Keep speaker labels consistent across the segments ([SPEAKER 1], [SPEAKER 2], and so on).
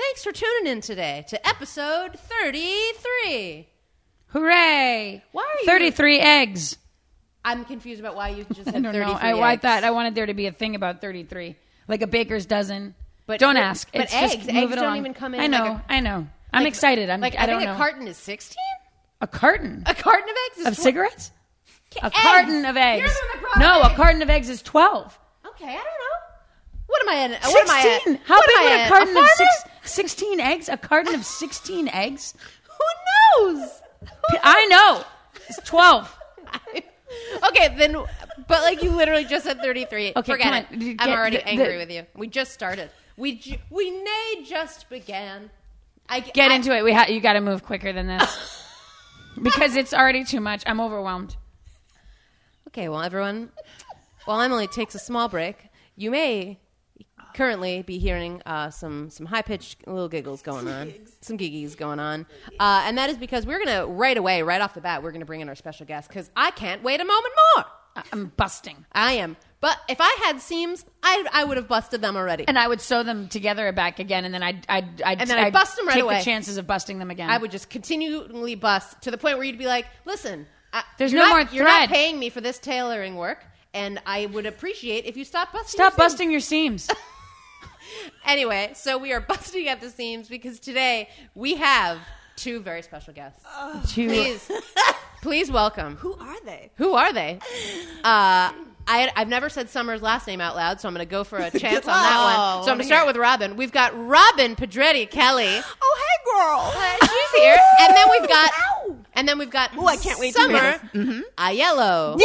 [SPEAKER 1] Thanks for tuning in today to episode 33.
[SPEAKER 2] Hooray!
[SPEAKER 1] Why are you-
[SPEAKER 2] 33 eggs.
[SPEAKER 1] I'm confused about why you just said
[SPEAKER 2] I don't
[SPEAKER 1] 33.
[SPEAKER 2] know. I, I
[SPEAKER 1] eggs.
[SPEAKER 2] thought I wanted there to be a thing about 33, like a baker's dozen.
[SPEAKER 1] But-
[SPEAKER 2] But don't
[SPEAKER 1] but-
[SPEAKER 2] ask.
[SPEAKER 1] but
[SPEAKER 2] It's just
[SPEAKER 1] eggs-
[SPEAKER 2] move
[SPEAKER 1] eggs
[SPEAKER 2] it
[SPEAKER 1] don't
[SPEAKER 2] along.
[SPEAKER 1] even come in
[SPEAKER 2] I know.
[SPEAKER 1] like a-
[SPEAKER 2] I know. I'm excited. I'm
[SPEAKER 1] like
[SPEAKER 2] I don't
[SPEAKER 1] think
[SPEAKER 2] know.
[SPEAKER 1] a carton is 16?
[SPEAKER 2] a carton
[SPEAKER 1] A carton of eggs is
[SPEAKER 2] of
[SPEAKER 1] tw-
[SPEAKER 2] cigarettes. A
[SPEAKER 1] Eggs.
[SPEAKER 2] carton of
[SPEAKER 1] You're
[SPEAKER 2] eggs.
[SPEAKER 1] the one that brought
[SPEAKER 2] No,
[SPEAKER 1] eggs.
[SPEAKER 2] a carton of eggs is 12.
[SPEAKER 1] Okay, I don't know. What am I in? What am I in?
[SPEAKER 2] How
[SPEAKER 1] what
[SPEAKER 2] big
[SPEAKER 1] am I
[SPEAKER 2] would
[SPEAKER 1] in?
[SPEAKER 2] a carton of
[SPEAKER 1] farmer?
[SPEAKER 2] six, 16 eggs? A carton of 16 eggs?
[SPEAKER 1] Who knows? Who
[SPEAKER 2] I know. It's 12.
[SPEAKER 1] okay, then, but like you literally just said 33.
[SPEAKER 2] Okay,
[SPEAKER 1] Forget
[SPEAKER 2] come
[SPEAKER 1] it.
[SPEAKER 2] on. Get
[SPEAKER 1] I'm already
[SPEAKER 2] the-
[SPEAKER 1] angry
[SPEAKER 2] the-
[SPEAKER 1] with you. We just started. We ju- we nay just began. I
[SPEAKER 2] Get
[SPEAKER 1] I-
[SPEAKER 2] into it. We ha- you got to move quicker than this because it's already too much. I'm overwhelmed.
[SPEAKER 1] Okay, well, everyone, while Emily takes a small break, you may currently be hearing uh, some some high pitched little giggles going on, some giggies going on, uh, and that is because we're gonna right away, right off the bat, we're gonna bring in our special guest because I can't wait a moment more.
[SPEAKER 2] I- I'm busting,
[SPEAKER 1] I am. But if I had seams, I, I would have busted them already.
[SPEAKER 2] and I would sew them together back again, and then I'd I'd, I'd
[SPEAKER 1] And then I'd bust them right
[SPEAKER 2] take
[SPEAKER 1] away.
[SPEAKER 2] the chances of busting them again.
[SPEAKER 1] I would just continually bust to the point where you'd be like, "Listen, I,
[SPEAKER 2] There's
[SPEAKER 1] you're
[SPEAKER 2] no
[SPEAKER 1] not-
[SPEAKER 2] more
[SPEAKER 1] You're not
[SPEAKER 2] thread."
[SPEAKER 1] paying me for this tailoring work, and I would appreciate if you stop busting.
[SPEAKER 2] stop
[SPEAKER 1] your seams."
[SPEAKER 2] busting your seams.
[SPEAKER 1] Anyway, so we are busting at the seams because today we have two very special guests.
[SPEAKER 2] Two
[SPEAKER 1] Please, please welcome. Who,
[SPEAKER 3] Who are they?
[SPEAKER 1] who are they? Uh, I, I've never said Summer's last name out loud, so I'm going to go for a chance
[SPEAKER 3] Oh,
[SPEAKER 1] on that one. So I'm going to start with Robin. We've got Robin Pedretti Kelly.
[SPEAKER 3] Oh, hey, girl.
[SPEAKER 1] She's here, and then we've got,
[SPEAKER 3] Ow.
[SPEAKER 1] and then we've got.
[SPEAKER 3] Ooh, I can't wait to hear Mm-hmm.
[SPEAKER 1] Summer Aiello.
[SPEAKER 3] Did it!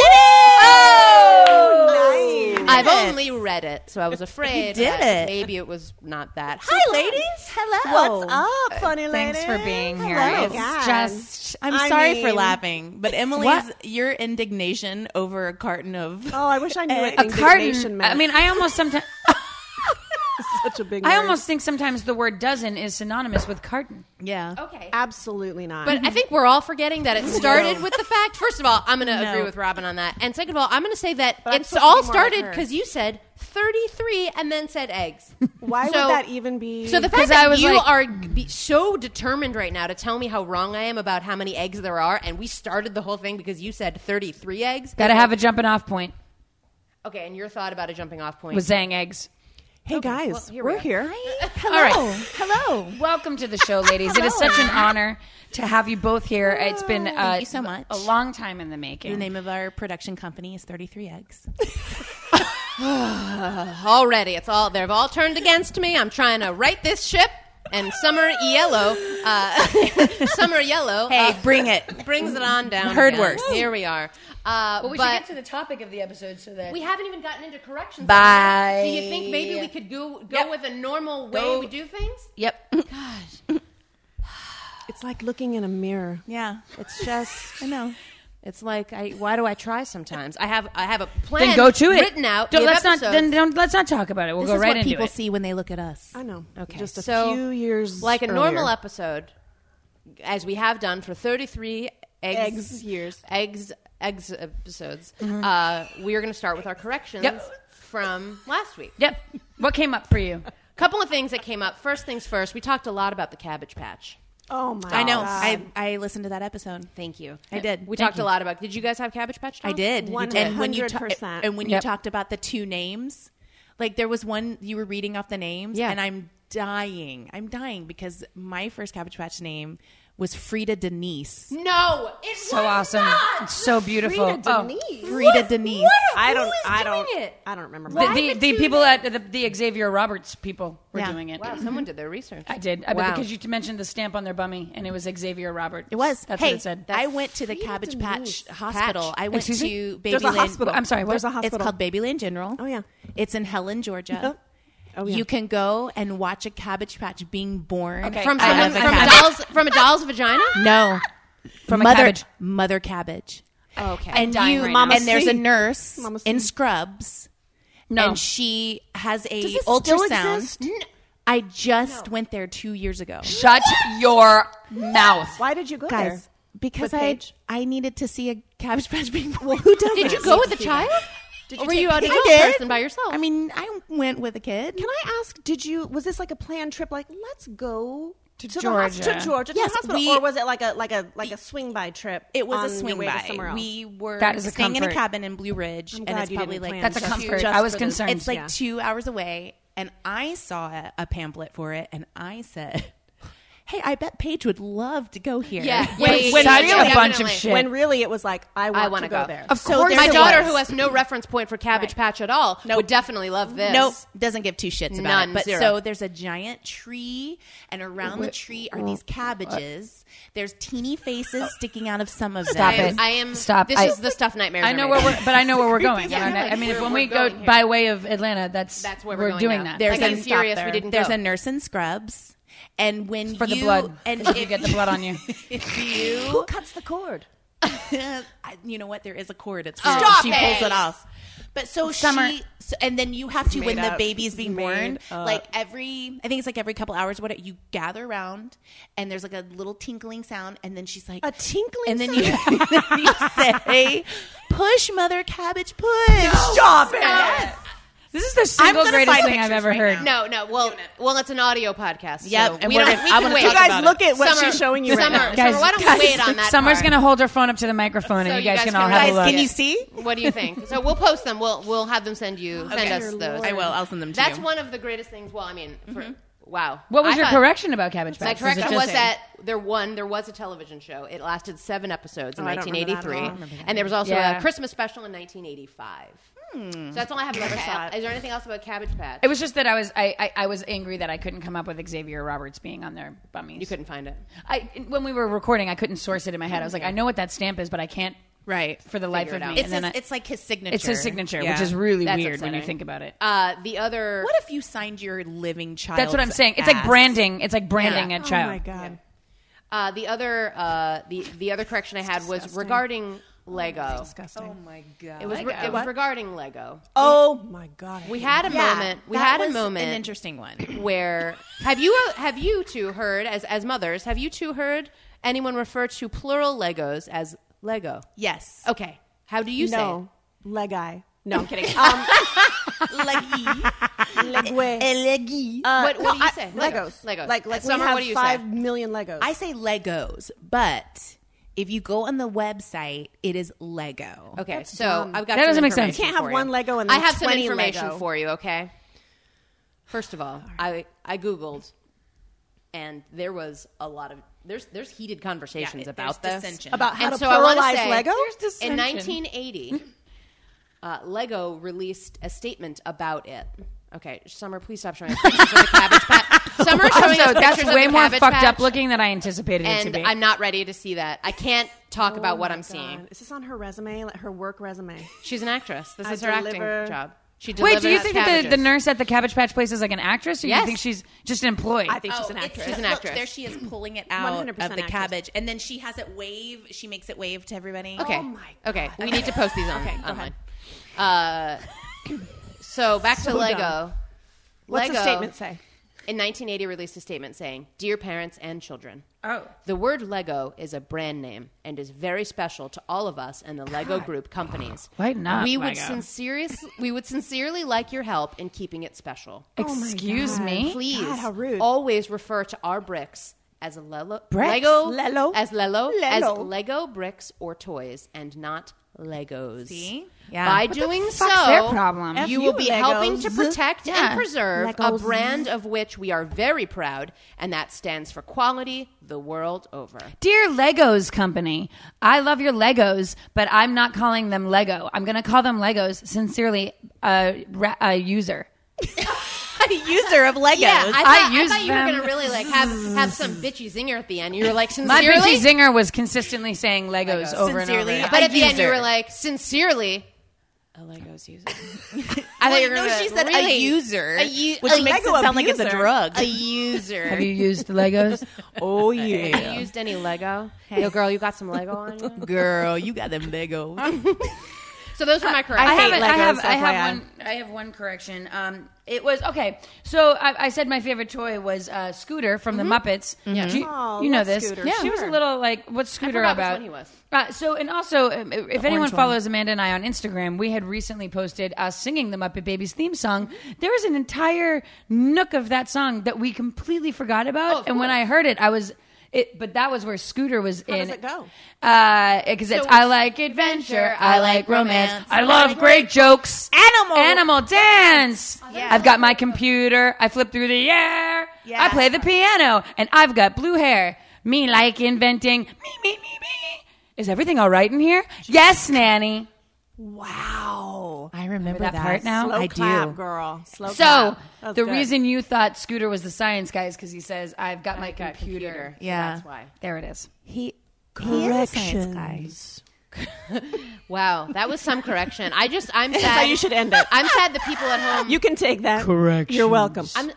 [SPEAKER 3] Oh, nice.
[SPEAKER 1] I've only read it, so I was afraid.
[SPEAKER 4] did
[SPEAKER 1] that
[SPEAKER 4] it.
[SPEAKER 1] Maybe it was not that.
[SPEAKER 4] Hi, ladies. Hello. Uh,
[SPEAKER 3] What's up, funny lady?
[SPEAKER 2] Thanks for being here.
[SPEAKER 3] Hello.
[SPEAKER 2] It's
[SPEAKER 3] God.
[SPEAKER 2] just
[SPEAKER 4] I'm
[SPEAKER 3] I
[SPEAKER 4] sorry for
[SPEAKER 3] mean-
[SPEAKER 4] laughing, but Emily's
[SPEAKER 2] What?
[SPEAKER 4] your indignation over a carton of
[SPEAKER 3] Oh, I wish I knew what
[SPEAKER 4] A
[SPEAKER 3] indignation
[SPEAKER 2] carton.
[SPEAKER 3] meant.
[SPEAKER 2] I mean, I almost sometimes
[SPEAKER 3] It's such a big.
[SPEAKER 2] I
[SPEAKER 3] word.
[SPEAKER 2] almost think sometimes the word dozen is synonymous with carton.
[SPEAKER 4] yeah.
[SPEAKER 1] Okay.
[SPEAKER 3] absolutely not.
[SPEAKER 1] But I think we're all forgetting that it started with the fact. First of all, I'm going to agree with Robin on that, and second of all, I'm going to say that
[SPEAKER 3] But I'm
[SPEAKER 1] it's
[SPEAKER 3] supposed to
[SPEAKER 1] all
[SPEAKER 3] be more like
[SPEAKER 1] started
[SPEAKER 3] her.
[SPEAKER 1] because you said 33 and then said eggs.
[SPEAKER 3] why
[SPEAKER 1] so-
[SPEAKER 3] would that even be?
[SPEAKER 1] So the
[SPEAKER 2] 'Cause
[SPEAKER 1] fact that
[SPEAKER 2] I was
[SPEAKER 1] you
[SPEAKER 2] like-
[SPEAKER 1] are be so determined right now to tell me how wrong I am about how many eggs there are, and we started the whole thing because you said 33 eggs.
[SPEAKER 2] Got to have a jumping off point
[SPEAKER 1] okay, and your thought about a jumping off point.
[SPEAKER 2] with zang eggs.
[SPEAKER 3] hey guys,
[SPEAKER 1] well, here we
[SPEAKER 3] we're
[SPEAKER 1] are.
[SPEAKER 3] here.
[SPEAKER 2] All right.
[SPEAKER 4] Hello.
[SPEAKER 2] Welcome to the show, ladies. it is such an honor to have you both here. It's been uh,
[SPEAKER 4] Thank you so much.
[SPEAKER 2] a long time in the making.
[SPEAKER 4] The name of our production company is 33 Eggs.
[SPEAKER 1] Already, it's all they've all turned against me. I'm trying to right this ship. And summer yellow, uh, summer yellow. uh,
[SPEAKER 4] bring it.
[SPEAKER 1] brings it on down.
[SPEAKER 4] Heard
[SPEAKER 1] again.
[SPEAKER 4] worse.
[SPEAKER 1] Here we are. Uh, but we
[SPEAKER 2] the topic of the episode so that
[SPEAKER 1] haven't even gotten into corrections.
[SPEAKER 4] Bye.
[SPEAKER 1] Do you think maybe we could go go
[SPEAKER 2] Yep.
[SPEAKER 1] with a normal way we do things?
[SPEAKER 2] Yep.
[SPEAKER 3] It's like looking in a mirror.
[SPEAKER 4] Yeah.
[SPEAKER 1] It's just
[SPEAKER 4] I know.
[SPEAKER 1] it's like I why do I try sometimes? I have I have a plan.
[SPEAKER 2] Then go to it.
[SPEAKER 1] Written out.
[SPEAKER 2] Don't,
[SPEAKER 1] we have
[SPEAKER 2] let's not. Then
[SPEAKER 1] episodes.
[SPEAKER 2] don't, let's not talk about it. We'll
[SPEAKER 4] This
[SPEAKER 2] go
[SPEAKER 4] is
[SPEAKER 2] right
[SPEAKER 4] what
[SPEAKER 2] into
[SPEAKER 4] people
[SPEAKER 2] it.
[SPEAKER 4] see when they look at us.
[SPEAKER 3] I know.
[SPEAKER 1] Okay,
[SPEAKER 3] just a
[SPEAKER 1] so,
[SPEAKER 3] few years
[SPEAKER 1] like a normal
[SPEAKER 3] earlier.
[SPEAKER 1] episode, as we have done for thirty three eggs
[SPEAKER 3] Eggs years.
[SPEAKER 1] eggs eggs episodes. Uh, we are going to start with our corrections
[SPEAKER 2] Yep.
[SPEAKER 1] from last week.
[SPEAKER 2] Yep. What came up for you?
[SPEAKER 1] Couple of things that came up. First things first, we talked a lot about the Cabbage Patch.
[SPEAKER 3] Oh my!
[SPEAKER 4] I know.
[SPEAKER 3] God.
[SPEAKER 4] I, I listened to that episode.
[SPEAKER 1] Thank you.
[SPEAKER 4] I did.
[SPEAKER 1] We
[SPEAKER 4] Thank
[SPEAKER 1] talked a lot about. Did you guys have Cabbage Patch?
[SPEAKER 4] I
[SPEAKER 1] Dolls?
[SPEAKER 4] did.
[SPEAKER 3] You did.
[SPEAKER 4] And when you ta-
[SPEAKER 3] 100%.
[SPEAKER 4] and when
[SPEAKER 2] Yep.
[SPEAKER 4] you talked about the two names, like there was one you were reading off the names,
[SPEAKER 1] Yeah.
[SPEAKER 4] and I'm dying. I'm dying because my first Cabbage Patch name was Frida Denise.
[SPEAKER 1] No, it
[SPEAKER 2] So
[SPEAKER 1] was
[SPEAKER 2] awesome.
[SPEAKER 1] Not.
[SPEAKER 2] It's so beautiful. Oh.
[SPEAKER 4] Frida Denise.
[SPEAKER 3] I don't.
[SPEAKER 1] Who is
[SPEAKER 3] I don't.
[SPEAKER 1] doing it?
[SPEAKER 3] I don't remember.
[SPEAKER 2] The,
[SPEAKER 3] my-
[SPEAKER 2] the,
[SPEAKER 1] would
[SPEAKER 2] the
[SPEAKER 1] you
[SPEAKER 2] people at the, the Xavier Roberts people were
[SPEAKER 4] Yeah.
[SPEAKER 2] doing it.
[SPEAKER 1] Wow, someone did their research.
[SPEAKER 2] I did. I,
[SPEAKER 1] Wow.
[SPEAKER 2] Because you mentioned the stamp on their bummy, and it was Xavier Roberts.
[SPEAKER 4] It was.
[SPEAKER 2] That's
[SPEAKER 4] hey,
[SPEAKER 2] what it said.
[SPEAKER 4] I went to the
[SPEAKER 3] Frida
[SPEAKER 4] Cabbage
[SPEAKER 3] Denise.
[SPEAKER 4] Patch Hospital.
[SPEAKER 2] Patch.
[SPEAKER 4] I went
[SPEAKER 2] Excuse
[SPEAKER 4] to
[SPEAKER 2] me?
[SPEAKER 4] Babyland.
[SPEAKER 3] There's a hospital.
[SPEAKER 2] I'm sorry, what?
[SPEAKER 3] There's a
[SPEAKER 4] It's
[SPEAKER 3] hospital.
[SPEAKER 4] called Babyland General.
[SPEAKER 3] Oh, yeah.
[SPEAKER 4] It's in Helen, Georgia.
[SPEAKER 3] Yep. Oh, yeah.
[SPEAKER 4] You can go and watch a Cabbage Patch being born
[SPEAKER 2] Okay.
[SPEAKER 1] From,
[SPEAKER 2] I
[SPEAKER 1] from,
[SPEAKER 2] love a
[SPEAKER 1] from a
[SPEAKER 2] cabbage.
[SPEAKER 1] doll's from a doll's vagina.
[SPEAKER 4] No,
[SPEAKER 2] From a
[SPEAKER 4] mother
[SPEAKER 2] cabbage.
[SPEAKER 4] mother cabbage.
[SPEAKER 1] Okay,
[SPEAKER 4] and
[SPEAKER 2] dying
[SPEAKER 4] you,
[SPEAKER 2] right
[SPEAKER 4] mama,
[SPEAKER 2] now.
[SPEAKER 4] and there's a
[SPEAKER 3] C.
[SPEAKER 4] nurse
[SPEAKER 3] Mama
[SPEAKER 4] in
[SPEAKER 3] C.
[SPEAKER 4] scrubs, and she has a
[SPEAKER 3] this still
[SPEAKER 4] ultrasound.
[SPEAKER 3] exist?
[SPEAKER 4] I just went there two years ago,
[SPEAKER 2] Shut your mouth.
[SPEAKER 3] Why did you go there?
[SPEAKER 4] guys, because
[SPEAKER 3] What
[SPEAKER 4] I
[SPEAKER 3] page?
[SPEAKER 4] I needed to see a cabbage patch being born.
[SPEAKER 3] Who does
[SPEAKER 1] Did you go with a child? Did you or were you out
[SPEAKER 4] I
[SPEAKER 1] a adult
[SPEAKER 4] did.
[SPEAKER 1] person by yourself?
[SPEAKER 4] I mean, I went with a kid.
[SPEAKER 3] Can I ask? Did you? Was this like a planned trip? Like, let's go to, the
[SPEAKER 2] Georgia.
[SPEAKER 3] hos- to Georgia, to
[SPEAKER 4] Yes,
[SPEAKER 3] the hospital,
[SPEAKER 4] we-
[SPEAKER 3] or was it like a like a like a swing by trip?
[SPEAKER 4] It was
[SPEAKER 3] on
[SPEAKER 4] a
[SPEAKER 3] your
[SPEAKER 4] swing
[SPEAKER 3] way to
[SPEAKER 4] by.
[SPEAKER 3] somewhere else?
[SPEAKER 4] We were
[SPEAKER 2] That is a
[SPEAKER 4] staying in a
[SPEAKER 2] comfort.
[SPEAKER 4] cabin in Blue Ridge, and
[SPEAKER 3] glad
[SPEAKER 4] it's
[SPEAKER 3] you
[SPEAKER 4] probably
[SPEAKER 3] didn't
[SPEAKER 4] like
[SPEAKER 3] plan
[SPEAKER 2] That's a
[SPEAKER 3] just
[SPEAKER 2] comfort.
[SPEAKER 4] just
[SPEAKER 2] I was
[SPEAKER 4] for this.
[SPEAKER 2] concerned.
[SPEAKER 4] It's like
[SPEAKER 3] Yeah.
[SPEAKER 4] two hours away, and I saw a pamphlet for it, and I said, "Hey, I bet Paige would love to go here."
[SPEAKER 1] Yeah.
[SPEAKER 4] When-
[SPEAKER 1] Yeah, yeah,
[SPEAKER 4] when
[SPEAKER 1] yeah,
[SPEAKER 4] I do
[SPEAKER 1] yeah,
[SPEAKER 4] a
[SPEAKER 1] yeah.
[SPEAKER 4] bunch-
[SPEAKER 1] definitely.
[SPEAKER 3] When really it was like, I want,
[SPEAKER 1] I
[SPEAKER 3] want to go, there.
[SPEAKER 2] Of
[SPEAKER 4] So
[SPEAKER 2] course,
[SPEAKER 4] there's
[SPEAKER 1] my
[SPEAKER 4] a
[SPEAKER 2] it
[SPEAKER 1] daughter,
[SPEAKER 4] was.
[SPEAKER 1] who has no reference point for Cabbage Patch at all, would definitely love this.
[SPEAKER 4] Nope, doesn't give two shits about
[SPEAKER 1] None,
[SPEAKER 4] it. But
[SPEAKER 1] zero.
[SPEAKER 4] so there's a giant tree, and around the tree are these cabbages. There's teeny faces sticking out of some of
[SPEAKER 2] Stop
[SPEAKER 1] I
[SPEAKER 4] them.
[SPEAKER 1] am,
[SPEAKER 2] it.
[SPEAKER 1] I am.
[SPEAKER 2] Stop.
[SPEAKER 1] This
[SPEAKER 2] I-
[SPEAKER 1] is the stuff nightmares.
[SPEAKER 2] I know
[SPEAKER 1] are
[SPEAKER 2] where
[SPEAKER 1] made
[SPEAKER 2] we're,
[SPEAKER 1] of.
[SPEAKER 2] but I know where we're going.
[SPEAKER 1] Yeah,
[SPEAKER 2] I mean,
[SPEAKER 1] like,
[SPEAKER 2] I mean, if
[SPEAKER 1] we're-
[SPEAKER 2] when
[SPEAKER 1] we're
[SPEAKER 2] we go
[SPEAKER 1] going here.
[SPEAKER 2] by way of Atlanta, that's
[SPEAKER 1] That's where
[SPEAKER 2] we're,
[SPEAKER 1] we're going
[SPEAKER 2] doing
[SPEAKER 1] now.
[SPEAKER 2] that.
[SPEAKER 1] There's
[SPEAKER 2] Like,
[SPEAKER 1] a-
[SPEAKER 2] I'm
[SPEAKER 1] I'm furious
[SPEAKER 2] there.
[SPEAKER 1] we didn't
[SPEAKER 4] There's
[SPEAKER 1] go.
[SPEAKER 4] a nurse in scrubs, and when
[SPEAKER 2] for the
[SPEAKER 4] you-
[SPEAKER 2] blood,
[SPEAKER 4] and
[SPEAKER 2] and you
[SPEAKER 4] if
[SPEAKER 2] get the blood on you.
[SPEAKER 4] if you
[SPEAKER 3] Who cuts the cord?
[SPEAKER 4] I- you know what? There is a cord. It's weird.
[SPEAKER 1] Stop
[SPEAKER 4] she
[SPEAKER 1] it.
[SPEAKER 4] pulls it off. But so
[SPEAKER 2] Summer.
[SPEAKER 4] she, so, and then you have to when
[SPEAKER 3] made
[SPEAKER 4] the
[SPEAKER 3] up.
[SPEAKER 4] baby is being born,
[SPEAKER 3] made up.
[SPEAKER 4] like every, I think it's like every couple hours. What you gather around, and there's like a little tinkling sound, and then she's like
[SPEAKER 3] A tinkling.
[SPEAKER 4] and then
[SPEAKER 3] sound?
[SPEAKER 4] you, you say, "Push, mother cabbage, push."
[SPEAKER 3] stop it.
[SPEAKER 2] This is the single
[SPEAKER 4] gonna
[SPEAKER 2] greatest
[SPEAKER 4] find
[SPEAKER 2] thing I've
[SPEAKER 4] pictures
[SPEAKER 2] ever
[SPEAKER 4] right
[SPEAKER 2] heard.
[SPEAKER 4] now.
[SPEAKER 1] No, no. Well, well, it's an audio podcast.
[SPEAKER 4] Yep,
[SPEAKER 1] so
[SPEAKER 4] and
[SPEAKER 1] we
[SPEAKER 4] we're
[SPEAKER 1] don't.
[SPEAKER 4] gonna-
[SPEAKER 1] we
[SPEAKER 4] I
[SPEAKER 1] can
[SPEAKER 4] wanna
[SPEAKER 1] wait.
[SPEAKER 4] talk
[SPEAKER 3] You guys
[SPEAKER 4] about
[SPEAKER 3] look at what
[SPEAKER 1] Summer,
[SPEAKER 3] she's showing you
[SPEAKER 1] Summer,
[SPEAKER 3] right now.
[SPEAKER 1] Summer, why don't we wait on that?
[SPEAKER 2] Summer's
[SPEAKER 1] part?
[SPEAKER 2] gonna hold her phone up to the microphone,
[SPEAKER 1] So
[SPEAKER 2] and you guys, can all
[SPEAKER 1] guys
[SPEAKER 2] have a look.
[SPEAKER 4] Can you see?
[SPEAKER 1] What do you think? So we'll post them. We'll we'll have them send you send us
[SPEAKER 3] Dear
[SPEAKER 1] those.
[SPEAKER 3] Lord. I will.
[SPEAKER 4] I'll send them to
[SPEAKER 1] That's
[SPEAKER 4] you.
[SPEAKER 1] one of the greatest things. Well, I mean, for, wow.
[SPEAKER 2] What was
[SPEAKER 1] I
[SPEAKER 2] your
[SPEAKER 1] thought-
[SPEAKER 2] correction about Cabbage Patch?
[SPEAKER 1] My
[SPEAKER 2] it
[SPEAKER 1] correction
[SPEAKER 2] just-
[SPEAKER 1] was that there one there was a television show. It lasted seven episodes in
[SPEAKER 3] Oh, I don't remember that at all. I
[SPEAKER 1] 1983, and there was also
[SPEAKER 2] Yeah.
[SPEAKER 1] a Christmas special in 1985.
[SPEAKER 3] Hmm.
[SPEAKER 1] So that's all I have. About Cab- Is there anything else about Cabbage Patch?
[SPEAKER 2] It was just that I was I, I, I was angry that I couldn't come up with Xavier Roberts being on their bummies.
[SPEAKER 1] you couldn't find it.
[SPEAKER 2] I when we were recording, I couldn't source it in my head. I was like, I know what that stamp is, but I can't
[SPEAKER 4] Right.
[SPEAKER 2] for the life of me.
[SPEAKER 4] It's,
[SPEAKER 2] and then
[SPEAKER 4] his,
[SPEAKER 2] I-
[SPEAKER 4] it's like his signature.
[SPEAKER 2] it's his signature,
[SPEAKER 4] Yeah.
[SPEAKER 2] which is really
[SPEAKER 1] That's
[SPEAKER 2] weird when you
[SPEAKER 1] upsetting.
[SPEAKER 2] think about it.
[SPEAKER 1] Uh, the other.
[SPEAKER 4] What if you signed your living child?
[SPEAKER 2] That's what I'm saying. It's like branding. It's like branding
[SPEAKER 4] Yeah.
[SPEAKER 2] a
[SPEAKER 3] Oh
[SPEAKER 2] child.
[SPEAKER 3] my god.
[SPEAKER 1] Uh, the other uh, the the other correction I had was regarding Lego.
[SPEAKER 3] Disgusting. Oh my,
[SPEAKER 1] It was re- it was regarding Lego.
[SPEAKER 4] Oh,
[SPEAKER 3] god.
[SPEAKER 1] We had a moment. We
[SPEAKER 4] that
[SPEAKER 1] had a
[SPEAKER 4] was
[SPEAKER 1] moment.
[SPEAKER 4] An interesting one.
[SPEAKER 1] where have you uh, have you two heard as as mothers have you two heard anyone refer to plural Legos as Lego?
[SPEAKER 4] Yes.
[SPEAKER 1] Okay, how do you say? it?
[SPEAKER 3] no Um, leg eye. No, I'm kidding.
[SPEAKER 4] Leggy.
[SPEAKER 3] Legway.
[SPEAKER 4] Leggy.
[SPEAKER 1] what what do you say?
[SPEAKER 3] Uh, Legos.
[SPEAKER 1] Legos.
[SPEAKER 3] Like like
[SPEAKER 1] Summer,
[SPEAKER 3] we have
[SPEAKER 1] what do you
[SPEAKER 3] five
[SPEAKER 1] say?
[SPEAKER 3] million Legos. Oh
[SPEAKER 4] I say Legos, but if you go on the website, it is Lego.
[SPEAKER 1] Okay, so I've got
[SPEAKER 2] That
[SPEAKER 1] some
[SPEAKER 2] doesn't make
[SPEAKER 1] information
[SPEAKER 2] sense.
[SPEAKER 3] can't have
[SPEAKER 1] for you.
[SPEAKER 3] one Lego and
[SPEAKER 1] I
[SPEAKER 3] then
[SPEAKER 1] have some
[SPEAKER 3] 20
[SPEAKER 1] information
[SPEAKER 3] Lego.
[SPEAKER 1] for you. Okay. First of all, I I googled, and there was a lot of there's there's heated conversations
[SPEAKER 4] Yeah, it-
[SPEAKER 1] about
[SPEAKER 4] there's
[SPEAKER 1] this
[SPEAKER 4] dissension.
[SPEAKER 3] about how
[SPEAKER 1] and
[SPEAKER 3] to
[SPEAKER 1] so I want
[SPEAKER 3] pluralize
[SPEAKER 1] to say
[SPEAKER 3] Lego.
[SPEAKER 1] in 1980, uh, Lego released a statement about it. Okay, Summer, please stop showing us pictures of the Cabbage Patch. Summer showing
[SPEAKER 2] Also,
[SPEAKER 1] us
[SPEAKER 2] that's
[SPEAKER 1] pictures
[SPEAKER 2] way
[SPEAKER 1] of the
[SPEAKER 2] more
[SPEAKER 1] Cabbage
[SPEAKER 2] fucked
[SPEAKER 1] Patch,
[SPEAKER 2] up looking than I anticipated it to
[SPEAKER 1] and
[SPEAKER 2] be.
[SPEAKER 1] I'm not ready to see that. I can't talk about what I'm seeing.
[SPEAKER 3] Oh God. Is this on her resume? Like her work resume?
[SPEAKER 1] She's an actress. This
[SPEAKER 3] I
[SPEAKER 1] is her
[SPEAKER 3] deliver-
[SPEAKER 1] acting job. She
[SPEAKER 2] Wait, do you
[SPEAKER 1] delivers
[SPEAKER 2] think that the, the
[SPEAKER 1] cabbages.
[SPEAKER 2] nurse at the Cabbage Patch place is like an actress, or do
[SPEAKER 1] Yes.
[SPEAKER 2] you think she's just an employee?
[SPEAKER 3] I think she's Oh, an actress.
[SPEAKER 1] She's an
[SPEAKER 4] Look,
[SPEAKER 1] actress.
[SPEAKER 4] there she is pulling it out of
[SPEAKER 3] 100%
[SPEAKER 4] the
[SPEAKER 3] actress.
[SPEAKER 4] cabbage, and then she has it wave. She makes it wave to everybody.
[SPEAKER 1] Okay.
[SPEAKER 3] Oh my
[SPEAKER 1] Okay. We need to post these on online. Uh, so back to Lego.
[SPEAKER 3] What's
[SPEAKER 1] Lego
[SPEAKER 3] the statement say?
[SPEAKER 1] in 1980 released a statement saying, "Dear parents and children,
[SPEAKER 2] Oh.
[SPEAKER 1] the word Lego is a brand name and is very special to all of us and the Lego Group companies.
[SPEAKER 2] Why not
[SPEAKER 1] We would
[SPEAKER 2] Lego?
[SPEAKER 1] sincerely we would sincerely like your help in keeping it special.
[SPEAKER 2] Excuse
[SPEAKER 3] God.
[SPEAKER 2] me.
[SPEAKER 1] Please,
[SPEAKER 3] God, how rude.
[SPEAKER 1] always refer to our bricks as Lelo,
[SPEAKER 2] Bricks?
[SPEAKER 1] Lego,
[SPEAKER 3] Lelo?
[SPEAKER 1] as Lelo, as
[SPEAKER 3] Lelo.
[SPEAKER 1] Lego bricks or toys, and not Legos.
[SPEAKER 4] See?
[SPEAKER 1] Yeah. By doing so,
[SPEAKER 2] fuck's their problem?
[SPEAKER 3] F
[SPEAKER 1] you
[SPEAKER 3] you,
[SPEAKER 1] will be
[SPEAKER 3] Legos.
[SPEAKER 1] helping to protect
[SPEAKER 2] Yeah.
[SPEAKER 1] and preserve a
[SPEAKER 3] Legos.
[SPEAKER 1] brand of which we are very proud, and that stands for quality the world over.
[SPEAKER 2] Dear Legos Company, I love your Legos, but I'm not calling them Lego. I'm going to call them Legos. Sincerely, a, ra- a user.
[SPEAKER 4] a user of Legos.
[SPEAKER 1] Yeah, I thought,
[SPEAKER 2] I
[SPEAKER 1] I
[SPEAKER 2] use
[SPEAKER 1] thought you
[SPEAKER 2] them.
[SPEAKER 1] were going to really like have have some bitchy zinger at the end. You were like,
[SPEAKER 2] My
[SPEAKER 1] sincerely,
[SPEAKER 2] bitchy zinger was consistently saying Legos, over
[SPEAKER 4] Sincerely,
[SPEAKER 2] and over.
[SPEAKER 1] but
[SPEAKER 4] a
[SPEAKER 1] at the end you
[SPEAKER 4] user.
[SPEAKER 1] were like, sincerely,
[SPEAKER 4] A Legos user. I thought you were
[SPEAKER 5] no,
[SPEAKER 4] going to
[SPEAKER 5] she said a
[SPEAKER 4] really,
[SPEAKER 5] user.
[SPEAKER 4] a u-
[SPEAKER 5] A
[SPEAKER 4] which makes
[SPEAKER 5] Lego
[SPEAKER 4] it sound like it's a
[SPEAKER 5] abuser.
[SPEAKER 4] drug.
[SPEAKER 5] A user.
[SPEAKER 2] Have you used the Legos?
[SPEAKER 4] oh
[SPEAKER 1] You
[SPEAKER 4] yeah,
[SPEAKER 1] used any Lego? Yo, girl, you got some Lego on you?
[SPEAKER 4] girl, you got them Legos.
[SPEAKER 1] So those were my corrections.
[SPEAKER 2] I, have,
[SPEAKER 4] hate
[SPEAKER 2] a- I
[SPEAKER 4] Legos,
[SPEAKER 2] have, I
[SPEAKER 4] FYI.
[SPEAKER 2] have one. I have one correction. Um, it was okay. So I, I said my favorite toy was uh, Scooter from the Muppets. Do you,
[SPEAKER 3] Aw,
[SPEAKER 2] you know
[SPEAKER 3] love
[SPEAKER 2] this.
[SPEAKER 3] Scooter.
[SPEAKER 2] she was a little like, "What's Scooter
[SPEAKER 1] forgot which
[SPEAKER 2] about?"
[SPEAKER 1] one he was.
[SPEAKER 2] Uh, so and also, um, if anyone
[SPEAKER 4] orange one.
[SPEAKER 2] follows Amanda and I on Instagram, we had recently posted us singing the Muppet Babies theme song. There was an entire nook of that song that we completely forgot about, and when I heard it, I was. It, but that was where Scooter was in.
[SPEAKER 3] does it go?
[SPEAKER 2] Because it's I like adventure, I like romance, I love great jokes,
[SPEAKER 5] Animal-
[SPEAKER 2] animal Oh, dance. I've got my computer, I flip through the air, I play the piano, and I've got blue hair. Me like inventing. Me me me me. Is everything all right in here? Yes, nanny.
[SPEAKER 3] Wow.
[SPEAKER 4] I remember
[SPEAKER 2] that part now?
[SPEAKER 3] Slow
[SPEAKER 4] I
[SPEAKER 3] clap,
[SPEAKER 4] do.
[SPEAKER 3] girl. Slow
[SPEAKER 2] So
[SPEAKER 3] clap. That's
[SPEAKER 2] the
[SPEAKER 3] good.
[SPEAKER 2] reason you thought Scooter was the science guy is because he says, "I've got my computer.
[SPEAKER 4] Yeah.
[SPEAKER 1] Why?
[SPEAKER 2] There it is.
[SPEAKER 4] He
[SPEAKER 3] corrections.
[SPEAKER 1] Wow, that was some correction. I just I'm sad.
[SPEAKER 3] how you should end it.
[SPEAKER 1] I'm sad the people at home.
[SPEAKER 3] You can take that. Corrections. You're welcome.
[SPEAKER 1] I'm-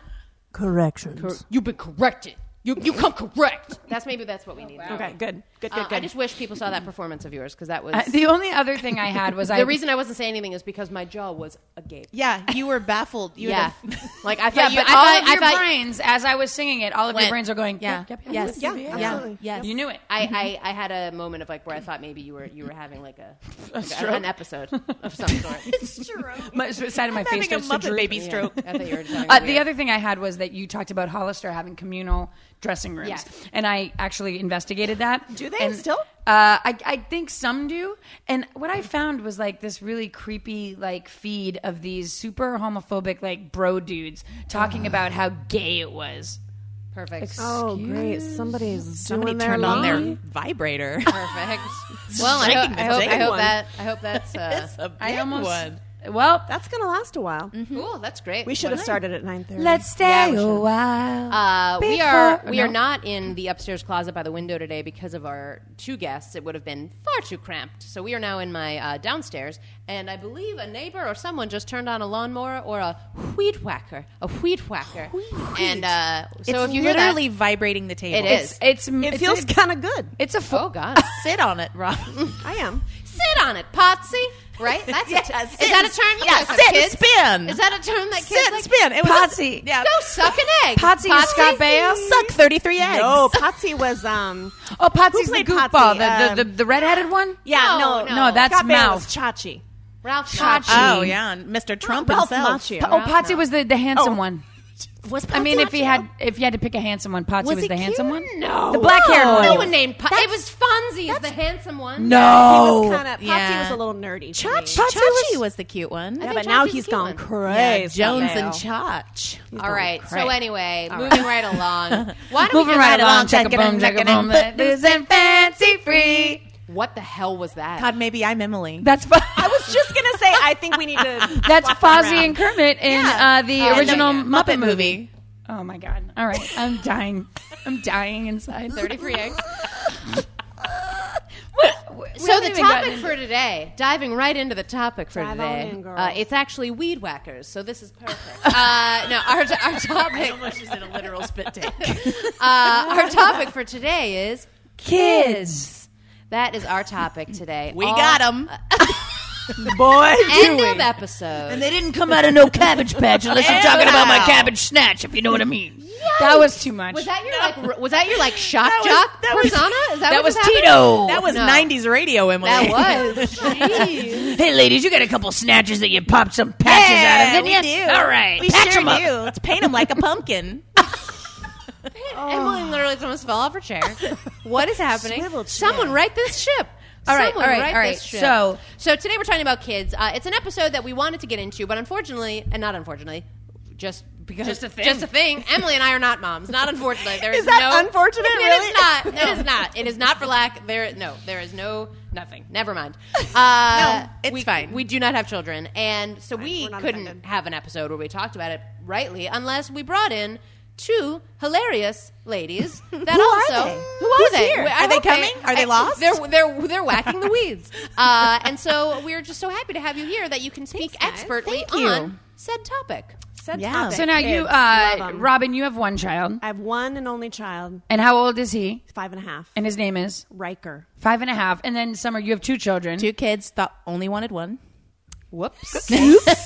[SPEAKER 3] corrections.
[SPEAKER 1] You've been corrected. You you come correct. That's maybe that's what we
[SPEAKER 4] Oh,
[SPEAKER 1] need.
[SPEAKER 3] okay, good, good,
[SPEAKER 1] Uh,
[SPEAKER 3] good, good.
[SPEAKER 1] I just wish people saw that performance of yours because that was
[SPEAKER 2] Uh, the only other thing I had was I
[SPEAKER 1] the reason I wasn't saying anything is because my jaw was agape.
[SPEAKER 4] Yeah, you were baffled. You
[SPEAKER 1] Yeah,
[SPEAKER 4] Had a,
[SPEAKER 1] like I
[SPEAKER 2] Yeah,
[SPEAKER 1] thought. you,
[SPEAKER 2] but
[SPEAKER 1] I
[SPEAKER 2] all
[SPEAKER 1] thought,
[SPEAKER 2] of your
[SPEAKER 1] I thought,
[SPEAKER 2] brains, as I was singing it, all of your
[SPEAKER 4] Went.
[SPEAKER 2] brains are going,
[SPEAKER 4] Yeah.
[SPEAKER 2] yep, yep, yep,
[SPEAKER 4] Yes.
[SPEAKER 2] yep,
[SPEAKER 3] yeah,
[SPEAKER 2] yep, yep.
[SPEAKER 3] absolutely.
[SPEAKER 4] Yes.
[SPEAKER 2] You knew it.
[SPEAKER 1] I, I, I had a moment of like where I thought maybe you were you were having like a, like a- an episode of some sort.
[SPEAKER 2] My, so- side of my face
[SPEAKER 4] having a
[SPEAKER 2] starts to
[SPEAKER 4] Muppet
[SPEAKER 2] droop.
[SPEAKER 4] baby stroke.
[SPEAKER 1] I thought you were just having
[SPEAKER 2] Uh,
[SPEAKER 1] a
[SPEAKER 2] the
[SPEAKER 1] weird-
[SPEAKER 2] other thing I had was that you talked about Hollister having communal dressing rooms,
[SPEAKER 1] Yes.
[SPEAKER 2] and I actually investigated that.
[SPEAKER 3] Do they
[SPEAKER 2] And,
[SPEAKER 3] still?
[SPEAKER 2] Uh, I, I think some do. And what I found was like this really creepy like feed of these super homophobic like bro dudes talking
[SPEAKER 3] Ah.
[SPEAKER 2] about how gay it was.
[SPEAKER 1] perfect.
[SPEAKER 3] oh, great. Somebody's
[SPEAKER 4] Somebody
[SPEAKER 3] doing their
[SPEAKER 4] turned on
[SPEAKER 3] line.
[SPEAKER 4] their vibrator.
[SPEAKER 1] Perfect. well, I,
[SPEAKER 4] Striking
[SPEAKER 1] ho-
[SPEAKER 4] the
[SPEAKER 1] I hope I
[SPEAKER 4] big
[SPEAKER 1] hope
[SPEAKER 4] one.
[SPEAKER 1] that I hope that's uh,
[SPEAKER 4] That's a big
[SPEAKER 2] I almost
[SPEAKER 4] one.
[SPEAKER 2] well.
[SPEAKER 3] That's going to last a while.
[SPEAKER 1] cool. That's great.
[SPEAKER 3] We should have started at 9.30.
[SPEAKER 2] Let's stay a while.
[SPEAKER 1] Uh, we
[SPEAKER 2] Before-
[SPEAKER 1] are we
[SPEAKER 2] No.
[SPEAKER 1] are not in the upstairs closet by the window today because of our two guests. It would have been far too cramped. So we are now in my uh, downstairs, and I believe a neighbor or someone just turned on a lawnmower or a weed whacker, a weed whacker. And uh, so
[SPEAKER 4] it's
[SPEAKER 1] if you hear that,
[SPEAKER 4] literally vibrating the table.
[SPEAKER 1] it is.
[SPEAKER 2] It's,
[SPEAKER 3] It
[SPEAKER 2] it's
[SPEAKER 3] feels
[SPEAKER 2] a-
[SPEAKER 3] kind of good.
[SPEAKER 2] It's a
[SPEAKER 1] Oh God,
[SPEAKER 4] Sit on it, Rob.
[SPEAKER 3] I am.
[SPEAKER 1] sit on it, Potsy. Right? That's a
[SPEAKER 4] Yeah,
[SPEAKER 1] t-
[SPEAKER 4] sit
[SPEAKER 1] is that
[SPEAKER 4] and-
[SPEAKER 1] a term? You
[SPEAKER 4] yeah,
[SPEAKER 1] guys have
[SPEAKER 4] sit and
[SPEAKER 1] kids.
[SPEAKER 4] spin.
[SPEAKER 1] Is that a term that kids
[SPEAKER 4] Sit,
[SPEAKER 1] like?
[SPEAKER 4] spin. It was
[SPEAKER 2] Potsy.
[SPEAKER 4] Yeah.
[SPEAKER 1] Go suck an egg.
[SPEAKER 2] Potsy and Scott Baio?
[SPEAKER 4] Suck 33 eggs.
[SPEAKER 3] No, Oh, Patsy was, um...
[SPEAKER 2] Oh, Patsy's the
[SPEAKER 3] played
[SPEAKER 2] goofball,
[SPEAKER 3] Patsy?
[SPEAKER 2] the, the, the
[SPEAKER 3] Um,
[SPEAKER 2] the redheaded one.
[SPEAKER 1] No,
[SPEAKER 3] Yeah, no,
[SPEAKER 1] no. No,
[SPEAKER 2] that's
[SPEAKER 3] Scott Baio
[SPEAKER 2] Mouth.
[SPEAKER 3] was Chachi.
[SPEAKER 1] Ralph
[SPEAKER 2] Chachi.
[SPEAKER 1] Schott.
[SPEAKER 4] Oh, yeah. and Mr. Trump
[SPEAKER 3] Ralph
[SPEAKER 4] himself.
[SPEAKER 3] Macchio.
[SPEAKER 2] Oh,
[SPEAKER 1] Ralph,
[SPEAKER 2] Patsy
[SPEAKER 1] no.
[SPEAKER 2] was the, the handsome
[SPEAKER 3] Oh.
[SPEAKER 2] one.
[SPEAKER 3] Was
[SPEAKER 2] I mean, if he
[SPEAKER 3] Patsy-
[SPEAKER 2] had if you had to pick a handsome one, Patsy was,
[SPEAKER 1] Was
[SPEAKER 2] the
[SPEAKER 1] it
[SPEAKER 2] handsome
[SPEAKER 1] cute?
[SPEAKER 2] one.
[SPEAKER 1] No.
[SPEAKER 2] the black haired
[SPEAKER 1] No
[SPEAKER 2] one.
[SPEAKER 1] one named Pot. It was Fonzie's, the handsome one.
[SPEAKER 2] no,
[SPEAKER 3] He was kind of... Patsy
[SPEAKER 4] Yeah.
[SPEAKER 3] was a little nerdy. to me.
[SPEAKER 4] Chachi, Chachi was, the cute one.
[SPEAKER 3] Yeah,
[SPEAKER 1] think
[SPEAKER 3] but now
[SPEAKER 1] Chachi's
[SPEAKER 3] he's
[SPEAKER 1] a cute
[SPEAKER 3] gone
[SPEAKER 1] one.
[SPEAKER 4] Yeah,
[SPEAKER 3] crazy.
[SPEAKER 4] Jones
[SPEAKER 3] Scott
[SPEAKER 4] and
[SPEAKER 3] Baio.
[SPEAKER 4] Chach.
[SPEAKER 1] All right. So
[SPEAKER 4] crap.
[SPEAKER 1] anyway, moving right along. Why don't we
[SPEAKER 2] moving
[SPEAKER 1] just
[SPEAKER 2] right
[SPEAKER 1] have a-
[SPEAKER 2] along. Check a boom, check a boom. This and fancy free.
[SPEAKER 1] What the hell was that?
[SPEAKER 4] God, maybe I'm Emily.
[SPEAKER 2] That's
[SPEAKER 3] I was just going to say, I think we need to...
[SPEAKER 2] that's
[SPEAKER 3] swap
[SPEAKER 2] Fozzie
[SPEAKER 3] around.
[SPEAKER 2] and Kermit in
[SPEAKER 4] Yeah.
[SPEAKER 2] uh, the
[SPEAKER 1] Oh,
[SPEAKER 2] original
[SPEAKER 1] yeah.
[SPEAKER 2] Muppet, movie. Oh my god! All right, I'm dying. I'm dying inside.
[SPEAKER 1] 33 eggs.
[SPEAKER 2] What? We
[SPEAKER 1] So
[SPEAKER 2] haven't
[SPEAKER 1] the
[SPEAKER 2] even gotten
[SPEAKER 1] topic
[SPEAKER 2] into-
[SPEAKER 1] for today, diving right into the topic for
[SPEAKER 3] Dive on
[SPEAKER 1] today,
[SPEAKER 3] in, girl.
[SPEAKER 1] Uh, it's actually weed whackers. So this is perfect. uh, no, our, our topic,
[SPEAKER 4] She's in a literal spit take.
[SPEAKER 1] uh, our topic for today is
[SPEAKER 2] kids.
[SPEAKER 1] that is our topic today.
[SPEAKER 4] We
[SPEAKER 1] All-
[SPEAKER 4] got him.
[SPEAKER 3] Boy,
[SPEAKER 1] End of episode.
[SPEAKER 2] They didn't come out of no cabbage patch unless you're talking about my cabbage snatch, if you know what I mean. That was too much.
[SPEAKER 1] Was that your like? r- Was that your like shock
[SPEAKER 4] That was-
[SPEAKER 1] jock
[SPEAKER 4] that was-
[SPEAKER 1] persona? Is that,
[SPEAKER 2] That
[SPEAKER 1] what
[SPEAKER 2] was
[SPEAKER 1] just happened?
[SPEAKER 2] Tito.
[SPEAKER 4] That was
[SPEAKER 1] No.
[SPEAKER 4] 90s radio, Emily.
[SPEAKER 1] That was. Jeez.
[SPEAKER 2] hey, ladies, you got a couple snatches that you popped some patches out
[SPEAKER 4] Yeah,
[SPEAKER 2] of,
[SPEAKER 4] we
[SPEAKER 2] didn't you?
[SPEAKER 4] do.
[SPEAKER 2] All right,
[SPEAKER 4] We
[SPEAKER 2] patch
[SPEAKER 4] sure
[SPEAKER 2] 'em up.
[SPEAKER 4] do. Let's paint him like a pumpkin.
[SPEAKER 2] Oh.
[SPEAKER 1] Emily literally almost fell off her chair. What is happening?
[SPEAKER 3] Swiveled chair.
[SPEAKER 1] Someone write this ship.
[SPEAKER 2] All right,
[SPEAKER 1] Someone
[SPEAKER 2] all right,
[SPEAKER 1] write
[SPEAKER 2] all right.
[SPEAKER 1] this ship.
[SPEAKER 2] So-
[SPEAKER 1] so today we're talking about kids. Uh, it's an episode that we wanted to get into, but unfortunately, and not unfortunately, just because
[SPEAKER 2] Just a thing.
[SPEAKER 1] just a thing. Emily and I are not moms. Not unfortunately, there is,
[SPEAKER 3] Is that
[SPEAKER 1] no
[SPEAKER 3] unfortunate,
[SPEAKER 1] It
[SPEAKER 3] really?
[SPEAKER 1] is not. It is not. It is not for lack. There, no, there is no nothing. Never mind. Uh,
[SPEAKER 4] No, it's
[SPEAKER 1] we,
[SPEAKER 4] fine.
[SPEAKER 1] We do not have children, and so we
[SPEAKER 3] we're not
[SPEAKER 1] couldn't
[SPEAKER 3] offended.
[SPEAKER 1] have an episode where we talked about it rightly unless we brought in two hilarious ladies that
[SPEAKER 4] Who are
[SPEAKER 1] also
[SPEAKER 4] they?
[SPEAKER 1] who are
[SPEAKER 4] Who's
[SPEAKER 1] they?
[SPEAKER 4] here?
[SPEAKER 1] I
[SPEAKER 4] Are they
[SPEAKER 1] hope
[SPEAKER 4] coming? Are they
[SPEAKER 1] I-
[SPEAKER 4] lost?
[SPEAKER 1] They're they're they're whacking the weeds. Uh, and so we're just so happy to have you here that you can speak expertly
[SPEAKER 4] Thank you.
[SPEAKER 1] on said topic.
[SPEAKER 3] Said
[SPEAKER 4] Yeah.
[SPEAKER 3] topic.
[SPEAKER 4] So
[SPEAKER 2] So now you,
[SPEAKER 3] Kids, love
[SPEAKER 2] uh,
[SPEAKER 3] 'em.
[SPEAKER 2] Robin, you have one child.
[SPEAKER 3] I have one and only child,
[SPEAKER 2] And how old is he?
[SPEAKER 3] five and a half.
[SPEAKER 2] And his name is
[SPEAKER 3] Riker.
[SPEAKER 2] five and a half. And then Summer, you have two children.
[SPEAKER 4] Two kids thought only wanted one.
[SPEAKER 1] Whoops.
[SPEAKER 2] Well,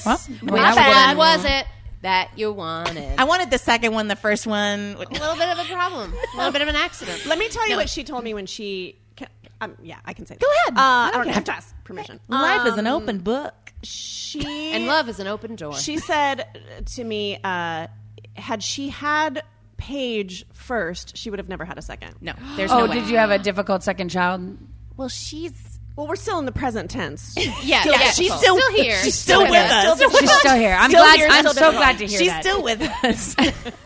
[SPEAKER 2] I mean, I
[SPEAKER 1] How
[SPEAKER 2] would-
[SPEAKER 1] bad was it that you wanted?
[SPEAKER 4] I wanted the second one, the first one.
[SPEAKER 1] A little bit of a problem. A little bit of an accident.
[SPEAKER 3] Let me tell you what she told me when she. Can, um, yeah, I can say. Go
[SPEAKER 4] ahead.
[SPEAKER 3] Uh,
[SPEAKER 4] I
[SPEAKER 3] I
[SPEAKER 4] don't
[SPEAKER 3] don't
[SPEAKER 4] care.
[SPEAKER 3] have to ask permission.
[SPEAKER 4] Life is
[SPEAKER 3] Um,
[SPEAKER 4] an open book.
[SPEAKER 3] She
[SPEAKER 1] And love is an open door.
[SPEAKER 3] She said to me, uh, had she had Paige first, she would have never had a second.
[SPEAKER 4] No, there's
[SPEAKER 2] Oh,
[SPEAKER 4] no way.
[SPEAKER 2] did you have a difficult second child?
[SPEAKER 4] Well, she's
[SPEAKER 3] Well, we're still in the present tense.
[SPEAKER 1] yeah, yeah,
[SPEAKER 4] she's still,
[SPEAKER 1] here.
[SPEAKER 4] She's still, with us.
[SPEAKER 2] She's still here. I'm
[SPEAKER 4] Still
[SPEAKER 2] glad.
[SPEAKER 4] here,
[SPEAKER 2] I'm
[SPEAKER 4] still
[SPEAKER 2] so
[SPEAKER 4] difficult.
[SPEAKER 2] glad to hear
[SPEAKER 4] She's
[SPEAKER 2] that.
[SPEAKER 4] still with us.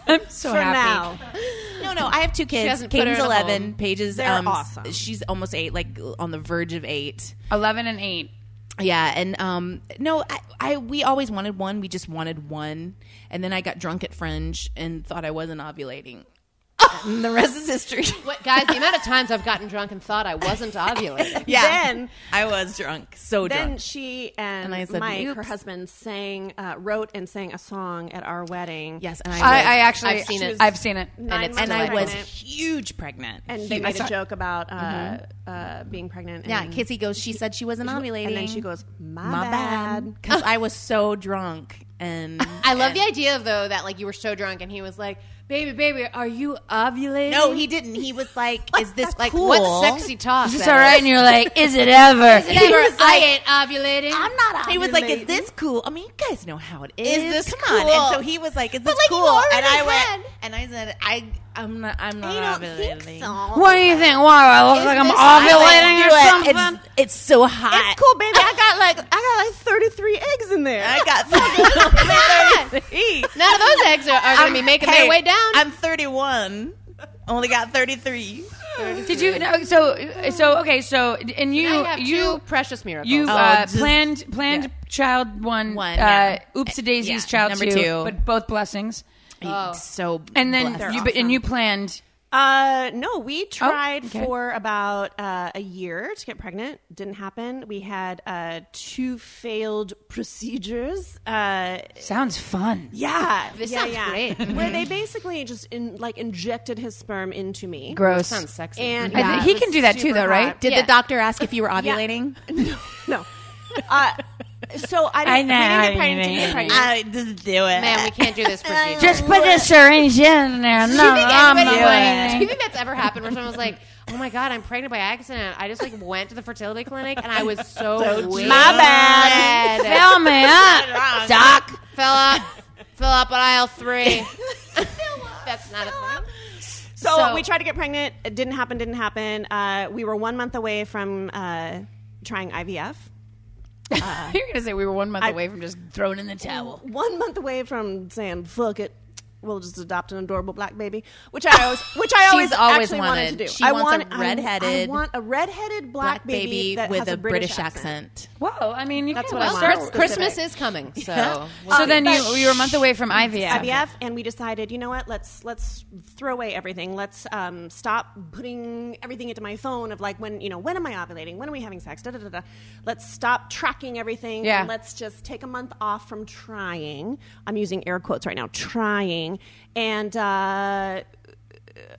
[SPEAKER 2] I'm so
[SPEAKER 3] For
[SPEAKER 2] happy.
[SPEAKER 3] now,
[SPEAKER 4] No, no, I have two kids.
[SPEAKER 1] hasn't put her
[SPEAKER 4] Caden's
[SPEAKER 1] in a
[SPEAKER 4] eleven.
[SPEAKER 1] home.
[SPEAKER 4] Paige is
[SPEAKER 3] They're
[SPEAKER 4] um,
[SPEAKER 3] awesome.
[SPEAKER 4] She's almost eight, like on the verge of eight.
[SPEAKER 2] Eleven and eight.
[SPEAKER 4] Yeah, and um, no, I, I we always wanted one. We just wanted one, and then I got drunk at Fringe and thought I wasn't ovulating. And the rest is history.
[SPEAKER 1] What, guys, the amount of times I've gotten drunk and thought I wasn't ovulating.
[SPEAKER 4] Yeah,
[SPEAKER 3] Then-
[SPEAKER 4] I was drunk, so
[SPEAKER 3] then
[SPEAKER 4] drunk.
[SPEAKER 3] she and,
[SPEAKER 4] And I said,
[SPEAKER 3] Mike, her
[SPEAKER 4] "Oops."
[SPEAKER 3] husband, sang, uh, wrote and sang a song at our wedding.
[SPEAKER 4] Yes, and I,
[SPEAKER 2] I,
[SPEAKER 4] was,
[SPEAKER 2] I actually.
[SPEAKER 1] I've seen it.
[SPEAKER 2] I've seen it.
[SPEAKER 3] Nine
[SPEAKER 1] it's
[SPEAKER 3] months
[SPEAKER 4] and I was
[SPEAKER 3] pregnant.
[SPEAKER 4] huge pregnant.
[SPEAKER 3] And they made a joke about uh, uh, being pregnant.
[SPEAKER 4] Mm-hmm. yeah,
[SPEAKER 3] and,
[SPEAKER 4] Kizzy goes. She said she wasn't ovulating,
[SPEAKER 3] and then she goes, "My,
[SPEAKER 4] "My
[SPEAKER 3] bad."
[SPEAKER 4] bad," because I was so drunk and.
[SPEAKER 1] I love the idea, though, that like you were so drunk and he was like, "Baby, baby, are you ovulating?"
[SPEAKER 4] No, he didn't. He was like, "Is this
[SPEAKER 1] like
[SPEAKER 4] cool?
[SPEAKER 1] what sexy talk?
[SPEAKER 2] Is this
[SPEAKER 1] that
[SPEAKER 2] all right? And you're like, is it ever?
[SPEAKER 1] is. Never, I
[SPEAKER 4] was like,
[SPEAKER 1] ain't ovulating.
[SPEAKER 4] I'm not. He was like, "Is
[SPEAKER 3] ovulating."
[SPEAKER 4] this cool?" I mean, you guys know how it is.
[SPEAKER 1] this
[SPEAKER 4] Come on. And so
[SPEAKER 1] cool?
[SPEAKER 4] he was like, "Is this
[SPEAKER 1] But, like, you
[SPEAKER 4] cool?" and
[SPEAKER 1] already
[SPEAKER 4] I
[SPEAKER 1] had-
[SPEAKER 4] went, and I said, "I, I'm not. I'm not ovulating.
[SPEAKER 2] What do you think? Why do I look like I'm ovulating or
[SPEAKER 4] I went,
[SPEAKER 2] something?
[SPEAKER 4] It's, it's so hot.
[SPEAKER 3] It's cool, baby. I got like I got like thirty three eggs in there.
[SPEAKER 4] I got fucking 33.
[SPEAKER 1] None of those eggs are, are going to
[SPEAKER 4] I'm-
[SPEAKER 1] be making
[SPEAKER 4] hey,
[SPEAKER 1] their way down.
[SPEAKER 4] I'm 31. Only got 33.
[SPEAKER 2] Did you? No, so so okay. So and you
[SPEAKER 1] Now you have
[SPEAKER 2] you
[SPEAKER 1] two precious miracles.
[SPEAKER 2] you
[SPEAKER 4] Oh,
[SPEAKER 2] uh,
[SPEAKER 4] just-
[SPEAKER 2] planned planned child one,
[SPEAKER 4] One,
[SPEAKER 2] uh,
[SPEAKER 4] yeah.
[SPEAKER 2] oops a daisies
[SPEAKER 4] Yeah,
[SPEAKER 2] child
[SPEAKER 4] number
[SPEAKER 2] two,
[SPEAKER 4] two.
[SPEAKER 2] but both blessings.
[SPEAKER 4] So
[SPEAKER 2] And then
[SPEAKER 4] blessed.
[SPEAKER 2] you and you planned.
[SPEAKER 3] Uh, no,
[SPEAKER 4] Oh,
[SPEAKER 3] we tried
[SPEAKER 2] okay.
[SPEAKER 3] for about uh, a year to get pregnant. Didn't happen. We had uh, two failed procedures. Uh,
[SPEAKER 2] Sounds fun.
[SPEAKER 3] yeah,
[SPEAKER 1] This
[SPEAKER 3] yeah,
[SPEAKER 1] sounds
[SPEAKER 3] yeah.
[SPEAKER 1] great.
[SPEAKER 3] Where they basically just in, like injected his sperm into me.
[SPEAKER 2] Gross.
[SPEAKER 1] sounds sexy.
[SPEAKER 3] And
[SPEAKER 2] I
[SPEAKER 3] yeah,
[SPEAKER 2] think he
[SPEAKER 3] it was
[SPEAKER 2] can do that too,
[SPEAKER 3] super
[SPEAKER 2] though, right?
[SPEAKER 3] hot.
[SPEAKER 4] did
[SPEAKER 1] Yeah.
[SPEAKER 4] the doctor ask if you were ovulating?
[SPEAKER 3] no. Uh, so I
[SPEAKER 2] I
[SPEAKER 3] didn't,
[SPEAKER 2] know,
[SPEAKER 3] we
[SPEAKER 2] I
[SPEAKER 3] didn't get pregnant.
[SPEAKER 2] know.
[SPEAKER 3] Didn't get pregnant.
[SPEAKER 4] I just do it.
[SPEAKER 1] oh, Man, we can't do this procedure.
[SPEAKER 2] Just put this syringe in there.
[SPEAKER 1] do
[SPEAKER 2] No,
[SPEAKER 1] you think
[SPEAKER 2] I'm
[SPEAKER 1] anybody- do you
[SPEAKER 2] ovulating.
[SPEAKER 1] think that's ever happened where someone was like, "Oh my god, I'm pregnant by accident. I just like went to the fertility clinic and I was so, weak.
[SPEAKER 4] My bad.
[SPEAKER 1] Fell,
[SPEAKER 2] Fill me up, doc.
[SPEAKER 1] fell up, fell up on aisle three. that's not a thing.
[SPEAKER 3] So,
[SPEAKER 1] So-
[SPEAKER 3] we tried to get pregnant. It didn't happen. Didn't happen. Uh, we were one month away from uh, trying IVF.
[SPEAKER 2] You're gonna say we were one month away from just throwing in the towel.
[SPEAKER 3] One month away from saying "fuck it." We'll just adopt an adorable black baby, which I always, which I always,
[SPEAKER 4] always
[SPEAKER 3] actually wanted.
[SPEAKER 4] wanted.
[SPEAKER 3] to do.
[SPEAKER 4] She
[SPEAKER 3] I
[SPEAKER 4] wants a
[SPEAKER 3] want I-
[SPEAKER 4] redheaded-
[SPEAKER 3] I, want a redheaded black,
[SPEAKER 4] black baby
[SPEAKER 3] that
[SPEAKER 4] with
[SPEAKER 3] has
[SPEAKER 4] a British,
[SPEAKER 3] accent.
[SPEAKER 4] accent.
[SPEAKER 2] Whoa, I mean, you
[SPEAKER 3] That's
[SPEAKER 2] can't
[SPEAKER 3] what I
[SPEAKER 2] well
[SPEAKER 3] want.
[SPEAKER 2] start
[SPEAKER 3] Wow.
[SPEAKER 1] Christmas is coming, so
[SPEAKER 2] So then you you were a month away from IVF.
[SPEAKER 3] IVF, and we decided, you know what? Let's let's throw away everything. Let's um, stop putting everything into my phone of like when you know when am I ovulating? When are we having sex? Da da da da. Let's stop tracking everything.
[SPEAKER 2] Yeah.
[SPEAKER 3] And let's just take a month off from trying. I'm using air quotes right now. Trying and. Uh,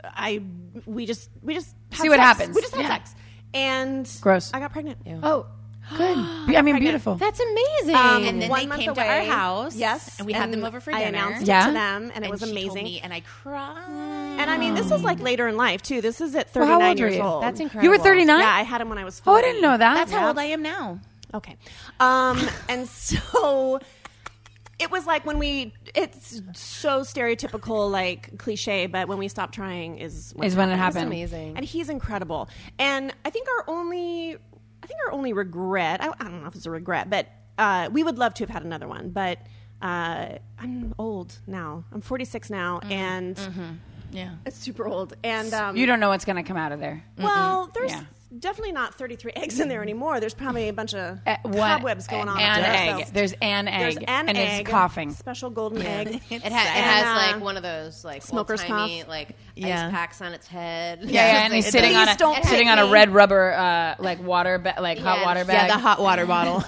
[SPEAKER 3] I we just we just had
[SPEAKER 2] See what
[SPEAKER 3] sex.
[SPEAKER 2] happens.
[SPEAKER 3] We just had
[SPEAKER 2] Yeah.
[SPEAKER 3] sex, and
[SPEAKER 2] Gross.
[SPEAKER 3] I got pregnant.
[SPEAKER 2] Oh, good. Be- I mean, beautiful.
[SPEAKER 1] that's amazing.
[SPEAKER 4] And then
[SPEAKER 3] Um, one
[SPEAKER 4] they
[SPEAKER 3] month
[SPEAKER 4] came to
[SPEAKER 3] away.
[SPEAKER 4] our house.
[SPEAKER 3] Yes,
[SPEAKER 4] and we had them over for dinner.
[SPEAKER 3] I announced
[SPEAKER 2] Yeah.
[SPEAKER 3] it to them, and it was
[SPEAKER 4] she told
[SPEAKER 3] amazing.
[SPEAKER 4] me, and I cried.
[SPEAKER 3] And I mean, this is like later in life too. This is at
[SPEAKER 2] Well,
[SPEAKER 3] 39
[SPEAKER 2] how old were
[SPEAKER 3] years
[SPEAKER 2] you?
[SPEAKER 3] old.
[SPEAKER 1] That's incredible.
[SPEAKER 2] You were 39.
[SPEAKER 3] Yeah, I had him when I was. 40.
[SPEAKER 2] oh, I didn't know that.
[SPEAKER 4] That's how old I am now.
[SPEAKER 3] Okay, um, and so it was like when we. It's so stereotypical, like cliche, but when we stop trying is when
[SPEAKER 2] Is when it
[SPEAKER 3] happens.
[SPEAKER 2] happened.
[SPEAKER 1] amazing.
[SPEAKER 3] And he's incredible. And I think our only, I think our only regret. I, I don't know if it's a regret, but uh, we would love to have had another one, but. Uh, I'm old now. I'm 46 now,
[SPEAKER 2] Mm-hmm.
[SPEAKER 3] and
[SPEAKER 4] Yeah.
[SPEAKER 3] super old. um, And um,
[SPEAKER 2] You don't know what's going to come out of there.
[SPEAKER 3] Well, there's
[SPEAKER 2] Yeah.
[SPEAKER 3] definitely not 33 eggs in there anymore. There's probably a bunch of
[SPEAKER 2] Uh, what-
[SPEAKER 3] cobwebs going on.
[SPEAKER 2] An
[SPEAKER 3] up there,
[SPEAKER 2] egg.
[SPEAKER 3] so-
[SPEAKER 2] There's an egg.
[SPEAKER 3] There's an
[SPEAKER 2] and
[SPEAKER 3] egg.
[SPEAKER 2] it's coughing.
[SPEAKER 3] Special golden egg.
[SPEAKER 1] It, ha- it
[SPEAKER 3] And,
[SPEAKER 1] has
[SPEAKER 3] uh,
[SPEAKER 1] like one of those like
[SPEAKER 3] smoker's
[SPEAKER 1] smoker's tiny
[SPEAKER 3] cough.
[SPEAKER 1] like
[SPEAKER 4] Yeah.
[SPEAKER 1] ice packs on its head.
[SPEAKER 2] Yeah, yeah, and he's
[SPEAKER 4] It
[SPEAKER 2] sitting
[SPEAKER 4] does.
[SPEAKER 2] on a
[SPEAKER 4] Please don't
[SPEAKER 2] sitting
[SPEAKER 1] hit
[SPEAKER 2] on a
[SPEAKER 1] me.
[SPEAKER 2] red rubber uh, like water ba- like hot
[SPEAKER 1] Yeah,
[SPEAKER 2] water
[SPEAKER 1] just-
[SPEAKER 2] bag.
[SPEAKER 4] Yeah, the hot water bottle.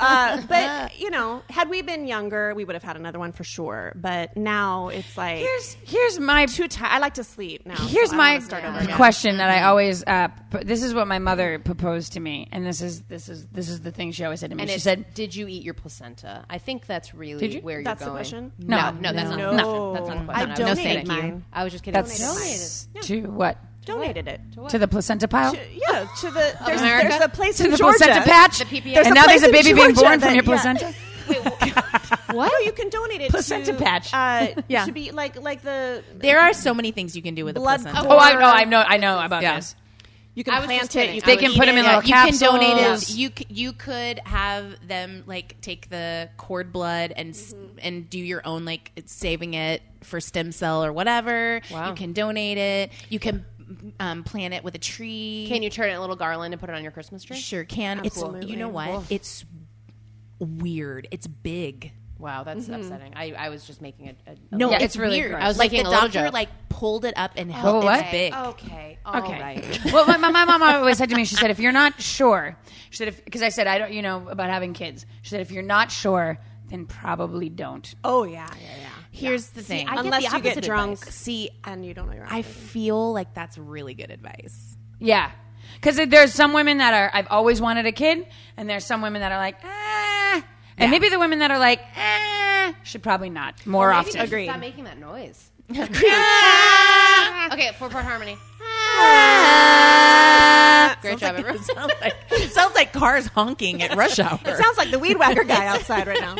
[SPEAKER 3] Uh, but you know, had we been younger, we would have had another one for sure. But now it's like
[SPEAKER 2] here's here's my
[SPEAKER 3] too tired. I like to sleep now. so
[SPEAKER 2] Here's
[SPEAKER 3] I don't
[SPEAKER 2] my
[SPEAKER 3] wanna start over again.
[SPEAKER 2] question that I always uh, p- this is what my mother proposed to me, and this is this is this is the thing she always said to me.
[SPEAKER 1] And
[SPEAKER 2] she
[SPEAKER 1] it
[SPEAKER 2] said,
[SPEAKER 1] said, "Did you eat your placenta?" I think that's really
[SPEAKER 2] you?
[SPEAKER 1] where
[SPEAKER 3] That's the
[SPEAKER 1] you're going.
[SPEAKER 3] question?
[SPEAKER 1] No,
[SPEAKER 2] No.
[SPEAKER 1] no, that's
[SPEAKER 3] No.
[SPEAKER 1] not the question. That's not the
[SPEAKER 3] No.
[SPEAKER 1] question.
[SPEAKER 3] I
[SPEAKER 1] was-
[SPEAKER 3] donated
[SPEAKER 1] no, thank
[SPEAKER 3] mine.
[SPEAKER 1] You. I was just kidding.
[SPEAKER 2] "That's to what
[SPEAKER 3] Donated it.
[SPEAKER 2] to the placenta pile."
[SPEAKER 3] To- yeah, to the there's,
[SPEAKER 1] America?
[SPEAKER 3] there's a place
[SPEAKER 2] to
[SPEAKER 3] in
[SPEAKER 2] the
[SPEAKER 3] Georgia.
[SPEAKER 2] placenta patch,
[SPEAKER 1] The PPA.
[SPEAKER 2] and
[SPEAKER 1] There's
[SPEAKER 2] now
[SPEAKER 3] a
[SPEAKER 2] there's a
[SPEAKER 3] place in
[SPEAKER 2] baby being
[SPEAKER 3] Georgia
[SPEAKER 2] born from
[SPEAKER 3] that-
[SPEAKER 2] your
[SPEAKER 3] yeah.
[SPEAKER 2] placenta.
[SPEAKER 3] What? No, you can donate it
[SPEAKER 2] Placenta
[SPEAKER 3] to,
[SPEAKER 2] patch.
[SPEAKER 3] Uh,
[SPEAKER 4] Yeah.
[SPEAKER 3] to be like like the
[SPEAKER 4] there are so many things you can do with a
[SPEAKER 3] Blood
[SPEAKER 4] placenta.
[SPEAKER 3] clot.
[SPEAKER 2] Oh, I know, I know, I know about
[SPEAKER 4] Yeah.
[SPEAKER 2] this.
[SPEAKER 3] you can
[SPEAKER 1] I was
[SPEAKER 3] plant
[SPEAKER 1] just
[SPEAKER 3] it.
[SPEAKER 1] kidding.
[SPEAKER 3] You
[SPEAKER 1] I
[SPEAKER 2] They
[SPEAKER 1] would
[SPEAKER 2] can
[SPEAKER 1] eat
[SPEAKER 2] put them in
[SPEAKER 1] it.
[SPEAKER 2] little
[SPEAKER 4] you
[SPEAKER 2] capsules.
[SPEAKER 4] can donate it. You c- you could have them like take the cord blood and s and do your own like saving it for stem cell or whatever.
[SPEAKER 1] Wow.
[SPEAKER 4] You can donate it. You can um, plant it with a tree.
[SPEAKER 1] Can you turn it in a little garland and put it on your Christmas tree?
[SPEAKER 4] Sure can. It's you know what? It's weird. It's big.
[SPEAKER 1] Wow, that's
[SPEAKER 2] Mm-hmm.
[SPEAKER 1] upsetting. I, I was just making a, a
[SPEAKER 4] No,
[SPEAKER 1] a-
[SPEAKER 2] it's really
[SPEAKER 4] weird.
[SPEAKER 2] gross.
[SPEAKER 4] I was like
[SPEAKER 1] making
[SPEAKER 4] the
[SPEAKER 1] a little
[SPEAKER 4] doctor
[SPEAKER 1] joke.
[SPEAKER 4] like pulled it up and held.
[SPEAKER 2] what?
[SPEAKER 4] It's
[SPEAKER 3] Oh,
[SPEAKER 4] big.
[SPEAKER 1] Okay, all
[SPEAKER 2] Okay.
[SPEAKER 1] right.
[SPEAKER 2] well, my, my, my mom always said to me, she said, if you're not sure, she said, because I said, I don't, you know, about having kids. She said, if you're not sure, then probably don't.
[SPEAKER 3] Oh yeah, yeah, yeah.
[SPEAKER 4] Here's the thing.
[SPEAKER 1] I
[SPEAKER 3] Unless
[SPEAKER 1] get the
[SPEAKER 3] you get
[SPEAKER 1] opposite
[SPEAKER 3] drunk
[SPEAKER 1] advice.
[SPEAKER 4] See,
[SPEAKER 3] and you don't know your.
[SPEAKER 4] I feel like that's really good advice.
[SPEAKER 2] Yeah. Because there's some women that are, I've always wanted a kid, and there's some women that are like, ah. And maybe the women that are like, ah, should probably not more
[SPEAKER 1] Maybe
[SPEAKER 2] often.
[SPEAKER 1] they should
[SPEAKER 3] Agreed.
[SPEAKER 1] Stop making that noise. okay, four part harmony. Great job, everyone.
[SPEAKER 4] sounds like, sounds like cars honking at rush hour.
[SPEAKER 3] It sounds like the weed whacker guy outside right now.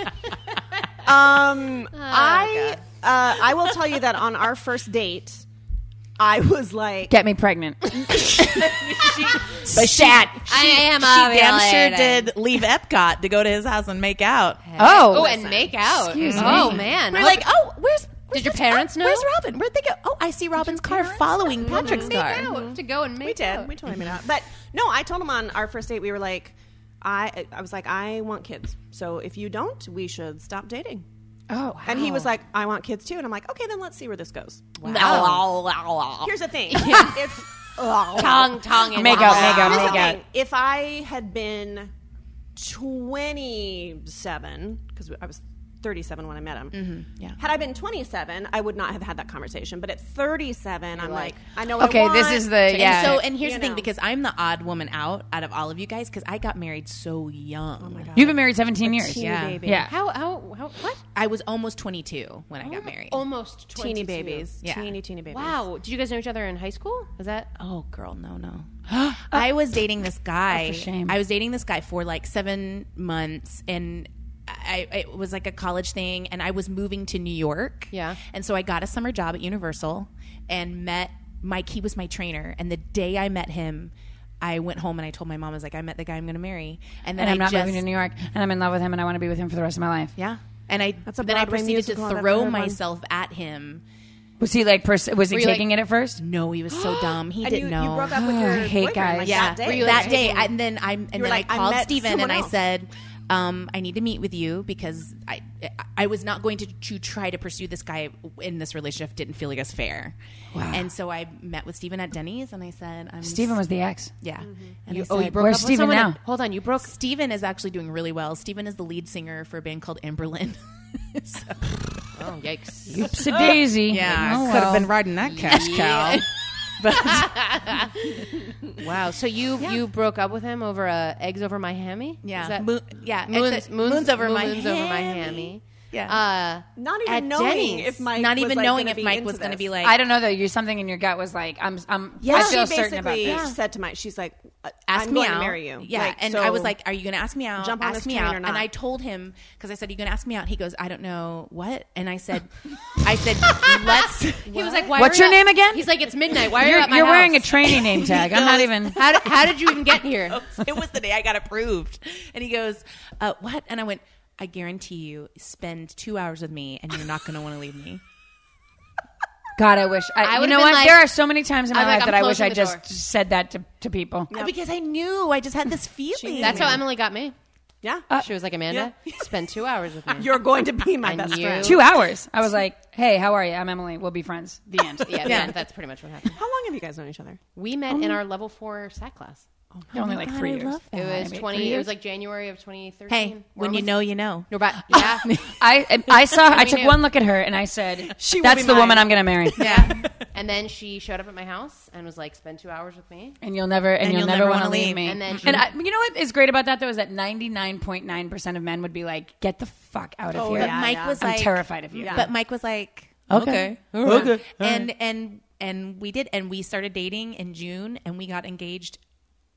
[SPEAKER 3] Um,
[SPEAKER 4] Oh,
[SPEAKER 3] I uh, I will tell you that on our first date, I was like,
[SPEAKER 2] Get me pregnant.
[SPEAKER 4] but shat.
[SPEAKER 1] I am
[SPEAKER 4] She damn sure
[SPEAKER 1] ovulating.
[SPEAKER 4] did leave Epcot to go to his house and make out.
[SPEAKER 2] oh.
[SPEAKER 1] Oh, and make out.
[SPEAKER 2] Excuse me.
[SPEAKER 1] oh man,
[SPEAKER 4] We're
[SPEAKER 1] I
[SPEAKER 4] like,
[SPEAKER 1] hope-
[SPEAKER 4] oh, where's,
[SPEAKER 1] Did your parents know?
[SPEAKER 4] Where's Robin? Where'd they go? Oh, I see Robin's car following Patrick's
[SPEAKER 1] make
[SPEAKER 4] car.
[SPEAKER 1] out to go and make
[SPEAKER 3] we did,
[SPEAKER 1] out.
[SPEAKER 3] we totally made out. But no, I told him on our first date, we were like, I I was like, I want kids. So if you don't, we should stop dating.
[SPEAKER 2] Oh, wow.
[SPEAKER 3] And he was like, I want kids too. And I'm like, okay, then let's see where this goes. Here's the thing. if
[SPEAKER 4] Oh.
[SPEAKER 1] Tongue, tongue, and
[SPEAKER 2] Make out, make out,
[SPEAKER 3] Here's
[SPEAKER 2] make
[SPEAKER 3] the
[SPEAKER 2] out.
[SPEAKER 3] thing. If I had been 27, because I was 37 when I met him.
[SPEAKER 4] Mm-hmm. yeah.
[SPEAKER 3] Had I been 27, I would not have had that conversation. But at 37, I'm like, I know. What I
[SPEAKER 2] Okay, this
[SPEAKER 3] want.
[SPEAKER 2] is the, yeah.
[SPEAKER 4] And so, and here's
[SPEAKER 3] You
[SPEAKER 4] the thing,
[SPEAKER 3] know.
[SPEAKER 4] because I'm the odd woman out out of all of you guys, because I got married so young. Oh my god!
[SPEAKER 2] You've been married 17 years.
[SPEAKER 3] teeny
[SPEAKER 2] Yeah.
[SPEAKER 3] baby.
[SPEAKER 2] Yeah.
[SPEAKER 1] How, how, how, what?
[SPEAKER 4] I was almost 22 when I got married.
[SPEAKER 1] Almost 22.
[SPEAKER 3] teeny babies,
[SPEAKER 4] Yeah.
[SPEAKER 3] teeny teeny babies.
[SPEAKER 1] Wow. Did you guys know each other in high school? Was that?
[SPEAKER 4] Oh, girl, no, no. I was dating this guy.
[SPEAKER 2] That's a shame.
[SPEAKER 4] I was dating this guy for like seven months, and I it was like a college thing, and I was moving to New York.
[SPEAKER 1] Yeah.
[SPEAKER 4] and so I got a summer job at Universal, and met Mike. He was my trainer, and the day I met him. I went home and I told my mom I was like I met the guy I'm going to marry, and then
[SPEAKER 2] And I'm
[SPEAKER 4] I
[SPEAKER 2] not
[SPEAKER 4] just,
[SPEAKER 2] moving to New York, and I'm in love with him, and I want to be with him for the rest of my life.
[SPEAKER 4] Yeah, and I
[SPEAKER 3] a
[SPEAKER 4] then I
[SPEAKER 3] Broadway
[SPEAKER 4] proceeded to
[SPEAKER 3] musical. I've never heard
[SPEAKER 4] throw
[SPEAKER 3] one.
[SPEAKER 4] myself at him.
[SPEAKER 2] Was he like, pers- was he
[SPEAKER 4] you like-
[SPEAKER 2] taking it at first?
[SPEAKER 4] No, he was so dumb. He
[SPEAKER 3] And you,
[SPEAKER 4] didn't know.
[SPEAKER 3] you broke up with your
[SPEAKER 2] I hate
[SPEAKER 3] boyfriend,
[SPEAKER 2] guys.
[SPEAKER 3] Like,
[SPEAKER 4] yeah,
[SPEAKER 3] that day.
[SPEAKER 4] Were you that day. And then I and then
[SPEAKER 3] were like,
[SPEAKER 4] I
[SPEAKER 3] I
[SPEAKER 4] called
[SPEAKER 3] met
[SPEAKER 4] Steven and
[SPEAKER 3] someone
[SPEAKER 4] I
[SPEAKER 3] else.
[SPEAKER 4] said, um, I need to meet with you because I I was not going to, to try to pursue this guy in this relationship. Didn't feel like it was fair. And so I met with Steven at Denny's and I said, I'm
[SPEAKER 2] Steven was the ex.
[SPEAKER 4] yeah. And I
[SPEAKER 1] Oh, you
[SPEAKER 4] said-
[SPEAKER 1] broke
[SPEAKER 2] Where's
[SPEAKER 1] up with
[SPEAKER 2] Steven
[SPEAKER 1] someone
[SPEAKER 2] now?
[SPEAKER 1] and- Hold on, you broke.
[SPEAKER 4] Steven is actually doing really well. Steven is the lead singer for a band called Emberlyn. so,
[SPEAKER 1] Oh, yikes.
[SPEAKER 2] Oops a daisy. Oh, well.
[SPEAKER 4] riding that cash cow.
[SPEAKER 1] Wow. So you you broke up with him over uh, eggs over my hammy?
[SPEAKER 4] Yeah.
[SPEAKER 1] Is that-
[SPEAKER 4] Moon- yeah, eggs-
[SPEAKER 1] Moons, moons,
[SPEAKER 4] moons over my
[SPEAKER 1] moons over my
[SPEAKER 4] hammy.
[SPEAKER 1] hammy.
[SPEAKER 4] Yeah.
[SPEAKER 1] Uh,
[SPEAKER 3] Not even
[SPEAKER 1] at
[SPEAKER 3] knowing
[SPEAKER 1] Denny's.
[SPEAKER 3] if Mike
[SPEAKER 4] Not
[SPEAKER 3] was,
[SPEAKER 4] even
[SPEAKER 3] like,
[SPEAKER 4] knowing
[SPEAKER 3] gonna
[SPEAKER 4] if
[SPEAKER 3] be
[SPEAKER 4] Mike
[SPEAKER 3] into
[SPEAKER 4] was going to
[SPEAKER 3] this.
[SPEAKER 4] be like,
[SPEAKER 2] I don't know though. You something in your gut was like, I'm, I'm, I
[SPEAKER 3] she
[SPEAKER 2] feel certain about
[SPEAKER 3] basically
[SPEAKER 2] this.
[SPEAKER 3] said to Mike, she's like, "Uh,
[SPEAKER 4] ask
[SPEAKER 3] I'm
[SPEAKER 4] me
[SPEAKER 3] going
[SPEAKER 4] out.
[SPEAKER 3] to marry you.
[SPEAKER 4] Yeah.
[SPEAKER 3] Like,
[SPEAKER 4] and
[SPEAKER 3] so-
[SPEAKER 4] I was like, are you going to ask me out?
[SPEAKER 3] Jump on
[SPEAKER 4] ask
[SPEAKER 3] this
[SPEAKER 4] me
[SPEAKER 3] train
[SPEAKER 4] out.
[SPEAKER 3] or
[SPEAKER 4] And
[SPEAKER 3] not.
[SPEAKER 4] I told him, because I said, are you going to ask me out? He goes, I don't know what. And I said, I said, let's.
[SPEAKER 1] he was like, Why
[SPEAKER 2] What's
[SPEAKER 1] are
[SPEAKER 2] your
[SPEAKER 1] you at-
[SPEAKER 2] name again?
[SPEAKER 1] He's like, It's midnight. Why are
[SPEAKER 2] You're,
[SPEAKER 1] you at my
[SPEAKER 2] you're
[SPEAKER 1] house?
[SPEAKER 2] wearing a trainee name tag. I'm not even.
[SPEAKER 1] How, d- how did you even get here?
[SPEAKER 4] it was the day I got approved. And he goes, uh, what? And I went, I guarantee you, spend two hours with me and you're not going to want to leave me.
[SPEAKER 2] God, I wish. I, you
[SPEAKER 4] would've
[SPEAKER 2] know
[SPEAKER 4] been
[SPEAKER 2] what?
[SPEAKER 4] like-
[SPEAKER 2] there are so many times in my
[SPEAKER 4] I'm like,
[SPEAKER 2] life
[SPEAKER 4] I'm
[SPEAKER 2] that I wish
[SPEAKER 4] closing
[SPEAKER 2] I
[SPEAKER 4] the
[SPEAKER 2] just
[SPEAKER 4] door.
[SPEAKER 2] said that to, to people.
[SPEAKER 4] because I knew I just had this feeling.
[SPEAKER 1] That's how Emily got me.
[SPEAKER 3] Yeah.
[SPEAKER 4] "Uh,
[SPEAKER 1] She was like, Amanda, spend two hours with me.
[SPEAKER 3] Uh, You're going to be my
[SPEAKER 1] And
[SPEAKER 3] best
[SPEAKER 1] you-
[SPEAKER 3] friend.
[SPEAKER 2] Two hours. I was like, "Hey, how are you? I'm Emily. We'll be friends." The end.
[SPEAKER 1] yeah, yeah. that's pretty much what happened.
[SPEAKER 3] How long have you guys known each other?
[SPEAKER 1] We met in our level four SAT class.
[SPEAKER 2] Only like three years.
[SPEAKER 1] It was
[SPEAKER 2] maybe
[SPEAKER 1] twenty.
[SPEAKER 2] Oh, three
[SPEAKER 1] It
[SPEAKER 2] years?
[SPEAKER 1] was like January of twenty thirteen.
[SPEAKER 4] hey, when you know, you know.
[SPEAKER 1] no, about yeah.
[SPEAKER 2] I I saw. I
[SPEAKER 1] We
[SPEAKER 2] took
[SPEAKER 1] knew.
[SPEAKER 2] one look at her and I said,
[SPEAKER 3] She will
[SPEAKER 2] "That's
[SPEAKER 3] be
[SPEAKER 2] the
[SPEAKER 3] mine."
[SPEAKER 2] woman I'm going to marry."
[SPEAKER 4] Yeah.
[SPEAKER 1] and then she showed up at my house and was like, "Spend two hours with me."
[SPEAKER 2] And you'll never and, you'll, never, want to
[SPEAKER 4] wanna
[SPEAKER 2] leave
[SPEAKER 4] leave.
[SPEAKER 2] me.
[SPEAKER 1] And then she-
[SPEAKER 2] and I, you know what is great about that though is that 99.9% of men would be like, "Get the fuck out of here."
[SPEAKER 4] but Mike was
[SPEAKER 2] I'm
[SPEAKER 4] like,
[SPEAKER 2] terrified of you.
[SPEAKER 4] But Mike was like,
[SPEAKER 2] Okay.
[SPEAKER 4] okay,
[SPEAKER 2] Okay.
[SPEAKER 4] and and and we did, and we started dating in June, and we got engaged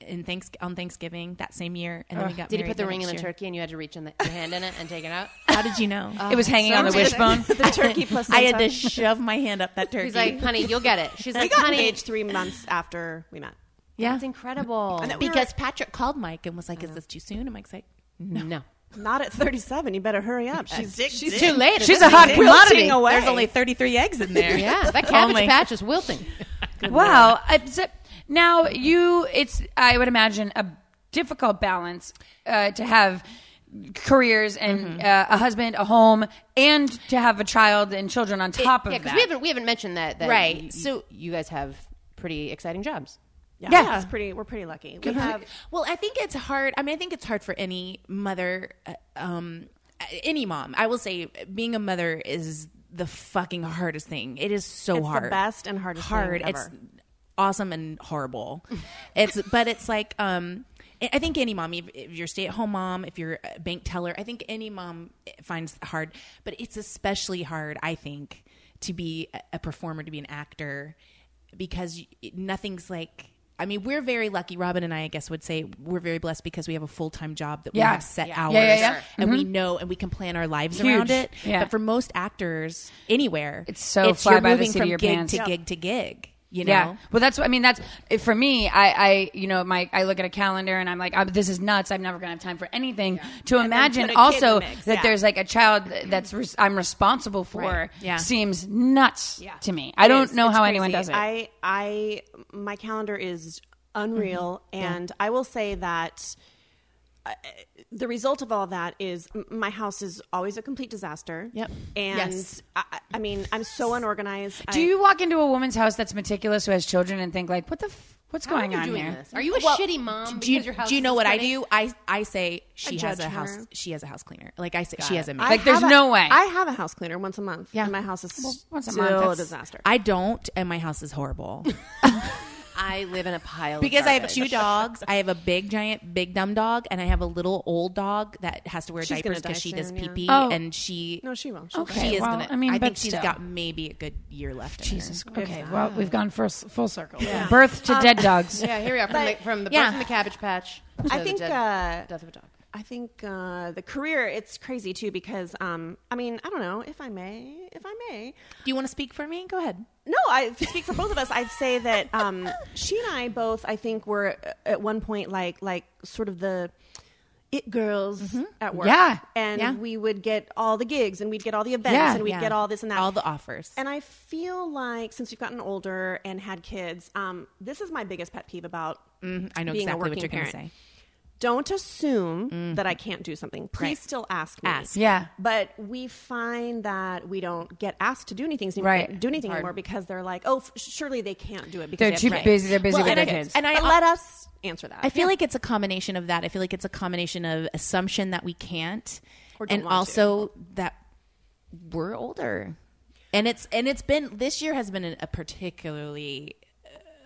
[SPEAKER 4] in thanks on Thanksgiving that same year, and then we got.
[SPEAKER 1] Did you
[SPEAKER 4] married
[SPEAKER 1] put the ring in
[SPEAKER 4] next
[SPEAKER 1] the
[SPEAKER 4] year.
[SPEAKER 1] turkey and you had to reach in the, your hand in it and take it out?
[SPEAKER 4] How did you know?
[SPEAKER 1] Uh,
[SPEAKER 2] it was hanging on the wishbone.
[SPEAKER 3] The turkey plus
[SPEAKER 4] I had to shove my hand up that turkey.
[SPEAKER 1] He's like, "Honey, you'll get it." She's
[SPEAKER 3] We
[SPEAKER 1] like,
[SPEAKER 3] got
[SPEAKER 1] "Honey,
[SPEAKER 3] engaged three months after we met.
[SPEAKER 4] yeah,
[SPEAKER 1] it's incredible."
[SPEAKER 3] that we were-
[SPEAKER 4] because Patrick called Mike and was
[SPEAKER 1] "Uh-huh."
[SPEAKER 4] like, "Is this too soon?" And Mike's like,
[SPEAKER 1] No,
[SPEAKER 3] Not at 37. You better hurry up. She's, she's
[SPEAKER 1] too late. at
[SPEAKER 2] She's
[SPEAKER 1] this
[SPEAKER 2] a hot
[SPEAKER 1] point.
[SPEAKER 2] queen. Commodity.
[SPEAKER 3] wilting away.
[SPEAKER 4] "There's only 33 eggs in there."
[SPEAKER 1] Yeah, that cabbage
[SPEAKER 4] Only.
[SPEAKER 1] patch is wilting.
[SPEAKER 2] Wow. I- so- now you, it's I would imagine a difficult balance uh, to have careers and uh, a husband, a home, and to have a child and children on top of
[SPEAKER 1] yeah, because
[SPEAKER 2] that.
[SPEAKER 1] we haven't we haven't mentioned that. that
[SPEAKER 4] Right,
[SPEAKER 1] you-
[SPEAKER 4] so-
[SPEAKER 1] you guys have pretty exciting jobs.
[SPEAKER 3] yeah,
[SPEAKER 2] Yeah.
[SPEAKER 3] It's pretty, we're pretty lucky. We have
[SPEAKER 4] Well, I think it's hard. I mean, I think it's hard for any mother, uh, um, any mom. I will say, being a mother is the fucking hardest thing. It is so
[SPEAKER 3] It's the
[SPEAKER 4] hard,
[SPEAKER 3] best and hardest thing
[SPEAKER 4] Hard. It's
[SPEAKER 3] ever.
[SPEAKER 4] awesome and horrible. it's but it's like um, I I think any mom, if, if you're a stay-at-home mom, if you're a bank teller, I think any mom finds it hard. But it's especially hard, I think, to be a- a performer, to be an actor, because y- nothing's like. I mean, we're very lucky. Robin and I, I guess, would say we're very blessed because we have a full time job that
[SPEAKER 2] Yeah.
[SPEAKER 4] we have set
[SPEAKER 2] Yeah.
[SPEAKER 4] hours
[SPEAKER 2] Yeah, yeah, yeah. Mm-hmm.
[SPEAKER 4] and we know and we can plan our lives
[SPEAKER 2] Huge.
[SPEAKER 4] around it.
[SPEAKER 2] Yeah.
[SPEAKER 4] But for most actors anywhere,
[SPEAKER 2] It's so fly
[SPEAKER 4] you're
[SPEAKER 2] by the
[SPEAKER 4] moving
[SPEAKER 2] seat of
[SPEAKER 4] from
[SPEAKER 2] your
[SPEAKER 4] gig
[SPEAKER 2] pants.
[SPEAKER 4] to
[SPEAKER 2] Yeah.
[SPEAKER 4] gig to gig. You know,
[SPEAKER 2] Yeah. Well, that's what I mean. That's for me. I, I, you know, my I look at a calendar and I'm like, oh, this is nuts. I'm never gonna have time for anything. To imagine
[SPEAKER 3] put a kid in
[SPEAKER 2] also
[SPEAKER 3] the mix,
[SPEAKER 2] that
[SPEAKER 3] yeah.
[SPEAKER 2] there's like a child that's res- I'm responsible for
[SPEAKER 4] Right. Yeah.
[SPEAKER 2] seems nuts to me. I don't
[SPEAKER 3] is.
[SPEAKER 2] know
[SPEAKER 3] It's
[SPEAKER 2] how anyone does
[SPEAKER 3] crazy.
[SPEAKER 2] it.
[SPEAKER 3] I, I, my calendar is unreal,
[SPEAKER 2] Mm-hmm.
[SPEAKER 3] and I will say that uh, the result of all that is m- my house is always a complete disaster.
[SPEAKER 4] Yep.
[SPEAKER 3] And
[SPEAKER 4] Yes.
[SPEAKER 3] I, I- I mean, I'm so unorganized.
[SPEAKER 2] Do
[SPEAKER 3] I,
[SPEAKER 2] you walk into a woman's house that's meticulous who has children and think like, what the, f- what's
[SPEAKER 1] How are
[SPEAKER 2] going
[SPEAKER 1] you
[SPEAKER 2] on
[SPEAKER 1] doing
[SPEAKER 2] here?
[SPEAKER 1] this? Are you a
[SPEAKER 4] Well,
[SPEAKER 1] shitty
[SPEAKER 3] Um,
[SPEAKER 1] mom?
[SPEAKER 4] Do you,
[SPEAKER 1] because your house
[SPEAKER 4] do you
[SPEAKER 1] is
[SPEAKER 4] know what I
[SPEAKER 1] stunning?
[SPEAKER 4] do? I I say she has
[SPEAKER 3] judge
[SPEAKER 4] a house.
[SPEAKER 3] her.
[SPEAKER 4] She has a house cleaner. Like I say, she has a maid.
[SPEAKER 3] I
[SPEAKER 2] Like, there's
[SPEAKER 3] have a-
[SPEAKER 2] no way.
[SPEAKER 3] I have a house cleaner once a month.
[SPEAKER 4] Yeah.
[SPEAKER 3] and my house is
[SPEAKER 2] once a
[SPEAKER 3] still
[SPEAKER 2] month,
[SPEAKER 3] a
[SPEAKER 2] that's-
[SPEAKER 3] disaster.
[SPEAKER 4] I don't, and my house is horrible
[SPEAKER 1] I live in a pile of
[SPEAKER 4] because I have
[SPEAKER 1] garbage.
[SPEAKER 4] two dogs. I have a big, giant, big dumb dog, and I have a little old dog that has to wear
[SPEAKER 3] She's gonna
[SPEAKER 4] diapers because
[SPEAKER 3] die
[SPEAKER 4] she
[SPEAKER 3] soon,
[SPEAKER 4] does
[SPEAKER 3] yeah.
[SPEAKER 4] pee pee,
[SPEAKER 2] Oh.
[SPEAKER 4] and she
[SPEAKER 3] no, she won't. She'll
[SPEAKER 2] Okay.
[SPEAKER 3] die.
[SPEAKER 4] she is
[SPEAKER 2] well,
[SPEAKER 4] gonna.
[SPEAKER 2] I
[SPEAKER 4] I
[SPEAKER 2] mean, but
[SPEAKER 4] think she's
[SPEAKER 2] still.
[SPEAKER 4] got maybe a good year left.
[SPEAKER 2] Jesus.
[SPEAKER 4] in her.
[SPEAKER 2] Okay. Well, we've gone first full circle. From Birth to dead dogs.
[SPEAKER 1] Yeah, here we are from the, from the birth
[SPEAKER 4] yeah.
[SPEAKER 1] from the cabbage patch. To
[SPEAKER 3] I think,
[SPEAKER 1] the death,
[SPEAKER 3] uh,
[SPEAKER 1] death of a dog.
[SPEAKER 3] I think uh, the career it's crazy too because um, I mean I don't know if I may if I may
[SPEAKER 4] Do you want to speak for me? Go ahead.
[SPEAKER 3] no I speak for both of us I'd say that um, she and I both I think were uh, at one point like like sort of the it girls at work
[SPEAKER 2] Mm-hmm. Yeah.
[SPEAKER 3] and
[SPEAKER 4] Yeah.
[SPEAKER 3] we would get all the gigs and we'd get all the events
[SPEAKER 2] Yeah.
[SPEAKER 3] and we'd
[SPEAKER 4] Yeah.
[SPEAKER 3] get all this and that
[SPEAKER 4] All the offers.
[SPEAKER 3] and I feel like since we've gotten older and had kids um, this is my biggest pet peeve about
[SPEAKER 4] Mm-hmm. I know
[SPEAKER 3] being a
[SPEAKER 4] exactly what
[SPEAKER 3] working
[SPEAKER 4] you're going to
[SPEAKER 3] parent.
[SPEAKER 4] say. Mm-hmm.
[SPEAKER 3] don't assume that I can't do something. Please still ask me.
[SPEAKER 4] Ask.
[SPEAKER 2] Yeah.
[SPEAKER 3] But we find that we don't get asked to do anything
[SPEAKER 2] Right.
[SPEAKER 3] do anything anymore because they're like, oh, f- surely they can't do it because
[SPEAKER 2] They're
[SPEAKER 3] they
[SPEAKER 2] too
[SPEAKER 3] have
[SPEAKER 2] busy. They're busy
[SPEAKER 4] Well,
[SPEAKER 2] with
[SPEAKER 4] and
[SPEAKER 2] their
[SPEAKER 4] I-
[SPEAKER 2] kids.
[SPEAKER 4] and I
[SPEAKER 3] But let us answer that.
[SPEAKER 4] I feel like it's a combination of that. I feel like it's a combination of assumption that we can't,
[SPEAKER 3] Or don't
[SPEAKER 4] and
[SPEAKER 3] want to.
[SPEAKER 4] also that we're older. And it's and it's been this year has been a particularly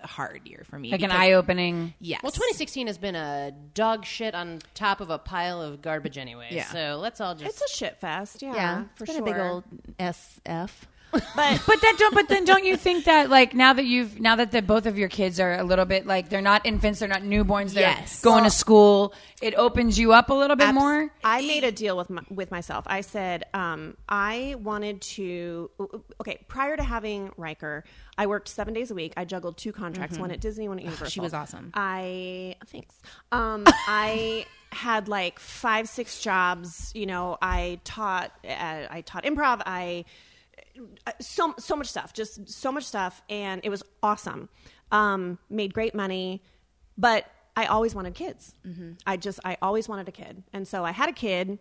[SPEAKER 4] uh, hard year for me.
[SPEAKER 2] like an
[SPEAKER 4] because-
[SPEAKER 2] eye opening.
[SPEAKER 4] Yes.
[SPEAKER 1] Well, 2016 has been a dog shit on top of a pile of garbage anyway.
[SPEAKER 4] Yeah.
[SPEAKER 1] So let's all just.
[SPEAKER 3] it's a shit fest. Yeah.
[SPEAKER 4] Yeah.
[SPEAKER 3] for
[SPEAKER 4] it's been
[SPEAKER 3] sure.
[SPEAKER 4] a big old SF.
[SPEAKER 3] But
[SPEAKER 2] But that don't. But then don't you think that like now that you've now that the both of your kids are a little bit like they're not infants, they're not newborns, they're
[SPEAKER 4] Yes.
[SPEAKER 2] going to school. It opens you up a little bit more.
[SPEAKER 3] I made a deal with my, with myself. I said um, I wanted to. Okay, prior to having Riker, I worked seven days a week. I juggled two contracts: one at Disney, one at Universal.
[SPEAKER 4] Mm-hmm. was awesome.
[SPEAKER 3] I thanks. Um, I had like five, six jobs. You know, I taught. Uh, I taught improv. I uh, so so much stuff, just so much stuff, and it was awesome. Um, made great money, but I always wanted kids. I just I always wanted a kid, and so I had a kid,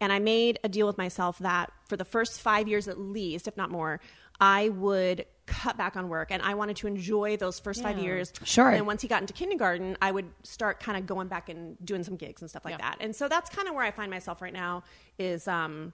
[SPEAKER 3] and I made a deal with myself that for the first five years at least, if not more, I would cut back on work, and I wanted to enjoy those first five years.
[SPEAKER 2] Sure.
[SPEAKER 3] And then once he got into kindergarten, I would start kind of going back and doing some gigs and stuff like that. And so that's kind of where I find myself right now is um,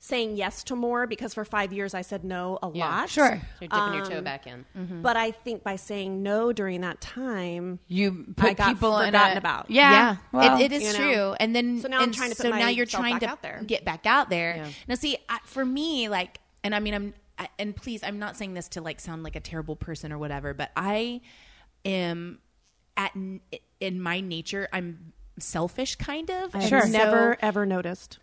[SPEAKER 3] saying yes to more because for five years I said no a lot.
[SPEAKER 2] sure.
[SPEAKER 1] You're dipping your toe back in.
[SPEAKER 4] Mm-hmm.
[SPEAKER 3] But I think by saying no during that time,
[SPEAKER 2] You
[SPEAKER 3] I
[SPEAKER 2] put
[SPEAKER 3] got
[SPEAKER 2] people in
[SPEAKER 3] forgotten
[SPEAKER 2] a,
[SPEAKER 3] about.
[SPEAKER 2] Yeah,
[SPEAKER 4] Yeah,
[SPEAKER 2] well,
[SPEAKER 4] it, it is
[SPEAKER 3] you know.
[SPEAKER 4] true. And then
[SPEAKER 3] So now I'm
[SPEAKER 4] and
[SPEAKER 3] trying to put
[SPEAKER 4] so now you're
[SPEAKER 3] myself
[SPEAKER 4] trying
[SPEAKER 3] back
[SPEAKER 4] to
[SPEAKER 3] out there.
[SPEAKER 4] get back out there.
[SPEAKER 1] Yeah.
[SPEAKER 4] Now, see, I, for me, like, and I mean, I'm I, and please, I'm not saying this to like sound like a terrible person or whatever, but I am at n- in my nature, I'm selfish, kind of.
[SPEAKER 3] I
[SPEAKER 4] And
[SPEAKER 3] have
[SPEAKER 4] so-
[SPEAKER 3] never ever noticed.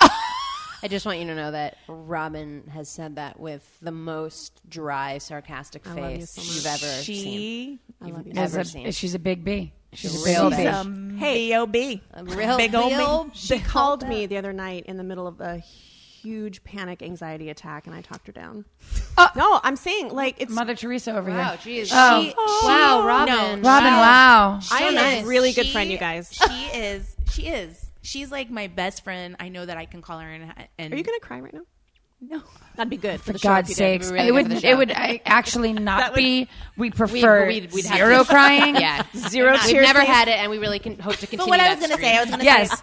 [SPEAKER 1] I just want you to know that Robin has said that with the most dry, sarcastic
[SPEAKER 3] love you
[SPEAKER 1] face
[SPEAKER 3] so
[SPEAKER 1] you've ever seen.
[SPEAKER 4] she
[SPEAKER 3] love you
[SPEAKER 1] You've
[SPEAKER 3] so
[SPEAKER 1] ever
[SPEAKER 2] As a-
[SPEAKER 1] seen.
[SPEAKER 2] she's a big B. She's a
[SPEAKER 1] She's
[SPEAKER 2] big
[SPEAKER 1] a
[SPEAKER 2] B.
[SPEAKER 4] hey, B.O.B.
[SPEAKER 1] A real
[SPEAKER 4] Big old
[SPEAKER 1] real-
[SPEAKER 3] She called me the other night in the middle of a huge panic anxiety attack, and I talked her down. no, I'm saying like it's.
[SPEAKER 2] Mother Teresa over
[SPEAKER 1] Wow,
[SPEAKER 2] here.
[SPEAKER 1] geez.
[SPEAKER 2] Oh.
[SPEAKER 1] She, wow, Robin.
[SPEAKER 4] No.
[SPEAKER 2] Robin, wow.
[SPEAKER 3] I am
[SPEAKER 1] nice.
[SPEAKER 3] a really good
[SPEAKER 4] She- Oh.
[SPEAKER 3] friend, you guys.
[SPEAKER 4] She is. She is. She's like my best friend. I know that I can call her and and
[SPEAKER 3] Are you gonna cry right now? No, that'd be good for, the show if
[SPEAKER 2] God's
[SPEAKER 3] you did.
[SPEAKER 2] sakes,
[SPEAKER 1] Really
[SPEAKER 2] it
[SPEAKER 1] good
[SPEAKER 2] would
[SPEAKER 1] for the
[SPEAKER 2] it
[SPEAKER 1] show.
[SPEAKER 2] would I, actually not be. We prefer
[SPEAKER 1] we'd- we'd have
[SPEAKER 2] zero
[SPEAKER 1] to-
[SPEAKER 2] crying.
[SPEAKER 1] Yeah,
[SPEAKER 3] Zero
[SPEAKER 1] We've
[SPEAKER 3] cheers,
[SPEAKER 1] never
[SPEAKER 3] please.
[SPEAKER 1] had it, and we really can hope to continue.
[SPEAKER 4] But what I was
[SPEAKER 1] that
[SPEAKER 4] gonna say, I was gonna say
[SPEAKER 2] Yes,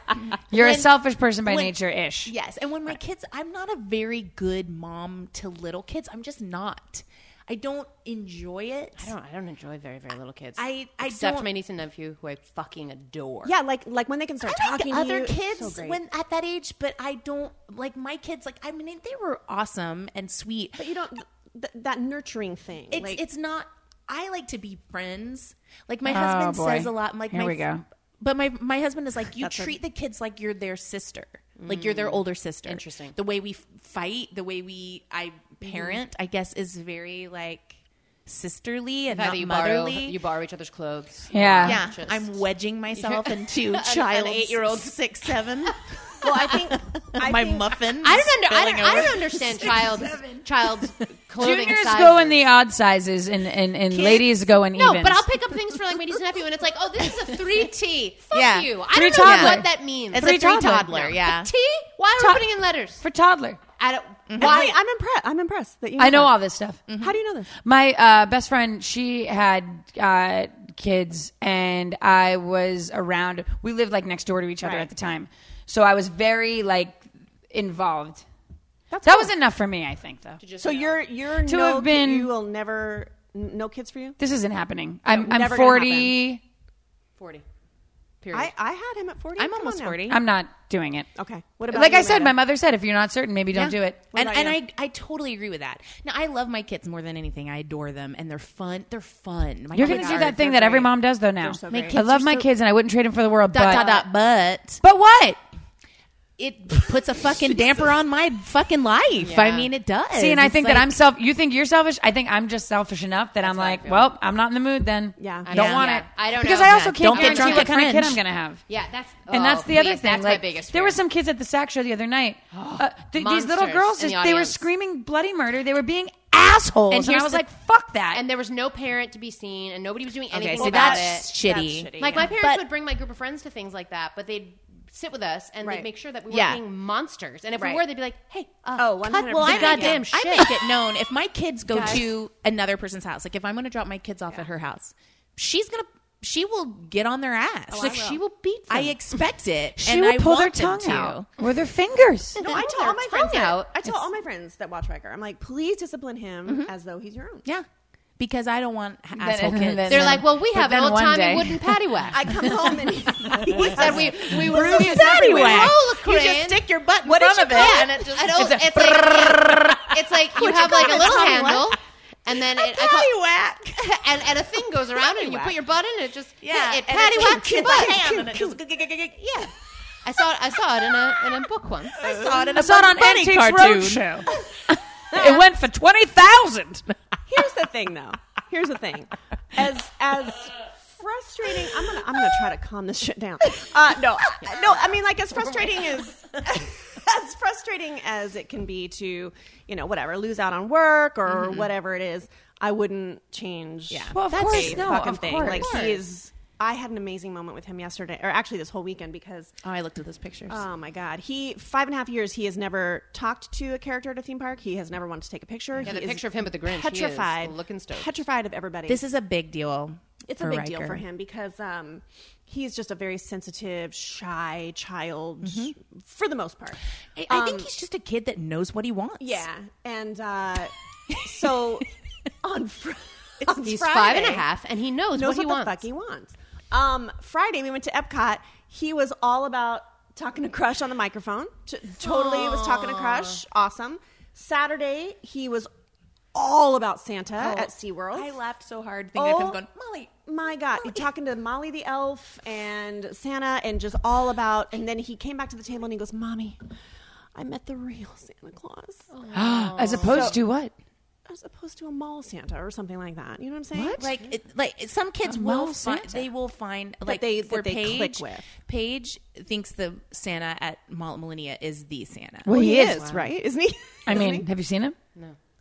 [SPEAKER 2] you're a
[SPEAKER 4] When-
[SPEAKER 2] selfish person by
[SPEAKER 4] when-
[SPEAKER 2] nature, ish.
[SPEAKER 4] Yes. And when my kids, I'm not a very good mom to little kids. I'm just not. I don't enjoy it.
[SPEAKER 1] I don't. I don't enjoy very very little kids.
[SPEAKER 4] I- I
[SPEAKER 1] except
[SPEAKER 4] don't-
[SPEAKER 1] my niece and nephew, who I fucking adore.
[SPEAKER 3] Yeah, like like when they can start
[SPEAKER 4] I
[SPEAKER 3] talking
[SPEAKER 4] like
[SPEAKER 3] to
[SPEAKER 4] other
[SPEAKER 3] you, it's
[SPEAKER 4] kids
[SPEAKER 3] so great.
[SPEAKER 4] when at that age, but I don't like my kids. Like I mean, they were awesome and sweet.
[SPEAKER 3] but you don't th- that nurturing thing.
[SPEAKER 4] it's
[SPEAKER 3] like,
[SPEAKER 4] it's not. I like to be friends. Like my
[SPEAKER 2] Oh,
[SPEAKER 4] husband
[SPEAKER 2] boy.
[SPEAKER 4] says a lot. Like
[SPEAKER 2] Here
[SPEAKER 4] my,
[SPEAKER 2] we go.
[SPEAKER 4] But my my husband is like, you
[SPEAKER 3] a-
[SPEAKER 4] treat the kids like you're their sister, like you're their older sister.
[SPEAKER 1] Interesting.
[SPEAKER 4] The way we f- fight, the way we I parent, I guess, is very like sisterly and
[SPEAKER 1] The fact that
[SPEAKER 4] not
[SPEAKER 1] you
[SPEAKER 4] motherly.
[SPEAKER 1] borrow you borrow each other's clothes.
[SPEAKER 2] Yeah.
[SPEAKER 4] yeah,
[SPEAKER 1] Just-
[SPEAKER 4] I'm wedging myself into
[SPEAKER 1] An- an
[SPEAKER 4] child
[SPEAKER 1] eight-year-old.
[SPEAKER 4] six seven.
[SPEAKER 3] well, I think I
[SPEAKER 4] my
[SPEAKER 3] think,
[SPEAKER 4] muffin.
[SPEAKER 1] I don't under, I
[SPEAKER 4] spilling
[SPEAKER 1] don't, I
[SPEAKER 4] over.
[SPEAKER 1] don't understand child's child's clothing
[SPEAKER 2] Juniors
[SPEAKER 1] sizes.
[SPEAKER 2] go in the odd sizes, and and, and ladies go in
[SPEAKER 1] no,
[SPEAKER 2] evens.
[SPEAKER 1] but I'll pick up things for like my niece and nephew, and it's like, oh, this is a three T. Fuck
[SPEAKER 4] Yeah.
[SPEAKER 1] you. I
[SPEAKER 2] Three
[SPEAKER 1] don't know
[SPEAKER 2] toddler.
[SPEAKER 1] what that means.
[SPEAKER 4] It's
[SPEAKER 2] Three
[SPEAKER 4] a three
[SPEAKER 2] toddler.
[SPEAKER 4] toddler.
[SPEAKER 2] No.
[SPEAKER 4] Yeah.
[SPEAKER 1] T? Why are
[SPEAKER 2] To-
[SPEAKER 1] we putting in letters?
[SPEAKER 2] for toddler.
[SPEAKER 1] I don't.
[SPEAKER 3] Why
[SPEAKER 1] Why?
[SPEAKER 3] I'm impressed. I'm impressed that you.
[SPEAKER 2] I know
[SPEAKER 3] that.
[SPEAKER 2] all this stuff.
[SPEAKER 3] How do you know this?
[SPEAKER 2] My uh, best friend, she had uh, kids, and I was around. We lived like next door to each other
[SPEAKER 3] Right.
[SPEAKER 2] at the time, so I was very like involved.
[SPEAKER 3] That's
[SPEAKER 2] that
[SPEAKER 3] cool.
[SPEAKER 2] was enough for me, I think. Though
[SPEAKER 3] So you're you're
[SPEAKER 2] To
[SPEAKER 3] no
[SPEAKER 2] have
[SPEAKER 3] kid-
[SPEAKER 2] been-
[SPEAKER 3] you will never n- no kids for you.
[SPEAKER 2] this isn't happening. I'm I'm
[SPEAKER 3] never gonna
[SPEAKER 2] forty.
[SPEAKER 1] Forty. Period.
[SPEAKER 3] I, I had him at forty.
[SPEAKER 4] I'm
[SPEAKER 3] Come on
[SPEAKER 4] almost
[SPEAKER 3] now.
[SPEAKER 4] forty.
[SPEAKER 2] I'm not doing it.
[SPEAKER 3] Okay. What about
[SPEAKER 2] Like
[SPEAKER 3] you,
[SPEAKER 2] I said, my
[SPEAKER 3] Amanda?
[SPEAKER 2] mother said, if you're not certain, maybe don't
[SPEAKER 4] Yeah.
[SPEAKER 2] do it.
[SPEAKER 4] And,
[SPEAKER 3] about
[SPEAKER 4] and
[SPEAKER 3] you?
[SPEAKER 4] I, I totally agree with that. Now, I love my kids more than anything. I adore them, and they're fun. They're fun. My
[SPEAKER 2] You're going
[SPEAKER 4] kids
[SPEAKER 2] to do
[SPEAKER 4] are-
[SPEAKER 2] that thing
[SPEAKER 4] they're
[SPEAKER 2] that every
[SPEAKER 4] great.
[SPEAKER 2] mom does, though. Now,
[SPEAKER 3] so
[SPEAKER 4] My great.
[SPEAKER 2] I
[SPEAKER 4] kids
[SPEAKER 2] love
[SPEAKER 4] are
[SPEAKER 2] my
[SPEAKER 4] so-
[SPEAKER 2] kids, and I wouldn't trade them for the world.
[SPEAKER 4] Dot,
[SPEAKER 2] but
[SPEAKER 4] dot, dot, but
[SPEAKER 2] but what?
[SPEAKER 4] it puts a fucking damper on my fucking life. I mean, it does.
[SPEAKER 2] See, and I
[SPEAKER 4] It's
[SPEAKER 2] think
[SPEAKER 4] like-
[SPEAKER 2] that I'm self. You think you're selfish? I think I'm just selfish enough that I'm
[SPEAKER 1] how I
[SPEAKER 2] like,
[SPEAKER 1] feel.
[SPEAKER 2] well, I'm not in the mood. Then
[SPEAKER 3] Yeah.
[SPEAKER 2] I don't
[SPEAKER 4] Yeah.
[SPEAKER 2] want
[SPEAKER 1] Yeah.
[SPEAKER 2] it.
[SPEAKER 1] I don't
[SPEAKER 2] because
[SPEAKER 1] know.
[SPEAKER 2] I
[SPEAKER 1] Yeah.
[SPEAKER 2] also can't
[SPEAKER 4] Don't get
[SPEAKER 2] guarantee
[SPEAKER 4] drunk
[SPEAKER 2] what
[SPEAKER 4] at
[SPEAKER 2] kind of kid
[SPEAKER 4] Fringe.
[SPEAKER 2] I'm going to have.
[SPEAKER 1] yeah, that's
[SPEAKER 2] And
[SPEAKER 1] oh,
[SPEAKER 2] that's the other
[SPEAKER 1] please,
[SPEAKER 2] thing.
[SPEAKER 1] That's
[SPEAKER 2] like,
[SPEAKER 1] my biggest.
[SPEAKER 2] There were
[SPEAKER 1] fear.
[SPEAKER 2] some kids at the SAC show the other night. Uh, th- these little
[SPEAKER 1] Monsters
[SPEAKER 2] girls
[SPEAKER 1] in
[SPEAKER 2] just
[SPEAKER 1] the
[SPEAKER 2] they were
[SPEAKER 1] audience.
[SPEAKER 2] screaming bloody murder. They were being assholes, and,
[SPEAKER 1] And
[SPEAKER 2] I
[SPEAKER 1] here's
[SPEAKER 2] was
[SPEAKER 1] the-
[SPEAKER 2] like, fuck that.
[SPEAKER 1] and there was no parent to be seen, and nobody was doing anything
[SPEAKER 4] okay, so
[SPEAKER 1] about
[SPEAKER 4] that's
[SPEAKER 1] it.
[SPEAKER 4] shitty.
[SPEAKER 3] That's shitty.
[SPEAKER 1] Like
[SPEAKER 3] Yeah.
[SPEAKER 1] my parents
[SPEAKER 4] But-
[SPEAKER 1] would bring my group of friends to things like that, but they'd sit with us and
[SPEAKER 3] Right.
[SPEAKER 1] they'd make sure that we weren't
[SPEAKER 4] Yeah.
[SPEAKER 1] being monsters. And if
[SPEAKER 3] Right.
[SPEAKER 1] we were, they'd be like, "Hey, uh,
[SPEAKER 3] Oh,
[SPEAKER 1] cut
[SPEAKER 3] 100%.
[SPEAKER 1] the
[SPEAKER 4] Well, I
[SPEAKER 3] Yeah.
[SPEAKER 4] goddamn
[SPEAKER 1] goddamn
[SPEAKER 4] them.
[SPEAKER 1] shit."
[SPEAKER 4] I make it known if my kids go to another person's house. Like if I'm going to drop my kids off at her house, she's gonna she will get on their ass.
[SPEAKER 1] like she will beat. Them.
[SPEAKER 4] I expect it.
[SPEAKER 2] she
[SPEAKER 4] and
[SPEAKER 2] will
[SPEAKER 4] I
[SPEAKER 2] pull their
[SPEAKER 4] want them
[SPEAKER 2] tongue
[SPEAKER 4] to.
[SPEAKER 2] out or their fingers.
[SPEAKER 3] No, I tell
[SPEAKER 1] their
[SPEAKER 3] all my friends
[SPEAKER 1] tongue
[SPEAKER 3] out.
[SPEAKER 1] out.
[SPEAKER 3] I tell all my friends that watch Riker. I'm like, please discipline him as though he's your own.
[SPEAKER 4] Yeah, because I don't want ha- asshole
[SPEAKER 2] and
[SPEAKER 4] kids.
[SPEAKER 2] then-
[SPEAKER 1] They're like, "Well, we
[SPEAKER 2] But
[SPEAKER 1] have
[SPEAKER 2] then
[SPEAKER 1] an old
[SPEAKER 2] one day-
[SPEAKER 1] timey wooden patty whack."
[SPEAKER 3] I come home and he
[SPEAKER 1] said
[SPEAKER 3] said
[SPEAKER 1] we we were
[SPEAKER 3] Bruce
[SPEAKER 1] we,
[SPEAKER 3] is everywhere.
[SPEAKER 1] roll a
[SPEAKER 4] you
[SPEAKER 1] crane.
[SPEAKER 4] just stick your butt in
[SPEAKER 1] What
[SPEAKER 4] front
[SPEAKER 1] did
[SPEAKER 4] of it,
[SPEAKER 1] you call
[SPEAKER 4] and it just
[SPEAKER 1] I don't- it's, like, it's like you have like a little handle, and then it, I call,
[SPEAKER 4] whack.
[SPEAKER 1] and, and a thing goes around, and you
[SPEAKER 3] Paddywhack.
[SPEAKER 1] put your butt in, it just
[SPEAKER 4] Yeah,
[SPEAKER 1] yeah, it
[SPEAKER 4] and it
[SPEAKER 1] patty whacks your
[SPEAKER 4] kicks my
[SPEAKER 1] butt.
[SPEAKER 4] hand, and it just-
[SPEAKER 1] yeah. I saw it. I saw it in a in a book once.
[SPEAKER 4] saw it in
[SPEAKER 2] I
[SPEAKER 4] a
[SPEAKER 2] saw it on
[SPEAKER 4] Bugs Bunny
[SPEAKER 2] Antiques
[SPEAKER 4] cartoon.
[SPEAKER 2] Roadshow. it went for twenty thousand.
[SPEAKER 3] Here's the thing, though. Here's the thing. As as frustrating, I'm gonna I'm gonna try to calm this shit down. Uh, no, I- no. I mean, like as frustrating as as frustrating as it can be to, you know, whatever, lose out on work or whatever it is, I wouldn't change. Yeah.
[SPEAKER 2] Well, of course,
[SPEAKER 3] a
[SPEAKER 2] no,
[SPEAKER 3] fucking
[SPEAKER 2] of
[SPEAKER 3] thing.
[SPEAKER 2] course.
[SPEAKER 3] Like he is. I had an amazing moment with him yesterday, or actually this whole weekend, because
[SPEAKER 4] Oh, I looked at those pictures.
[SPEAKER 3] Oh my God. He, five and a half years, he has never talked to a character at a theme park. He has never wanted to take a picture.
[SPEAKER 1] Yeah,
[SPEAKER 3] he
[SPEAKER 1] the
[SPEAKER 3] is
[SPEAKER 1] picture of him with the Grinch, he is
[SPEAKER 3] Petrified.
[SPEAKER 1] looking stoked.
[SPEAKER 3] Petrified of everybody.
[SPEAKER 4] this is a big deal.
[SPEAKER 3] it's a
[SPEAKER 4] for
[SPEAKER 3] big deal
[SPEAKER 4] Riker.
[SPEAKER 3] for him because um, he's just a very sensitive, shy child
[SPEAKER 4] Mm-hmm.
[SPEAKER 3] for the most part.
[SPEAKER 4] I, I think he's just a kid that knows what he wants.
[SPEAKER 3] Yeah. And uh, so on, fr- on
[SPEAKER 1] He's
[SPEAKER 3] Friday,
[SPEAKER 1] five and a half, and he knows,
[SPEAKER 3] knows
[SPEAKER 1] what he
[SPEAKER 3] what, the
[SPEAKER 1] wants.
[SPEAKER 3] fuck he wants. Um, Friday, we went to Epcot. He was all about talking to Crush on the microphone. T- totally was talking to Crush. Awesome. Saturday, he was all about Santa at SeaWorld.
[SPEAKER 4] I laughed so hard thinking of
[SPEAKER 3] Oh.
[SPEAKER 4] him going, Molly.
[SPEAKER 3] My God, You're talking to Molly the elf and Santa and just all about. And then he came back to the table and he goes, Mommy, I met the real Santa Claus
[SPEAKER 2] As opposed to what?
[SPEAKER 3] as opposed to a mall Santa or something like that. You know what I'm saying?
[SPEAKER 4] Like, it, like some kids will
[SPEAKER 2] mall
[SPEAKER 4] find
[SPEAKER 2] Santa.
[SPEAKER 4] they will find like
[SPEAKER 3] they-
[SPEAKER 4] for
[SPEAKER 3] that they
[SPEAKER 4] Paige.
[SPEAKER 3] click with.
[SPEAKER 4] Paige thinks the Santa at Mall at Millennia is the Santa.
[SPEAKER 2] Well, he, is.
[SPEAKER 3] right? Isn't he?
[SPEAKER 2] I mean, have you seen him?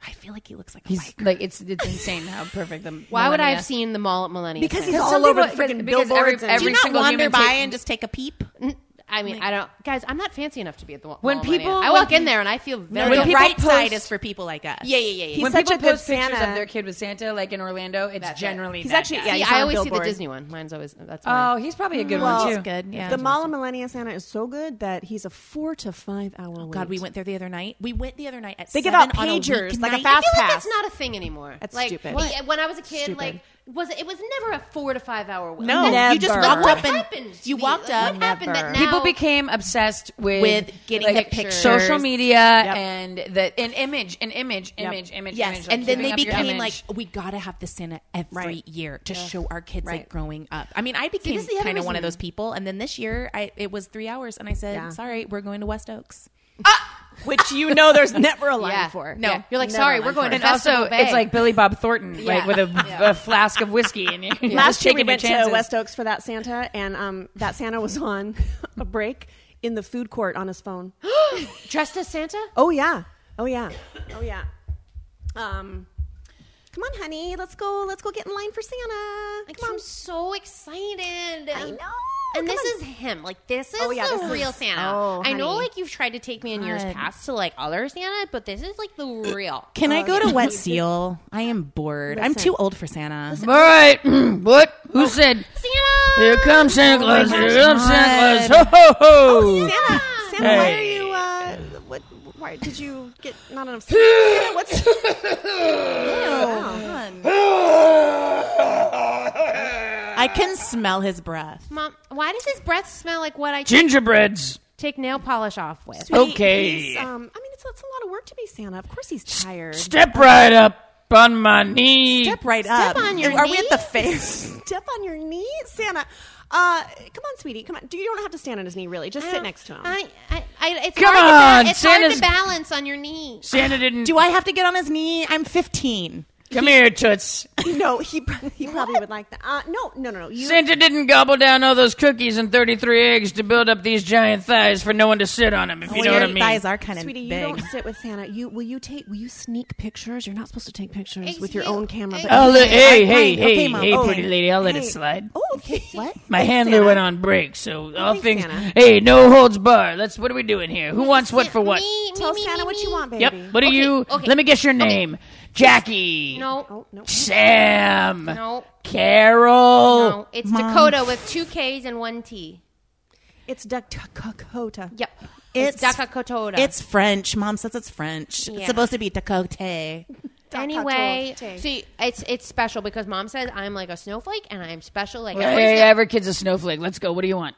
[SPEAKER 4] I feel like he looks like a
[SPEAKER 2] He's
[SPEAKER 4] biker.
[SPEAKER 2] like it's it's insane how perfect the.
[SPEAKER 1] Why would I
[SPEAKER 2] millennia-
[SPEAKER 1] have seen the mall at Millennium?
[SPEAKER 3] Because he's
[SPEAKER 1] Center?
[SPEAKER 3] all
[SPEAKER 2] some
[SPEAKER 3] over the
[SPEAKER 2] people-
[SPEAKER 3] freaking
[SPEAKER 2] because
[SPEAKER 3] billboards.
[SPEAKER 2] every-
[SPEAKER 3] and
[SPEAKER 2] every
[SPEAKER 4] Do you not
[SPEAKER 2] single
[SPEAKER 4] wander
[SPEAKER 2] human
[SPEAKER 4] by
[SPEAKER 2] take-
[SPEAKER 4] and just take a peep?
[SPEAKER 1] I mean, I don't, guys. I'm not fancy enough to be at the mall.
[SPEAKER 2] When
[SPEAKER 1] at Millennia.
[SPEAKER 2] people-
[SPEAKER 1] I walk
[SPEAKER 2] when-
[SPEAKER 1] in there and I feel very.
[SPEAKER 4] When
[SPEAKER 2] When
[SPEAKER 4] the
[SPEAKER 2] people
[SPEAKER 4] right side
[SPEAKER 2] post-
[SPEAKER 4] is for people like us.
[SPEAKER 1] yeah, yeah, yeah, yeah.
[SPEAKER 3] He's
[SPEAKER 2] when
[SPEAKER 3] such
[SPEAKER 2] people
[SPEAKER 3] a good
[SPEAKER 2] post pictures
[SPEAKER 3] Santa.
[SPEAKER 2] of their kid with Santa, like in Orlando, it's generally
[SPEAKER 3] He's
[SPEAKER 2] that
[SPEAKER 3] actually
[SPEAKER 2] guy.
[SPEAKER 3] yeah.
[SPEAKER 1] See,
[SPEAKER 3] he's on
[SPEAKER 1] I
[SPEAKER 3] a
[SPEAKER 1] always see the
[SPEAKER 3] billboard.
[SPEAKER 1] Disney one. Mine's always that's
[SPEAKER 2] Oh,
[SPEAKER 1] mine.
[SPEAKER 2] he's probably a good
[SPEAKER 3] Well,
[SPEAKER 2] one too.
[SPEAKER 4] good. Yeah.
[SPEAKER 3] The Mall of Millennia Santa is so good that he's a four to five hour. wait.
[SPEAKER 4] God, we went there the other night. We went the other night at
[SPEAKER 3] They give
[SPEAKER 4] seven
[SPEAKER 3] out
[SPEAKER 4] on a
[SPEAKER 3] pagers, like a
[SPEAKER 4] weeknight.
[SPEAKER 3] fast
[SPEAKER 1] I feel like
[SPEAKER 3] pass.
[SPEAKER 1] that's not a thing anymore.
[SPEAKER 3] That's
[SPEAKER 1] like,
[SPEAKER 3] stupid.
[SPEAKER 1] we- When I was a kid,
[SPEAKER 3] Stupid.
[SPEAKER 1] like was it, it was never a four to five hour wait.
[SPEAKER 4] No, you just
[SPEAKER 3] Never.
[SPEAKER 4] walked
[SPEAKER 3] What
[SPEAKER 4] up and
[SPEAKER 1] happened?
[SPEAKER 4] you
[SPEAKER 1] The-
[SPEAKER 4] walked
[SPEAKER 1] like,
[SPEAKER 4] up.
[SPEAKER 1] what happened that
[SPEAKER 4] Never.
[SPEAKER 1] now-
[SPEAKER 2] People became obsessed with,
[SPEAKER 4] With getting
[SPEAKER 2] like,
[SPEAKER 4] the pictures.
[SPEAKER 2] social media,
[SPEAKER 4] Yep.
[SPEAKER 2] and the an image, an image, image, image,
[SPEAKER 4] Yes,
[SPEAKER 2] image. like,
[SPEAKER 4] and then
[SPEAKER 2] keeping
[SPEAKER 4] they
[SPEAKER 2] up your
[SPEAKER 4] became
[SPEAKER 2] image.
[SPEAKER 4] like, we gotta have the Santa every
[SPEAKER 3] Right.
[SPEAKER 4] year to show our kids like
[SPEAKER 3] Right.
[SPEAKER 4] growing up. I mean, I became
[SPEAKER 1] this is the other
[SPEAKER 4] kind of one
[SPEAKER 1] reason-
[SPEAKER 4] of those people, and then this year I it was three hours, and I said,
[SPEAKER 3] Yeah.
[SPEAKER 4] sorry, we're going to West Oaks.
[SPEAKER 3] which you know there's never a line
[SPEAKER 1] Yeah.
[SPEAKER 3] for.
[SPEAKER 1] No.
[SPEAKER 3] Yeah.
[SPEAKER 1] You're like,
[SPEAKER 3] Never
[SPEAKER 1] sorry,
[SPEAKER 3] a line
[SPEAKER 1] we're going
[SPEAKER 3] for
[SPEAKER 1] to
[SPEAKER 3] it.
[SPEAKER 2] And also,
[SPEAKER 1] Festival Bay.
[SPEAKER 2] it's like Billy Bob Thornton, like with a, a flask of whiskey, and you
[SPEAKER 3] Last year we
[SPEAKER 2] taking
[SPEAKER 3] went
[SPEAKER 2] your chances.
[SPEAKER 3] to West Oaks for that Santa, and um, that Santa was on a break in the food court on his phone.
[SPEAKER 1] dressed as Santa.
[SPEAKER 3] Oh yeah. Oh yeah. Oh yeah. Um Come on, honey. Let's go. Let's go get in line for Santa.
[SPEAKER 1] Like,
[SPEAKER 3] Come on.
[SPEAKER 1] I'm so excited.
[SPEAKER 3] I know.
[SPEAKER 1] And
[SPEAKER 3] Come
[SPEAKER 1] this
[SPEAKER 3] on.
[SPEAKER 1] is him. Like this is
[SPEAKER 3] Oh, yeah,
[SPEAKER 1] the
[SPEAKER 3] this is-
[SPEAKER 1] real Santa.
[SPEAKER 3] Oh,
[SPEAKER 1] I know
[SPEAKER 3] honey.
[SPEAKER 1] like you've tried to take me in years past to like other Santa, but this is like the real.
[SPEAKER 4] Can I go to Wet Seal? I am bored. I'm too old for Santa.
[SPEAKER 2] All right, what? Who said?
[SPEAKER 1] Santa?
[SPEAKER 2] Here comes Santa Claus! Here comes Santa Claus! Ho ho ho!
[SPEAKER 3] Santa, Santa, why are
[SPEAKER 2] Hey.
[SPEAKER 3] you? Uh, what? Why did you get not enough? Santa, what's? Wow.
[SPEAKER 4] I can smell his breath.
[SPEAKER 1] Mom, why does his breath smell like what I
[SPEAKER 2] Gingerbreads.
[SPEAKER 1] take nail polish off with?
[SPEAKER 3] But he-
[SPEAKER 2] Okay.
[SPEAKER 3] he's, um, I mean, it's, it's a lot of work to be Santa. Of course, he's tired.
[SPEAKER 2] Step right up on my knee.
[SPEAKER 4] Step right
[SPEAKER 1] Step
[SPEAKER 4] up.
[SPEAKER 1] on your
[SPEAKER 4] Are we
[SPEAKER 1] knee.
[SPEAKER 4] at the face?
[SPEAKER 3] Step on your knee, Santa. Uh, come on, sweetie. Come on. Do you don't have to stand on his knee, really? Just sit next to him.
[SPEAKER 1] I, I, I, it's
[SPEAKER 2] Come
[SPEAKER 1] hard to ba-
[SPEAKER 2] on,
[SPEAKER 1] it's hard
[SPEAKER 2] Santa's-
[SPEAKER 1] to balance on your knee.
[SPEAKER 2] Santa didn't.
[SPEAKER 4] Do I have to get on his knee? I'm 15.
[SPEAKER 2] come here, Toots.
[SPEAKER 3] you know, he pr- he probably would like that. Uh, no, no, no, no. You
[SPEAKER 2] Santa didn't gobble down all those cookies and 33 eggs to build up these giant thighs for no one to sit on them, if you know what I
[SPEAKER 4] your
[SPEAKER 2] mean.
[SPEAKER 4] thighs are kind of
[SPEAKER 3] Sweetie,
[SPEAKER 4] big.
[SPEAKER 3] you don't sit with Santa. You will you take will you sneak pictures? You're not supposed to take pictures
[SPEAKER 1] Ex-
[SPEAKER 3] with your
[SPEAKER 1] you-
[SPEAKER 3] own camera.
[SPEAKER 1] ex-
[SPEAKER 3] But
[SPEAKER 2] I'll let, Oh, hey, hey,
[SPEAKER 4] fine. Okay,
[SPEAKER 2] hey,
[SPEAKER 4] Mom.
[SPEAKER 2] hey,
[SPEAKER 4] Okay.
[SPEAKER 2] pretty lady, I'll let it
[SPEAKER 3] Hey.
[SPEAKER 2] slide.
[SPEAKER 3] oh, okay. What?
[SPEAKER 2] My handler went on break, so all
[SPEAKER 3] thanks,
[SPEAKER 2] things.
[SPEAKER 3] Santa.
[SPEAKER 2] Hey, no holds bar. Let's. What are we doing here? Who wants what for
[SPEAKER 1] Me,
[SPEAKER 2] what?
[SPEAKER 1] me,
[SPEAKER 3] Tell
[SPEAKER 1] me,
[SPEAKER 3] Santa
[SPEAKER 1] me,
[SPEAKER 3] what you
[SPEAKER 1] me.
[SPEAKER 3] want, baby.
[SPEAKER 2] Yep. What are
[SPEAKER 1] Okay,
[SPEAKER 2] you?
[SPEAKER 1] okay.
[SPEAKER 2] Let me guess your name. Jackie.
[SPEAKER 1] No,
[SPEAKER 3] Oh no.
[SPEAKER 2] Sam.
[SPEAKER 1] No.
[SPEAKER 2] Carol.
[SPEAKER 3] Oh,
[SPEAKER 1] no, it's Dakota with two K's and one T.
[SPEAKER 3] It's Dakota.
[SPEAKER 1] Yep,
[SPEAKER 4] It's-
[SPEAKER 1] Dakota.
[SPEAKER 4] It's French. Mom says it's French.
[SPEAKER 1] Yeah.
[SPEAKER 4] It's supposed to be Dakota.
[SPEAKER 1] anyway.
[SPEAKER 3] Dakota.
[SPEAKER 1] See, it's it's special because Mom says I'm like a snowflake and I'm special. Like
[SPEAKER 2] Hey,
[SPEAKER 1] every-
[SPEAKER 2] hey, every kid's a snowflake. Let's go. What do you want?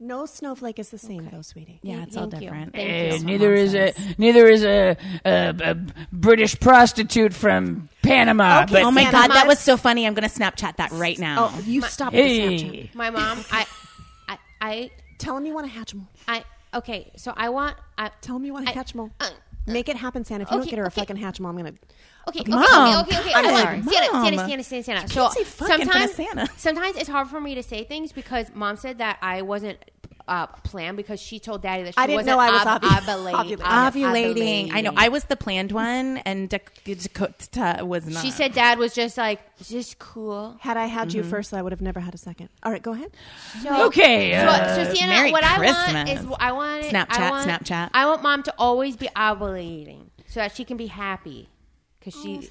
[SPEAKER 3] No snowflake is the same though, sweetie.
[SPEAKER 4] Yeah, it's all
[SPEAKER 1] Thank you.
[SPEAKER 4] different.
[SPEAKER 1] Thank
[SPEAKER 2] Hey,
[SPEAKER 1] you.
[SPEAKER 2] Eh, neither is a neither is a, a, a British prostitute from Panama.
[SPEAKER 3] Okay,
[SPEAKER 2] but
[SPEAKER 4] Oh my
[SPEAKER 3] Santa
[SPEAKER 4] god, that
[SPEAKER 3] Mars.
[SPEAKER 4] was so funny. I'm gonna Snapchat that right now.
[SPEAKER 3] Oh, you stop with the Snapchat.
[SPEAKER 2] hey,
[SPEAKER 1] My mom, I, I, I,
[SPEAKER 3] Tell him you want to hatch them.
[SPEAKER 1] I. Okay, so I want. I,
[SPEAKER 3] Tell him you want
[SPEAKER 1] I-
[SPEAKER 3] to hatch them.
[SPEAKER 1] uh,
[SPEAKER 3] Make it happen, Santa. If you
[SPEAKER 1] okay,
[SPEAKER 3] don't get her a
[SPEAKER 1] okay.
[SPEAKER 3] fucking hatch 'em, I'm gonna.
[SPEAKER 1] Okay, okay,
[SPEAKER 4] Mom,
[SPEAKER 1] okay, okay, okay.
[SPEAKER 4] God.
[SPEAKER 1] okay.
[SPEAKER 4] Sorry.
[SPEAKER 1] Santa, Santa, Santa,
[SPEAKER 4] Mom.
[SPEAKER 1] Santa, Santa. So
[SPEAKER 4] say fuck in front
[SPEAKER 1] sometimes,
[SPEAKER 4] of Santa.
[SPEAKER 1] sometimes it's hard for me to say things because mom said that I wasn't uh, plan because she told daddy that she
[SPEAKER 3] I didn't
[SPEAKER 1] wasn't
[SPEAKER 3] know I was
[SPEAKER 1] ob-
[SPEAKER 3] ovu-
[SPEAKER 1] Oh, ovulating.
[SPEAKER 3] ovulating.
[SPEAKER 1] ob-
[SPEAKER 4] ovulating. I know. I was the planned one, and Dak- Dakota was not.
[SPEAKER 1] She said dad was just like, just cool.
[SPEAKER 3] Had I had
[SPEAKER 2] Mm-hmm.
[SPEAKER 3] you first, I would have never had a second. All right, go ahead.
[SPEAKER 1] So,
[SPEAKER 2] Okay,
[SPEAKER 1] So,
[SPEAKER 2] uh,
[SPEAKER 1] so Sienna,
[SPEAKER 4] Merry
[SPEAKER 1] what I want
[SPEAKER 4] Christmas.
[SPEAKER 1] is I want it- I
[SPEAKER 4] Snapchat,
[SPEAKER 1] want,
[SPEAKER 4] Snapchat.
[SPEAKER 1] I want mom to always be ovulating so that she can be happy because
[SPEAKER 3] Oh,
[SPEAKER 1] she.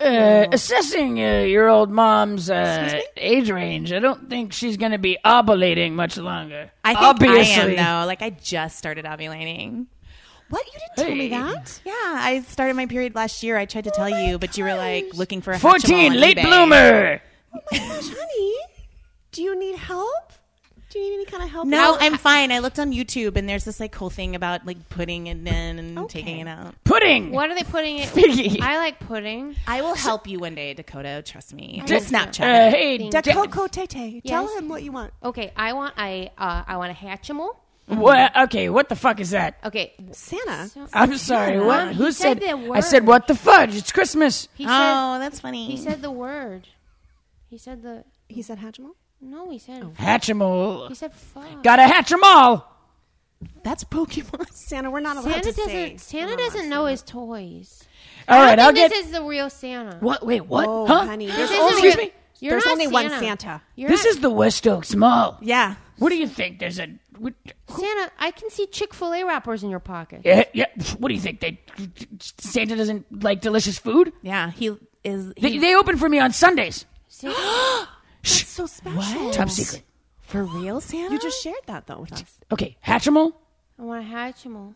[SPEAKER 2] Uh, assessing uh, your old mom's uh, age range, I don't think she's going to be ovulating much longer.
[SPEAKER 4] I think
[SPEAKER 2] Obviously.
[SPEAKER 4] I am though. Like I just started ovulating.
[SPEAKER 3] What? You didn't tell me
[SPEAKER 2] Hey.
[SPEAKER 3] that?
[SPEAKER 4] Yeah, I started my period last year. I tried to tell you, but you were like looking for a Hatchimal
[SPEAKER 2] 14,
[SPEAKER 4] on
[SPEAKER 2] late
[SPEAKER 4] eBay.
[SPEAKER 2] bloomer.
[SPEAKER 3] Honey, do you need help? Do you need any kind of help?
[SPEAKER 4] No, I'm fine. I looked on YouTube, and there's this like whole thing about like putting it in and taking it out.
[SPEAKER 2] Pudding.
[SPEAKER 1] What are they putting it?
[SPEAKER 2] Figgy.
[SPEAKER 1] I like pudding.
[SPEAKER 4] I will help you one day, Dakota. Trust me.
[SPEAKER 2] D-
[SPEAKER 4] We'll Snapchat.
[SPEAKER 2] Uh,
[SPEAKER 4] it.
[SPEAKER 2] hey,
[SPEAKER 1] Ding.
[SPEAKER 2] Da-
[SPEAKER 3] Dakota Tete, tell
[SPEAKER 1] Yes.
[SPEAKER 3] him what you want.
[SPEAKER 1] Okay, I want I uh, I want a hatchimal.
[SPEAKER 2] what, okay, what the fuck is that?
[SPEAKER 1] Okay,
[SPEAKER 3] Santa.
[SPEAKER 2] I'm sorry.
[SPEAKER 1] Mom,
[SPEAKER 2] What?
[SPEAKER 1] he
[SPEAKER 2] Who
[SPEAKER 1] said
[SPEAKER 2] said?
[SPEAKER 1] the
[SPEAKER 2] I said
[SPEAKER 1] word.
[SPEAKER 2] what the fudge? It's Christmas.
[SPEAKER 1] he said
[SPEAKER 4] oh, that's funny.
[SPEAKER 1] he said the word. He said the
[SPEAKER 3] He said Hatchimal.
[SPEAKER 1] no. He said
[SPEAKER 2] Hatch 'em all.
[SPEAKER 1] he said fuck.
[SPEAKER 2] Gotta hatch 'em all.
[SPEAKER 4] that's Pokemon.
[SPEAKER 3] Santa, we're not allowed
[SPEAKER 1] Santa
[SPEAKER 3] to say.
[SPEAKER 1] doesn't Santa doesn't know his toys.
[SPEAKER 2] All
[SPEAKER 1] I
[SPEAKER 2] right,
[SPEAKER 1] don't
[SPEAKER 2] I'll
[SPEAKER 1] think
[SPEAKER 2] get.
[SPEAKER 1] this is the real Santa.
[SPEAKER 2] what? Wait, what?
[SPEAKER 3] Oh,
[SPEAKER 2] huh?
[SPEAKER 3] honey,
[SPEAKER 1] This
[SPEAKER 3] there's
[SPEAKER 1] isn't
[SPEAKER 3] only,
[SPEAKER 2] Excuse
[SPEAKER 1] real-
[SPEAKER 2] me.
[SPEAKER 1] You're
[SPEAKER 3] there's
[SPEAKER 1] not
[SPEAKER 3] only one
[SPEAKER 1] Santa.
[SPEAKER 3] Santa.
[SPEAKER 1] You're
[SPEAKER 2] This
[SPEAKER 1] not-
[SPEAKER 2] is the West Oaks Mall.
[SPEAKER 4] Yeah.
[SPEAKER 2] What do you think? There's a. What,
[SPEAKER 1] Santa. I can see Chick Fil A wrappers in your pocket.
[SPEAKER 2] yeah, eh, yeah. What do you think? They Santa doesn't like delicious food.
[SPEAKER 4] Yeah. He is. He,
[SPEAKER 2] They, they open for me on Sundays.
[SPEAKER 1] Santa-
[SPEAKER 3] It's so special.
[SPEAKER 2] Top secret.
[SPEAKER 4] for real, Santa?
[SPEAKER 3] You just shared that though with us,
[SPEAKER 2] Okay, hatch 'em all.
[SPEAKER 1] I want a hatchimal.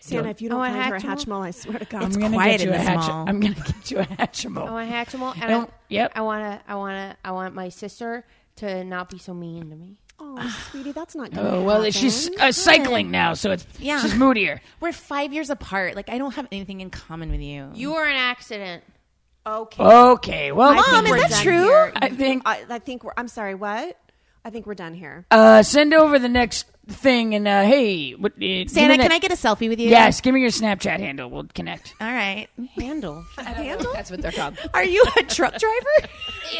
[SPEAKER 3] Santa. If you
[SPEAKER 1] Oh,
[SPEAKER 3] don't
[SPEAKER 1] a
[SPEAKER 3] find her a
[SPEAKER 1] Hatchimal?
[SPEAKER 3] Hatchimal, I swear to God,
[SPEAKER 2] I'm gonna
[SPEAKER 4] quiet
[SPEAKER 2] get you
[SPEAKER 4] in
[SPEAKER 2] a
[SPEAKER 4] this
[SPEAKER 2] hatch.
[SPEAKER 4] mall.
[SPEAKER 2] I'm gonna get you a hatchimal.
[SPEAKER 1] Oh, I want a hatchimal. And I,
[SPEAKER 2] Don't- yep.
[SPEAKER 1] I want to. I want to. I want my sister to not be so mean to me.
[SPEAKER 3] oh, sweetie, that's not good.
[SPEAKER 2] Oh well, she's uh, cycling now, so it's
[SPEAKER 4] Yeah.
[SPEAKER 2] she's moodier.
[SPEAKER 4] We're five years apart. Like, I don't have anything in common with you.
[SPEAKER 1] You were an accident.
[SPEAKER 3] okay.
[SPEAKER 2] Okay, well,
[SPEAKER 3] Mom, is
[SPEAKER 2] we're
[SPEAKER 3] that
[SPEAKER 2] done
[SPEAKER 3] true?
[SPEAKER 2] here. I think
[SPEAKER 3] I, I think we're. I'm sorry. What? I think we're done here.
[SPEAKER 2] uh, send over the next thing and uh, hey, what, uh,
[SPEAKER 4] Santa, can I get a selfie with you?
[SPEAKER 2] Yes, give me your Snapchat handle. We'll connect.
[SPEAKER 4] All right.
[SPEAKER 1] Handle.
[SPEAKER 3] Handle?
[SPEAKER 1] That's what they're called.
[SPEAKER 4] Are you a truck driver?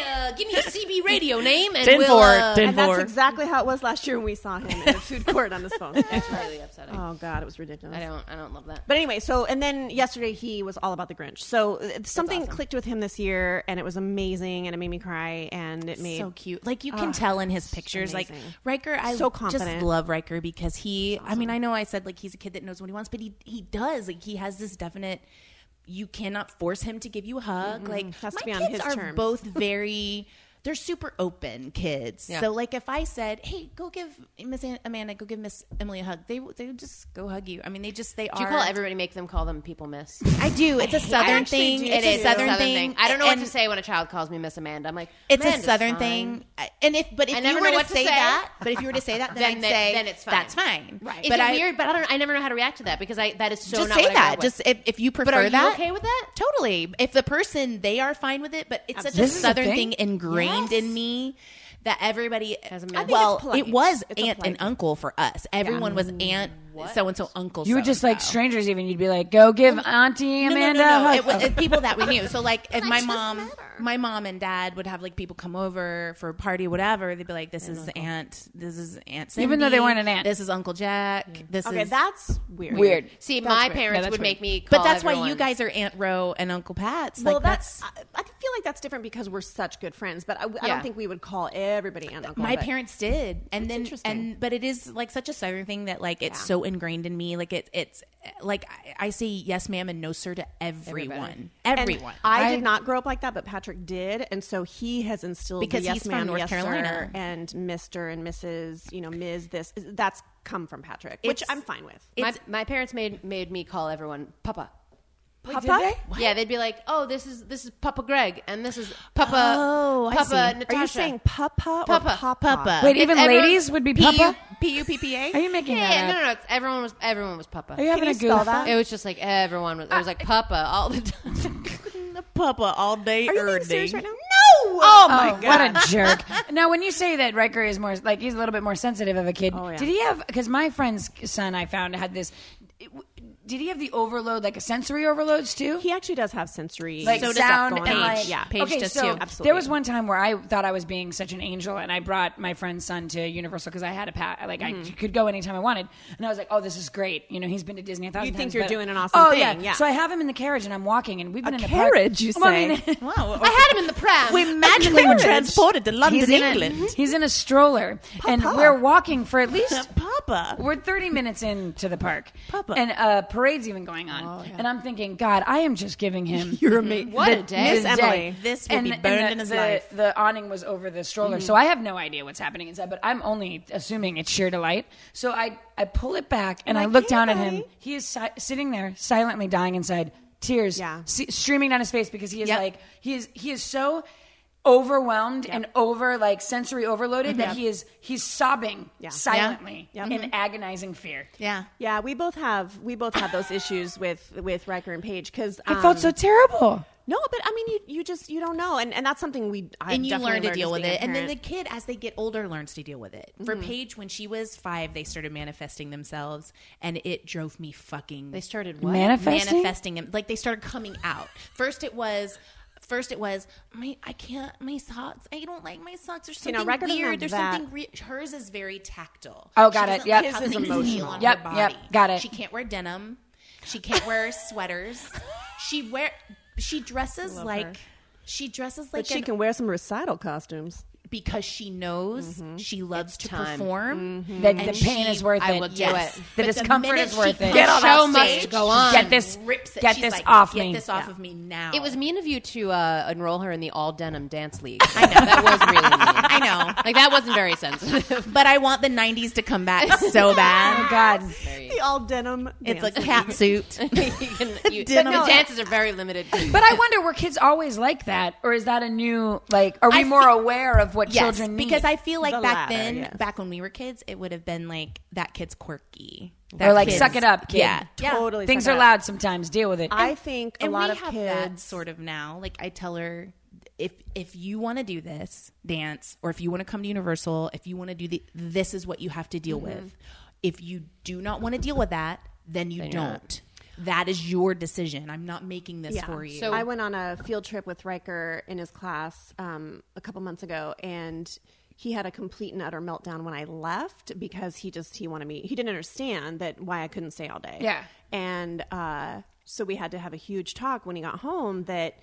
[SPEAKER 1] uh, give me your CB radio name and
[SPEAKER 2] Ten
[SPEAKER 1] we'll.
[SPEAKER 2] four,
[SPEAKER 1] uh,
[SPEAKER 2] ten
[SPEAKER 3] And that's
[SPEAKER 2] four.
[SPEAKER 3] exactly how it was last year when we saw him in a food court on his phone.
[SPEAKER 1] That's really upsetting.
[SPEAKER 3] oh God, it was ridiculous.
[SPEAKER 1] I don't. I don't love that.
[SPEAKER 3] But anyway, so and then yesterday he was all about the Grinch. So uh, something clicked with him this year, and it was amazing, and it made me cry, and it made
[SPEAKER 4] so cute. Like you can tell in his pictures. Like
[SPEAKER 3] amazing.
[SPEAKER 4] Riker, I
[SPEAKER 3] So
[SPEAKER 4] just
[SPEAKER 3] confident.
[SPEAKER 4] love Riker because he. I mean, I know I said like he's a kid that knows what he wants, but he he does. Like he has this definite. You cannot force him to give you a hug. Like
[SPEAKER 3] Has to
[SPEAKER 4] my
[SPEAKER 3] be on
[SPEAKER 4] kids
[SPEAKER 3] his
[SPEAKER 4] are
[SPEAKER 3] terms.
[SPEAKER 4] both very. They're super open kids. So like if I said, "Hey, go give Miss An- Amanda, go give Miss Emily a hug," they would- they would just go hug you. I mean, they just they
[SPEAKER 1] Do
[SPEAKER 4] are.
[SPEAKER 1] you call everybody make them call them people miss?
[SPEAKER 4] I do. It's a southern
[SPEAKER 3] actually
[SPEAKER 4] thing.
[SPEAKER 3] do
[SPEAKER 4] It's
[SPEAKER 3] too.
[SPEAKER 4] a southern thing.
[SPEAKER 1] I don't know what
[SPEAKER 4] And-
[SPEAKER 1] to say when a child calls me Miss Amanda. I'm like,
[SPEAKER 4] It's
[SPEAKER 1] "Amanda's
[SPEAKER 4] a southern
[SPEAKER 1] fine."
[SPEAKER 4] thing, I- and if but if
[SPEAKER 1] never
[SPEAKER 4] you were
[SPEAKER 1] know
[SPEAKER 4] to
[SPEAKER 1] what to
[SPEAKER 4] say,
[SPEAKER 1] say.
[SPEAKER 4] that, but if you were to say that, then,
[SPEAKER 1] Then
[SPEAKER 4] I'd
[SPEAKER 1] that-
[SPEAKER 4] say
[SPEAKER 1] then it's fine.
[SPEAKER 4] That's fine,
[SPEAKER 1] Right.
[SPEAKER 4] But
[SPEAKER 1] but
[SPEAKER 4] I
[SPEAKER 1] weird? But I don't. I never know how to react to that because I that is so.
[SPEAKER 4] just
[SPEAKER 1] not
[SPEAKER 4] say
[SPEAKER 1] what I grew
[SPEAKER 4] that.
[SPEAKER 1] up with.
[SPEAKER 4] Just if, if you prefer
[SPEAKER 1] But are you
[SPEAKER 4] that,
[SPEAKER 1] okay with that?
[SPEAKER 4] totally. If the person they are fine with it, but it's
[SPEAKER 2] This
[SPEAKER 4] such a
[SPEAKER 2] is a
[SPEAKER 4] southern
[SPEAKER 2] thing?
[SPEAKER 4] thing ingrained in me that everybody.
[SPEAKER 1] As a man. I think
[SPEAKER 4] well,
[SPEAKER 3] it's polite.
[SPEAKER 4] it was
[SPEAKER 3] It's a
[SPEAKER 4] aunt and
[SPEAKER 3] polite-
[SPEAKER 4] uncle for us. Everyone was aunt so and so, uncle.
[SPEAKER 2] You were just like
[SPEAKER 4] so-and-so.
[SPEAKER 2] strangers, even you'd be like, "Go give Auntie
[SPEAKER 4] No,
[SPEAKER 2] Amanda
[SPEAKER 4] No, no,
[SPEAKER 2] a
[SPEAKER 4] no.
[SPEAKER 2] hug."
[SPEAKER 4] It was, it, people that we knew. So like, if my
[SPEAKER 3] just
[SPEAKER 4] mom,
[SPEAKER 3] met her.
[SPEAKER 4] my mom and dad would have like people come over for a party, whatever. They'd be like, "This is aunt. This is aunt." Cindy,
[SPEAKER 2] Even though they weren't an aunt.
[SPEAKER 4] This is Uncle Jack. This
[SPEAKER 3] okay.
[SPEAKER 4] is
[SPEAKER 3] That's weird.
[SPEAKER 2] weird.
[SPEAKER 1] See, my
[SPEAKER 2] weird.
[SPEAKER 1] parents
[SPEAKER 2] No, that's
[SPEAKER 1] would
[SPEAKER 2] weird.
[SPEAKER 1] make me. Call
[SPEAKER 4] But that's why you
[SPEAKER 1] everyone.
[SPEAKER 4] guys are Aunt Ro and Uncle Pat's.
[SPEAKER 3] Well,
[SPEAKER 4] like,
[SPEAKER 3] that's, I, I feel like that's different because we're such good friends, but I, I
[SPEAKER 1] Yeah.
[SPEAKER 3] don't think we would call everybody aunt uncle.
[SPEAKER 4] my
[SPEAKER 3] but-
[SPEAKER 4] parents did, and then
[SPEAKER 3] interesting.
[SPEAKER 4] and but it is like such a southern thing that like it's so ingrained in me. Like it, it's like I, I say yes, ma'am, and no, sir to everyone,
[SPEAKER 3] And
[SPEAKER 4] everyone.
[SPEAKER 3] I, did not grow up like that, but Patrick did, and so he has instilled the
[SPEAKER 4] Because
[SPEAKER 3] yes,
[SPEAKER 4] he's from
[SPEAKER 3] ma'am,
[SPEAKER 4] North
[SPEAKER 3] yes, sir,
[SPEAKER 4] Carolina.
[SPEAKER 3] and Mister and Mrs. You know, Ms. This that's come from Patrick, which
[SPEAKER 4] It's-
[SPEAKER 3] I'm fine with.
[SPEAKER 1] My, my parents made made me call everyone Papa.
[SPEAKER 3] Papa?
[SPEAKER 1] Yeah, they'd be like, "Oh, this is this is Papa Greg, and this is Papa
[SPEAKER 4] Oh, I
[SPEAKER 1] Papa
[SPEAKER 4] see.
[SPEAKER 1] Natasha."
[SPEAKER 3] Are you saying Papa or
[SPEAKER 1] Papa.
[SPEAKER 3] Papa?
[SPEAKER 4] Papa.
[SPEAKER 2] Wait,
[SPEAKER 1] It's
[SPEAKER 2] even
[SPEAKER 1] everyone-
[SPEAKER 2] ladies would be
[SPEAKER 1] P U-
[SPEAKER 2] Papa.
[SPEAKER 4] P U P P A.
[SPEAKER 2] Are you making
[SPEAKER 1] Yeah,
[SPEAKER 2] that
[SPEAKER 1] yeah,
[SPEAKER 2] up?
[SPEAKER 1] no, no, no. It's, everyone was everyone was Papa.
[SPEAKER 2] Are you having
[SPEAKER 3] you
[SPEAKER 2] a Uh, goof? Oh
[SPEAKER 3] spell that?
[SPEAKER 1] It was just like everyone was. It was like Papa all the time.
[SPEAKER 4] Papa all day.
[SPEAKER 3] Are you being
[SPEAKER 4] er,
[SPEAKER 3] serious
[SPEAKER 4] day.
[SPEAKER 3] right now? No. Oh my
[SPEAKER 2] Oh, what a jerk! now, when you say that Riker is more like Oh, he's a little bit more sensitive of a kid,
[SPEAKER 3] yeah.
[SPEAKER 2] did he have? Because my friend's son, I found had this Did he have the overload, like a sensory overloads too?
[SPEAKER 3] He actually does have sensory.
[SPEAKER 2] like
[SPEAKER 4] so does
[SPEAKER 2] sound
[SPEAKER 4] Upgoing.
[SPEAKER 2] and
[SPEAKER 4] Page.
[SPEAKER 2] like
[SPEAKER 4] Yeah. Page
[SPEAKER 2] okay,
[SPEAKER 4] does
[SPEAKER 2] so
[SPEAKER 4] too.
[SPEAKER 2] There
[SPEAKER 3] Absolutely.
[SPEAKER 2] was one time where I thought I was being such an angel, and I brought my friend's son to Universal because I had a pat, like
[SPEAKER 3] Mm-hmm.
[SPEAKER 2] I could go anytime I wanted, and I was like, "Oh, this is great!" You know, he's been to Disney a thousand
[SPEAKER 3] You think
[SPEAKER 2] times,
[SPEAKER 3] you're
[SPEAKER 2] but-
[SPEAKER 3] doing an awesome
[SPEAKER 2] oh,
[SPEAKER 3] thing,
[SPEAKER 2] Yeah.
[SPEAKER 3] yeah.
[SPEAKER 2] So I have him in the carriage, and I'm walking, and we've been in a
[SPEAKER 3] carriage, you
[SPEAKER 2] Well, I mean-
[SPEAKER 3] say?
[SPEAKER 4] Wow.
[SPEAKER 1] I had him in the pram.
[SPEAKER 4] We magically were
[SPEAKER 2] carriage.
[SPEAKER 4] transported to London,
[SPEAKER 2] He's in Mm-hmm. a-
[SPEAKER 4] England.
[SPEAKER 2] he's in a stroller, and
[SPEAKER 4] Papa.
[SPEAKER 2] we're walking for at least
[SPEAKER 4] Papa.
[SPEAKER 2] We're 30 minutes into the park.
[SPEAKER 4] Papa.
[SPEAKER 2] And a parade's even going on.
[SPEAKER 3] Oh,
[SPEAKER 2] And I'm thinking, God, I am just giving him.
[SPEAKER 4] You're amazing.
[SPEAKER 1] what a day.
[SPEAKER 3] Miss Emily.
[SPEAKER 4] This will be burned
[SPEAKER 2] the,
[SPEAKER 4] in his
[SPEAKER 2] the,
[SPEAKER 4] life. Mm-hmm.
[SPEAKER 2] The awning was over the stroller, so I have no idea what's happening inside. But I'm only assuming it's sheer delight. So I I pull it back and I
[SPEAKER 3] like,
[SPEAKER 2] look
[SPEAKER 3] "Hey,
[SPEAKER 2] down at
[SPEAKER 3] buddy."
[SPEAKER 2] him. He is si- sitting there silently dying inside, tears
[SPEAKER 3] Yeah.
[SPEAKER 2] se- streaming down his face because he is
[SPEAKER 4] Yep.
[SPEAKER 2] like he is he is so overwhelmed and over like sensory overloaded that
[SPEAKER 4] Mm-hmm.
[SPEAKER 2] he is he's sobbing silently
[SPEAKER 3] Yeah.
[SPEAKER 2] in agonizing fear.
[SPEAKER 4] Yeah.
[SPEAKER 3] Yeah, we both have we both have those issues with with Riker and Paige because
[SPEAKER 2] I felt so terrible.
[SPEAKER 3] No, but I mean, you you just you don't know, and and that's something we I
[SPEAKER 4] and you
[SPEAKER 3] definitely
[SPEAKER 4] learn to
[SPEAKER 3] learned
[SPEAKER 4] deal
[SPEAKER 3] as
[SPEAKER 4] with
[SPEAKER 3] being a
[SPEAKER 4] it. And then the
[SPEAKER 3] parent. Mm-hmm.
[SPEAKER 4] kid, as they get older, learns to deal with it. For Paige, when she was five, they started manifesting themselves, and it drove me fucking.
[SPEAKER 1] They started what?
[SPEAKER 2] Manifesting?
[SPEAKER 4] manifesting them. Like they started coming out. First, it was. First, it was my I can't my socks. I don't like my socks. There's
[SPEAKER 3] You know,
[SPEAKER 4] something
[SPEAKER 3] Riker doesn't
[SPEAKER 4] weird.
[SPEAKER 3] have
[SPEAKER 4] There's
[SPEAKER 3] that.
[SPEAKER 4] something. Re- hers is very tactile.
[SPEAKER 2] Oh, got it. Yep. His
[SPEAKER 4] is
[SPEAKER 3] emotional.
[SPEAKER 4] On
[SPEAKER 2] Yep,
[SPEAKER 4] her body.
[SPEAKER 2] yep, got it.
[SPEAKER 4] She can't wear denim. She can't wear sweaters. She wear. She dresses like. She dresses like
[SPEAKER 3] but she
[SPEAKER 4] an
[SPEAKER 3] can wear some recital costumes.
[SPEAKER 4] because she knows
[SPEAKER 2] Mm-hmm.
[SPEAKER 4] she loves to
[SPEAKER 1] time.
[SPEAKER 4] perform.
[SPEAKER 2] That
[SPEAKER 4] And
[SPEAKER 2] Mm-hmm. the pain
[SPEAKER 4] she-
[SPEAKER 2] is worth it.
[SPEAKER 1] I will do
[SPEAKER 4] Yes.
[SPEAKER 1] it.
[SPEAKER 4] But
[SPEAKER 2] The discomfort
[SPEAKER 4] minute
[SPEAKER 2] is
[SPEAKER 4] she
[SPEAKER 2] worth it.
[SPEAKER 4] comes
[SPEAKER 1] Get
[SPEAKER 4] on
[SPEAKER 1] on that
[SPEAKER 4] stage,
[SPEAKER 1] stage. Go on.
[SPEAKER 2] Get this.
[SPEAKER 4] rips it.
[SPEAKER 2] Get
[SPEAKER 4] She's
[SPEAKER 2] this
[SPEAKER 4] like,
[SPEAKER 2] off
[SPEAKER 4] get
[SPEAKER 2] me.
[SPEAKER 4] this off of me now.
[SPEAKER 1] It was mean of you to uh, enroll her in the all denim dance league. I know that was really mean.
[SPEAKER 4] I know,
[SPEAKER 1] Like that wasn't very sensitive.
[SPEAKER 4] but I want the '90s to come back so bad.
[SPEAKER 2] Oh, God.
[SPEAKER 3] The all denim.
[SPEAKER 4] It's a cat suit.
[SPEAKER 1] you can, you,
[SPEAKER 4] Denim
[SPEAKER 1] the
[SPEAKER 4] dance.
[SPEAKER 1] dances are very limited.
[SPEAKER 2] But I wonder, were kids always like that, or is that a new like? Are we
[SPEAKER 4] I
[SPEAKER 2] more
[SPEAKER 4] fe-
[SPEAKER 2] aware of what
[SPEAKER 4] yes,
[SPEAKER 2] children need?
[SPEAKER 4] because I feel like
[SPEAKER 3] The
[SPEAKER 4] back
[SPEAKER 3] latter,
[SPEAKER 4] then,
[SPEAKER 3] yes.
[SPEAKER 4] back when we were kids, it would have been like that kid's quirky.
[SPEAKER 2] or
[SPEAKER 4] That
[SPEAKER 2] like,
[SPEAKER 4] kid's-
[SPEAKER 2] suck it up, kid.
[SPEAKER 4] Yeah,
[SPEAKER 3] totally.
[SPEAKER 2] Things
[SPEAKER 3] suck
[SPEAKER 2] are
[SPEAKER 3] up.
[SPEAKER 2] loud sometimes. Deal with it.
[SPEAKER 3] I think a
[SPEAKER 4] and
[SPEAKER 3] lot
[SPEAKER 4] we
[SPEAKER 3] of
[SPEAKER 4] have that
[SPEAKER 3] kids
[SPEAKER 4] sort of now. Like I tell her, if if you want to do this dance, or if you want to come to Universal, if you want to do the, this is what you have to deal with. If you do not want to deal with that, then you don't. That is your decision. I'm not making this
[SPEAKER 3] Yeah.
[SPEAKER 4] for you.
[SPEAKER 1] So-
[SPEAKER 3] I went on a field trip with Riker in his class um, a couple months ago, and he had a complete and utter meltdown when I left because he just he wanted me. He didn't understand that why I couldn't stay all day.
[SPEAKER 2] Yeah.
[SPEAKER 3] and uh, so we had to have a huge talk when he got home that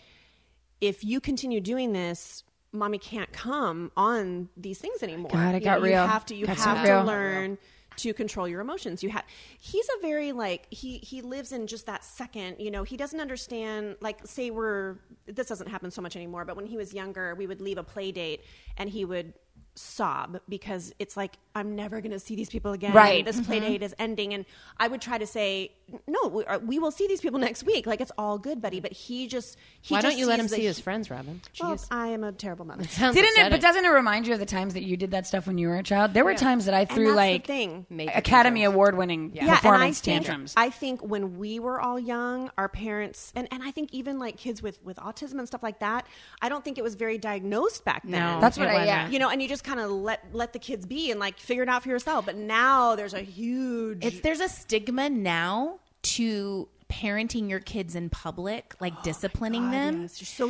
[SPEAKER 3] if you continue doing this. Mommy can't come on these things anymore.
[SPEAKER 2] God, it
[SPEAKER 3] You
[SPEAKER 2] got
[SPEAKER 3] know,
[SPEAKER 2] real.
[SPEAKER 3] You have to. You
[SPEAKER 2] Got so
[SPEAKER 3] have
[SPEAKER 2] real.
[SPEAKER 3] to learn to control your emotions. You have. He's a very like he he lives in just that second. You know, he doesn't understand. Like, say we're this doesn't happen so much anymore, but when he was younger, we would leave a play date and he would sob because it's like I'm never going to see these people again.
[SPEAKER 2] Right.
[SPEAKER 3] This
[SPEAKER 1] Mm-hmm.
[SPEAKER 3] play date is ending, and I would try to say no. We, uh, we will see these people next week. Like it's all good, buddy. But he just he
[SPEAKER 1] Why don't
[SPEAKER 3] just
[SPEAKER 1] you let
[SPEAKER 3] sees
[SPEAKER 1] him
[SPEAKER 3] that
[SPEAKER 1] see his
[SPEAKER 3] he-
[SPEAKER 1] friends, Robin?
[SPEAKER 3] Well,
[SPEAKER 1] Jeez.
[SPEAKER 3] I am a terrible mother.
[SPEAKER 1] Sounds
[SPEAKER 2] Didn't it?
[SPEAKER 1] upsetting.
[SPEAKER 2] But doesn't it remind you of the times that you did that stuff when you were a child? There were times that I threw
[SPEAKER 3] that's the
[SPEAKER 2] like
[SPEAKER 3] thing.
[SPEAKER 1] Major
[SPEAKER 2] Academy
[SPEAKER 1] tantrums.
[SPEAKER 2] Award winning
[SPEAKER 3] and
[SPEAKER 2] performance
[SPEAKER 3] I think,
[SPEAKER 2] tantrums.
[SPEAKER 3] I think when we were all young, our parents and, and I think even like kids with, with autism and stuff like that, I don't think it was very diagnosed back then.
[SPEAKER 2] That's what
[SPEAKER 4] it
[SPEAKER 2] I-
[SPEAKER 4] wasn't.
[SPEAKER 2] yeah.
[SPEAKER 3] you know, and you just kind of let let the kids be and like figure it out for yourself. But now there's a huge
[SPEAKER 4] It's there's a stigma now to parenting your kids in public, like disciplining them.
[SPEAKER 3] Oh yes. You're so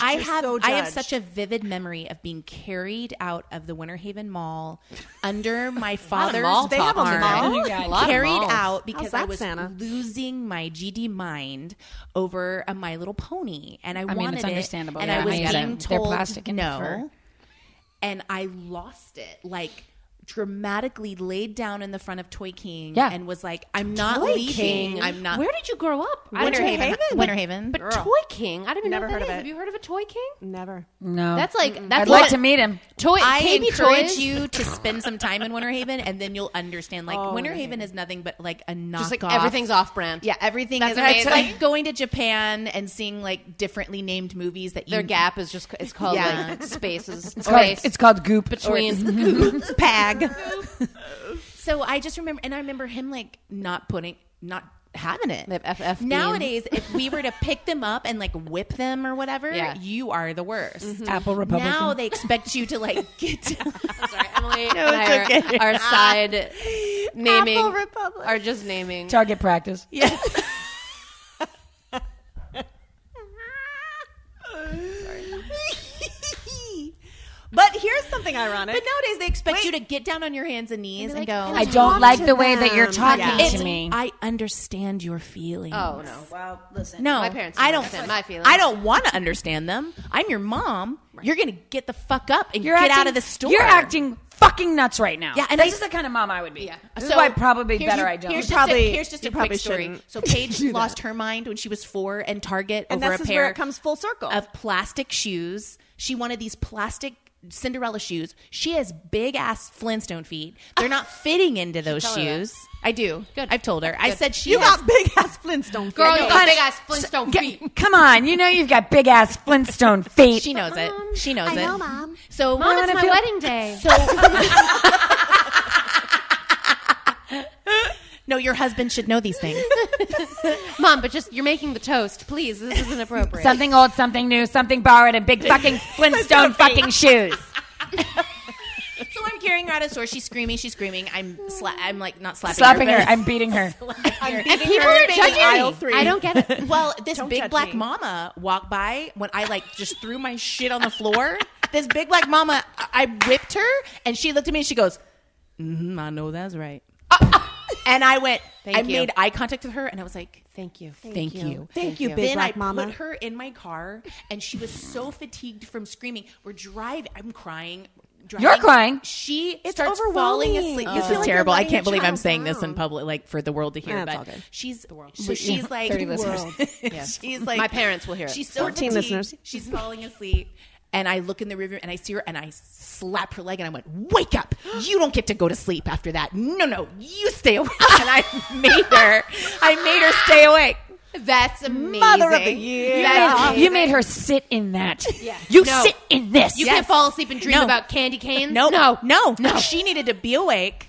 [SPEAKER 4] Like I
[SPEAKER 3] You're
[SPEAKER 4] have,
[SPEAKER 3] so
[SPEAKER 4] I have
[SPEAKER 3] judged.
[SPEAKER 4] such a vivid memory of being carried out of the Winter Haven Mall under my father's
[SPEAKER 1] mall
[SPEAKER 4] they
[SPEAKER 1] top
[SPEAKER 4] have
[SPEAKER 1] on
[SPEAKER 4] a
[SPEAKER 1] there.
[SPEAKER 4] mall
[SPEAKER 1] You got a lot of
[SPEAKER 4] carried
[SPEAKER 1] malls.
[SPEAKER 4] out because I
[SPEAKER 3] that,
[SPEAKER 4] was
[SPEAKER 3] Santa?
[SPEAKER 4] losing my GD mind over a My Little Pony, and I,
[SPEAKER 2] mean,
[SPEAKER 4] wanted
[SPEAKER 2] it's
[SPEAKER 4] it,
[SPEAKER 2] understandable.
[SPEAKER 4] and
[SPEAKER 2] Yeah,
[SPEAKER 4] I was
[SPEAKER 2] I get it.
[SPEAKER 4] being
[SPEAKER 2] They're
[SPEAKER 4] told
[SPEAKER 2] plastic and
[SPEAKER 4] no
[SPEAKER 2] fur.
[SPEAKER 4] and I lost it like dramatically laid down in the front of Toy King
[SPEAKER 2] Yeah.
[SPEAKER 4] and was like, I'm not leaving. I'm not.
[SPEAKER 1] Where did you grow up? I
[SPEAKER 4] Winter
[SPEAKER 1] don't-
[SPEAKER 4] Haven.
[SPEAKER 3] Haven?
[SPEAKER 4] Winter Haven.
[SPEAKER 1] But Toy King, I don't even
[SPEAKER 3] Never
[SPEAKER 1] know what that
[SPEAKER 3] heard of
[SPEAKER 1] is.
[SPEAKER 3] it.
[SPEAKER 1] Have you heard of a Toy King?
[SPEAKER 3] never.
[SPEAKER 2] no,
[SPEAKER 1] That's like that's
[SPEAKER 2] I'd like
[SPEAKER 1] what-
[SPEAKER 2] to meet him.
[SPEAKER 1] Toy.
[SPEAKER 4] I
[SPEAKER 1] KB
[SPEAKER 4] encourage
[SPEAKER 1] toys.
[SPEAKER 4] you to spend some time in Winter Haven, and then you'll understand. Like Winter Haven is nothing but like a knockoff.
[SPEAKER 1] Oh, Just like everything's off brand.
[SPEAKER 4] Yeah, everything
[SPEAKER 1] That's
[SPEAKER 4] is
[SPEAKER 1] amazing.
[SPEAKER 4] It's like going to Japan and seeing like differently named movies that you
[SPEAKER 1] Their gap is just it's called
[SPEAKER 4] Yeah.
[SPEAKER 1] like spaces.
[SPEAKER 2] It's called, it's called Goop.
[SPEAKER 1] between.
[SPEAKER 4] pag. so I just remember, and I remember him like not putting, not having it.
[SPEAKER 1] They have FF
[SPEAKER 4] Nowadays, if we were to pick them up and like whip them or whatever,
[SPEAKER 1] Yeah.
[SPEAKER 4] you are the worst.
[SPEAKER 2] Apple Republican.
[SPEAKER 4] Now they expect you to like get.
[SPEAKER 1] Sorry, Emily
[SPEAKER 4] No,
[SPEAKER 1] and
[SPEAKER 4] it's
[SPEAKER 1] I are-
[SPEAKER 4] okay.
[SPEAKER 1] are, side naming
[SPEAKER 3] Apple Republic.
[SPEAKER 1] are just naming.
[SPEAKER 2] Target practice.
[SPEAKER 4] Yeah.
[SPEAKER 3] but here's something ironic.
[SPEAKER 4] But nowadays they expect you to get down on your hands and knees and,
[SPEAKER 3] like,
[SPEAKER 4] go.
[SPEAKER 3] "Oh,
[SPEAKER 2] I
[SPEAKER 3] Talk
[SPEAKER 2] don't like
[SPEAKER 3] to
[SPEAKER 2] the way that you're
[SPEAKER 3] them.
[SPEAKER 2] talking
[SPEAKER 3] Yeah.
[SPEAKER 2] to
[SPEAKER 4] It's-
[SPEAKER 2] me.
[SPEAKER 4] I understand your feelings.
[SPEAKER 1] Oh no!
[SPEAKER 5] Well, listen.
[SPEAKER 4] No,
[SPEAKER 1] My parents
[SPEAKER 4] I don't
[SPEAKER 1] understand my feelings.
[SPEAKER 4] I don't want to understand them. I'm your mom. You're gonna get the fuck up and get out of the store.
[SPEAKER 2] You're acting fucking nuts right now.
[SPEAKER 4] Yeah, and
[SPEAKER 2] this
[SPEAKER 4] I-
[SPEAKER 2] is the kind of mom I would be.
[SPEAKER 4] Yeah.
[SPEAKER 2] This is why probably
[SPEAKER 4] here's
[SPEAKER 2] better
[SPEAKER 4] you-
[SPEAKER 2] I don't.
[SPEAKER 4] Here's
[SPEAKER 3] You
[SPEAKER 4] just
[SPEAKER 3] probably-
[SPEAKER 4] a, here's just a
[SPEAKER 3] you probably
[SPEAKER 4] quick story.
[SPEAKER 3] shouldn't
[SPEAKER 4] So Paige
[SPEAKER 3] do that.
[SPEAKER 4] lost her mind when she was four, and Target
[SPEAKER 3] and
[SPEAKER 4] over
[SPEAKER 3] this
[SPEAKER 4] a
[SPEAKER 3] is
[SPEAKER 4] pair
[SPEAKER 3] where it comes full circle.
[SPEAKER 4] of plastic shoes. She wanted these plastic Cinderella shoes. She has big ass Flintstone feet. They're not fitting into those shoes. I do. Good. I've told her. I said she
[SPEAKER 3] you
[SPEAKER 4] has
[SPEAKER 3] got big ass Flintstone.
[SPEAKER 1] Girl,
[SPEAKER 3] feet.
[SPEAKER 1] you got big ass Flintstone feet.
[SPEAKER 2] Come on, you know you've got big ass Flintstone feet.
[SPEAKER 4] she knows it. She knows
[SPEAKER 3] I
[SPEAKER 4] it.
[SPEAKER 3] know, Mom.
[SPEAKER 4] So
[SPEAKER 1] Mom,
[SPEAKER 2] wanna
[SPEAKER 1] it's my
[SPEAKER 2] feel-
[SPEAKER 1] wedding day.
[SPEAKER 4] no, your husband should know these things.
[SPEAKER 1] Mom, but just you're making the toast, please. This is inappropriate.
[SPEAKER 2] Something old, something new, something borrowed, and big fucking Flintstone fucking shoes.
[SPEAKER 4] so I'm carrying her out of the store. She's screaming. She's screaming. I'm sla- I'm like not slapping,
[SPEAKER 2] Slapping her,
[SPEAKER 4] but-
[SPEAKER 2] I'm beating her.
[SPEAKER 4] and
[SPEAKER 3] beating
[SPEAKER 4] people
[SPEAKER 3] her
[SPEAKER 4] are
[SPEAKER 3] in
[SPEAKER 4] judging
[SPEAKER 3] aisle
[SPEAKER 4] me.
[SPEAKER 3] three.
[SPEAKER 4] I don't get it. Well, this
[SPEAKER 3] Don't
[SPEAKER 4] big
[SPEAKER 3] judge
[SPEAKER 4] black
[SPEAKER 3] me.
[SPEAKER 4] mama walked by when I like just threw my shit on the floor. this big black mama, I I whipped her, and she looked at me and she goes, "Mhm, "I know that's right." and I went.
[SPEAKER 1] Thank
[SPEAKER 4] I
[SPEAKER 1] you.
[SPEAKER 4] made eye contact with her, and I was like,
[SPEAKER 1] Thank you.
[SPEAKER 4] Thank you.
[SPEAKER 3] Thank you, big
[SPEAKER 4] Then I
[SPEAKER 3] black mama.
[SPEAKER 4] put her in my car, and she was so fatigued from screaming. We're driving. I'm crying. Driving.
[SPEAKER 2] You're crying?
[SPEAKER 4] She
[SPEAKER 3] It's
[SPEAKER 4] starts falling
[SPEAKER 3] overwhelming.
[SPEAKER 4] asleep.
[SPEAKER 3] You
[SPEAKER 4] This
[SPEAKER 3] feel
[SPEAKER 4] is
[SPEAKER 3] like you're
[SPEAKER 4] terrible. I
[SPEAKER 3] letting
[SPEAKER 4] can't
[SPEAKER 3] your
[SPEAKER 4] believe I'm
[SPEAKER 3] child
[SPEAKER 4] saying this
[SPEAKER 3] down.
[SPEAKER 4] in public, like for the world to hear.
[SPEAKER 3] That's all
[SPEAKER 4] but
[SPEAKER 3] good.
[SPEAKER 4] she's so she's like
[SPEAKER 2] thirty listeners.
[SPEAKER 4] she's like
[SPEAKER 1] My parents will hear it.
[SPEAKER 4] She's so
[SPEAKER 3] 14
[SPEAKER 4] fatigued.
[SPEAKER 3] listeners.
[SPEAKER 4] She's falling asleep. And I look in the river and I see her and I slap her leg and I went, Wake up! You don't get to go to sleep after that. No, no, you stay awake. and I made her, I made her stay awake.
[SPEAKER 1] That's amazing.
[SPEAKER 3] Mother of the year.
[SPEAKER 1] That is
[SPEAKER 2] You made
[SPEAKER 1] amazing.
[SPEAKER 2] her sit in that. You
[SPEAKER 1] No.
[SPEAKER 2] sit in this.
[SPEAKER 1] You can't fall asleep and dream
[SPEAKER 4] No.
[SPEAKER 1] about candy canes.
[SPEAKER 4] No,
[SPEAKER 1] no,
[SPEAKER 4] no, no. She needed to be awake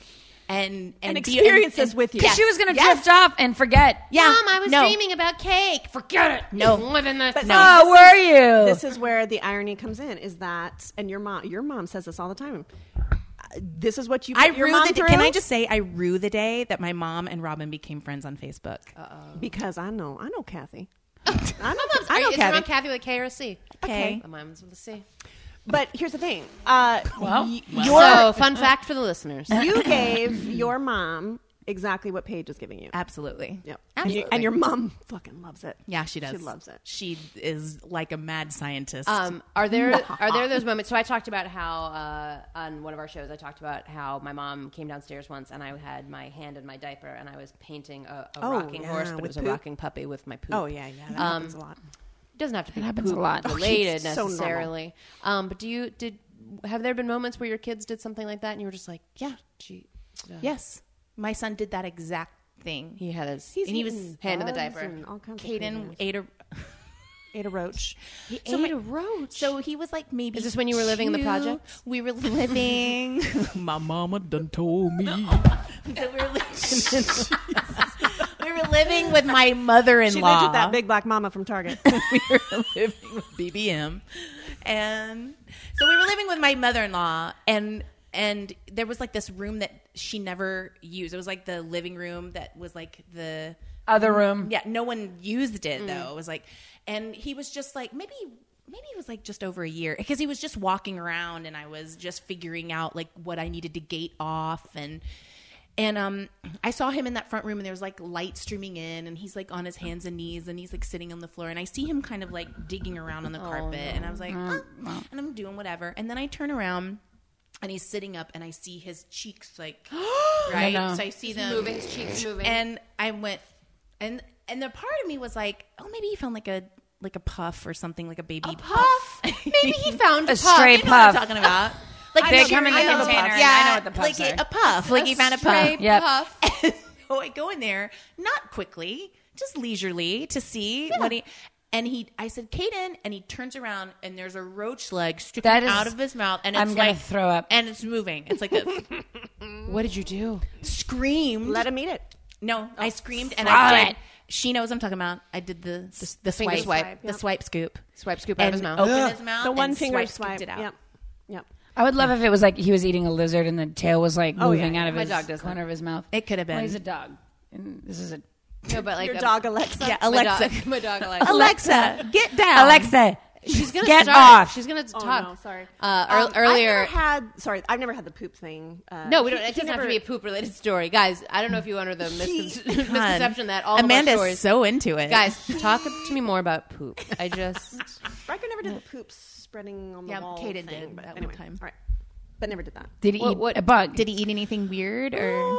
[SPEAKER 4] and and,
[SPEAKER 3] And
[SPEAKER 4] be-
[SPEAKER 3] experience this with you.
[SPEAKER 4] Yes.
[SPEAKER 2] She was gonna drift off and forget.
[SPEAKER 4] yeah.
[SPEAKER 1] Mom, I was
[SPEAKER 4] no.
[SPEAKER 1] dreaming about cake. Forget it.
[SPEAKER 4] No.
[SPEAKER 1] living the
[SPEAKER 3] But
[SPEAKER 4] No.
[SPEAKER 2] Oh, were you?
[SPEAKER 3] this is where the irony comes in is that and your mom your mom says this all the time Uh, this is what you
[SPEAKER 4] I
[SPEAKER 3] put your
[SPEAKER 4] rue the
[SPEAKER 3] mom
[SPEAKER 4] day.
[SPEAKER 3] through
[SPEAKER 4] Can I just say I rue the day that my mom and Robin became friends on Facebook?
[SPEAKER 1] Oh.
[SPEAKER 3] because i know i know kathy i know,
[SPEAKER 1] Are
[SPEAKER 3] I
[SPEAKER 1] you,
[SPEAKER 3] know
[SPEAKER 1] is your mom
[SPEAKER 3] kathy
[SPEAKER 1] Kathy with a K or a C?
[SPEAKER 4] Okay.
[SPEAKER 1] My mom's with a C.
[SPEAKER 3] but here's the thing uh, y-
[SPEAKER 1] So, fun fact for the listeners.
[SPEAKER 3] you gave your mom exactly what paige is giving you
[SPEAKER 4] Absolutely.
[SPEAKER 3] Yep. And, you- and your mom fucking loves it
[SPEAKER 4] Yeah, she does.
[SPEAKER 3] she loves it
[SPEAKER 4] She is like a mad scientist.
[SPEAKER 1] Um, are there are there those moments? So I talked about how uh, on one of our shows I talked about how my mom came downstairs once and I had my hand in my diaper and I was painting a, a
[SPEAKER 3] Oh,
[SPEAKER 1] rocking
[SPEAKER 3] yeah,
[SPEAKER 1] horse, but it
[SPEAKER 3] with
[SPEAKER 1] was a
[SPEAKER 3] poop?
[SPEAKER 1] rocking puppy with my poop.
[SPEAKER 3] oh yeah yeah
[SPEAKER 4] Um,
[SPEAKER 3] that happens a lot
[SPEAKER 1] It doesn't have to be
[SPEAKER 2] happens a
[SPEAKER 1] poop
[SPEAKER 2] lot.
[SPEAKER 1] related
[SPEAKER 3] so normal.
[SPEAKER 1] necessarily. um, but do you did have there been moments where your kids did something like that and you were just like, yeah, gee,
[SPEAKER 4] yes, my son did that exact thing.
[SPEAKER 1] he had his
[SPEAKER 3] He's
[SPEAKER 1] and he was
[SPEAKER 3] eaten
[SPEAKER 1] hand in the
[SPEAKER 3] bugs
[SPEAKER 1] diaper.
[SPEAKER 3] and all kinds of
[SPEAKER 4] Caden
[SPEAKER 3] craziness.
[SPEAKER 4] ate a.
[SPEAKER 3] ada roach
[SPEAKER 4] He
[SPEAKER 1] ate a roach?
[SPEAKER 4] So he was like maybe.
[SPEAKER 1] Is this when you were living in the
[SPEAKER 4] two.
[SPEAKER 1] project?
[SPEAKER 4] We were living.
[SPEAKER 5] My mama done told me.
[SPEAKER 4] So we were living. we were living with my mother-in-law.
[SPEAKER 3] she lived with that big black mama from target
[SPEAKER 4] we were living with BBM, and so we were living with my mother-in-law, and and there was like this room that she never used. It was like the living room that was like the
[SPEAKER 2] Other room.
[SPEAKER 4] yeah, no one used it
[SPEAKER 2] Mm.
[SPEAKER 4] though. It was like, and he was just like maybe. Maybe it was like just over a year because he was just walking around and I was just figuring out like what I needed to gate off and and um I saw him in that front room and there was like light streaming in and he's like on his hands and knees and he's like sitting on the floor and I see him kind of like digging around
[SPEAKER 2] Oh,
[SPEAKER 4] on the carpet and I was like "Ah," and I'm doing whatever and then I turn around and he's sitting up and I see his cheeks like right
[SPEAKER 2] no.
[SPEAKER 4] so I see them
[SPEAKER 1] Moving his cheeks, moving.
[SPEAKER 4] and I went and and the part of me was like, oh, maybe he found like a like a puff or something like a baby
[SPEAKER 1] puff. Maybe he found
[SPEAKER 2] A
[SPEAKER 1] a,
[SPEAKER 2] stray
[SPEAKER 4] You know what I'm
[SPEAKER 2] puff.
[SPEAKER 4] talking about? Like
[SPEAKER 2] They
[SPEAKER 4] the
[SPEAKER 2] come in the container,
[SPEAKER 4] Cheerios puff.
[SPEAKER 2] and I know what the puffs
[SPEAKER 4] like
[SPEAKER 2] are.
[SPEAKER 4] a puff. Like he found a puff.
[SPEAKER 1] Stray
[SPEAKER 2] Yep.
[SPEAKER 1] puff.
[SPEAKER 4] so I go in there, not quickly, just leisurely to see what he. And he, I said, Caden, and he turns around, and there's a roach leg sticking
[SPEAKER 2] That is-
[SPEAKER 4] out of his mouth, and it's
[SPEAKER 2] I'm gonna
[SPEAKER 4] like
[SPEAKER 2] throw up.
[SPEAKER 4] and it's moving. It's like a
[SPEAKER 1] What did you do?
[SPEAKER 4] scream.
[SPEAKER 3] let him eat it
[SPEAKER 4] No, I screamed and
[SPEAKER 2] fuck.
[SPEAKER 4] I did. She knows what I'm talking about. I did the the, the
[SPEAKER 1] finger
[SPEAKER 4] swipe,
[SPEAKER 1] swipe,
[SPEAKER 4] the swipe scoop,
[SPEAKER 1] Swipe scoop out of his mouth.
[SPEAKER 4] opened his mouth,
[SPEAKER 3] the one
[SPEAKER 4] and
[SPEAKER 3] finger
[SPEAKER 4] scooped
[SPEAKER 3] swipe
[SPEAKER 4] it out.
[SPEAKER 3] yep yep
[SPEAKER 2] I would love if it was like he was eating a lizard and the tail was like
[SPEAKER 3] yeah,
[SPEAKER 2] moving out of
[SPEAKER 1] My
[SPEAKER 2] his
[SPEAKER 1] dog does
[SPEAKER 2] corner of his mouth.
[SPEAKER 4] It could have been.
[SPEAKER 2] Well, he's a dog. And this is a
[SPEAKER 1] No, but like
[SPEAKER 3] Your
[SPEAKER 1] a-
[SPEAKER 3] dog Alexa. Um,
[SPEAKER 4] yeah,
[SPEAKER 1] my
[SPEAKER 4] Alexa.
[SPEAKER 1] dog- my dog Alexa.
[SPEAKER 4] Alexa, get down.
[SPEAKER 2] Alexa.
[SPEAKER 1] She's gonna
[SPEAKER 2] Get
[SPEAKER 1] start.
[SPEAKER 2] off.
[SPEAKER 1] She's gonna talk.
[SPEAKER 3] no, sorry.
[SPEAKER 1] Uh,
[SPEAKER 3] Um,
[SPEAKER 1] ear-
[SPEAKER 3] I've
[SPEAKER 1] earlier.
[SPEAKER 3] never had sorry, I've never had the poop thing. Uh,
[SPEAKER 1] no, we don't.
[SPEAKER 3] he-
[SPEAKER 1] It
[SPEAKER 3] he
[SPEAKER 1] doesn't have
[SPEAKER 3] never-
[SPEAKER 1] to be a poop related story, guys. I don't know if you under the miscon- misconception that all
[SPEAKER 4] Amanda's
[SPEAKER 1] of our stories.
[SPEAKER 4] so into it.
[SPEAKER 1] guys, talk to me more about poop. I just
[SPEAKER 3] Riker never did the poop spreading on the
[SPEAKER 4] Yeah,
[SPEAKER 3] wall.
[SPEAKER 4] Kaden
[SPEAKER 3] thing,
[SPEAKER 4] did
[SPEAKER 3] but
[SPEAKER 4] that one
[SPEAKER 3] anyway,
[SPEAKER 4] time.
[SPEAKER 3] All right, but never did that.
[SPEAKER 2] Did he
[SPEAKER 1] What-
[SPEAKER 2] eat
[SPEAKER 1] what-
[SPEAKER 2] a bug?
[SPEAKER 4] did he eat anything weird or?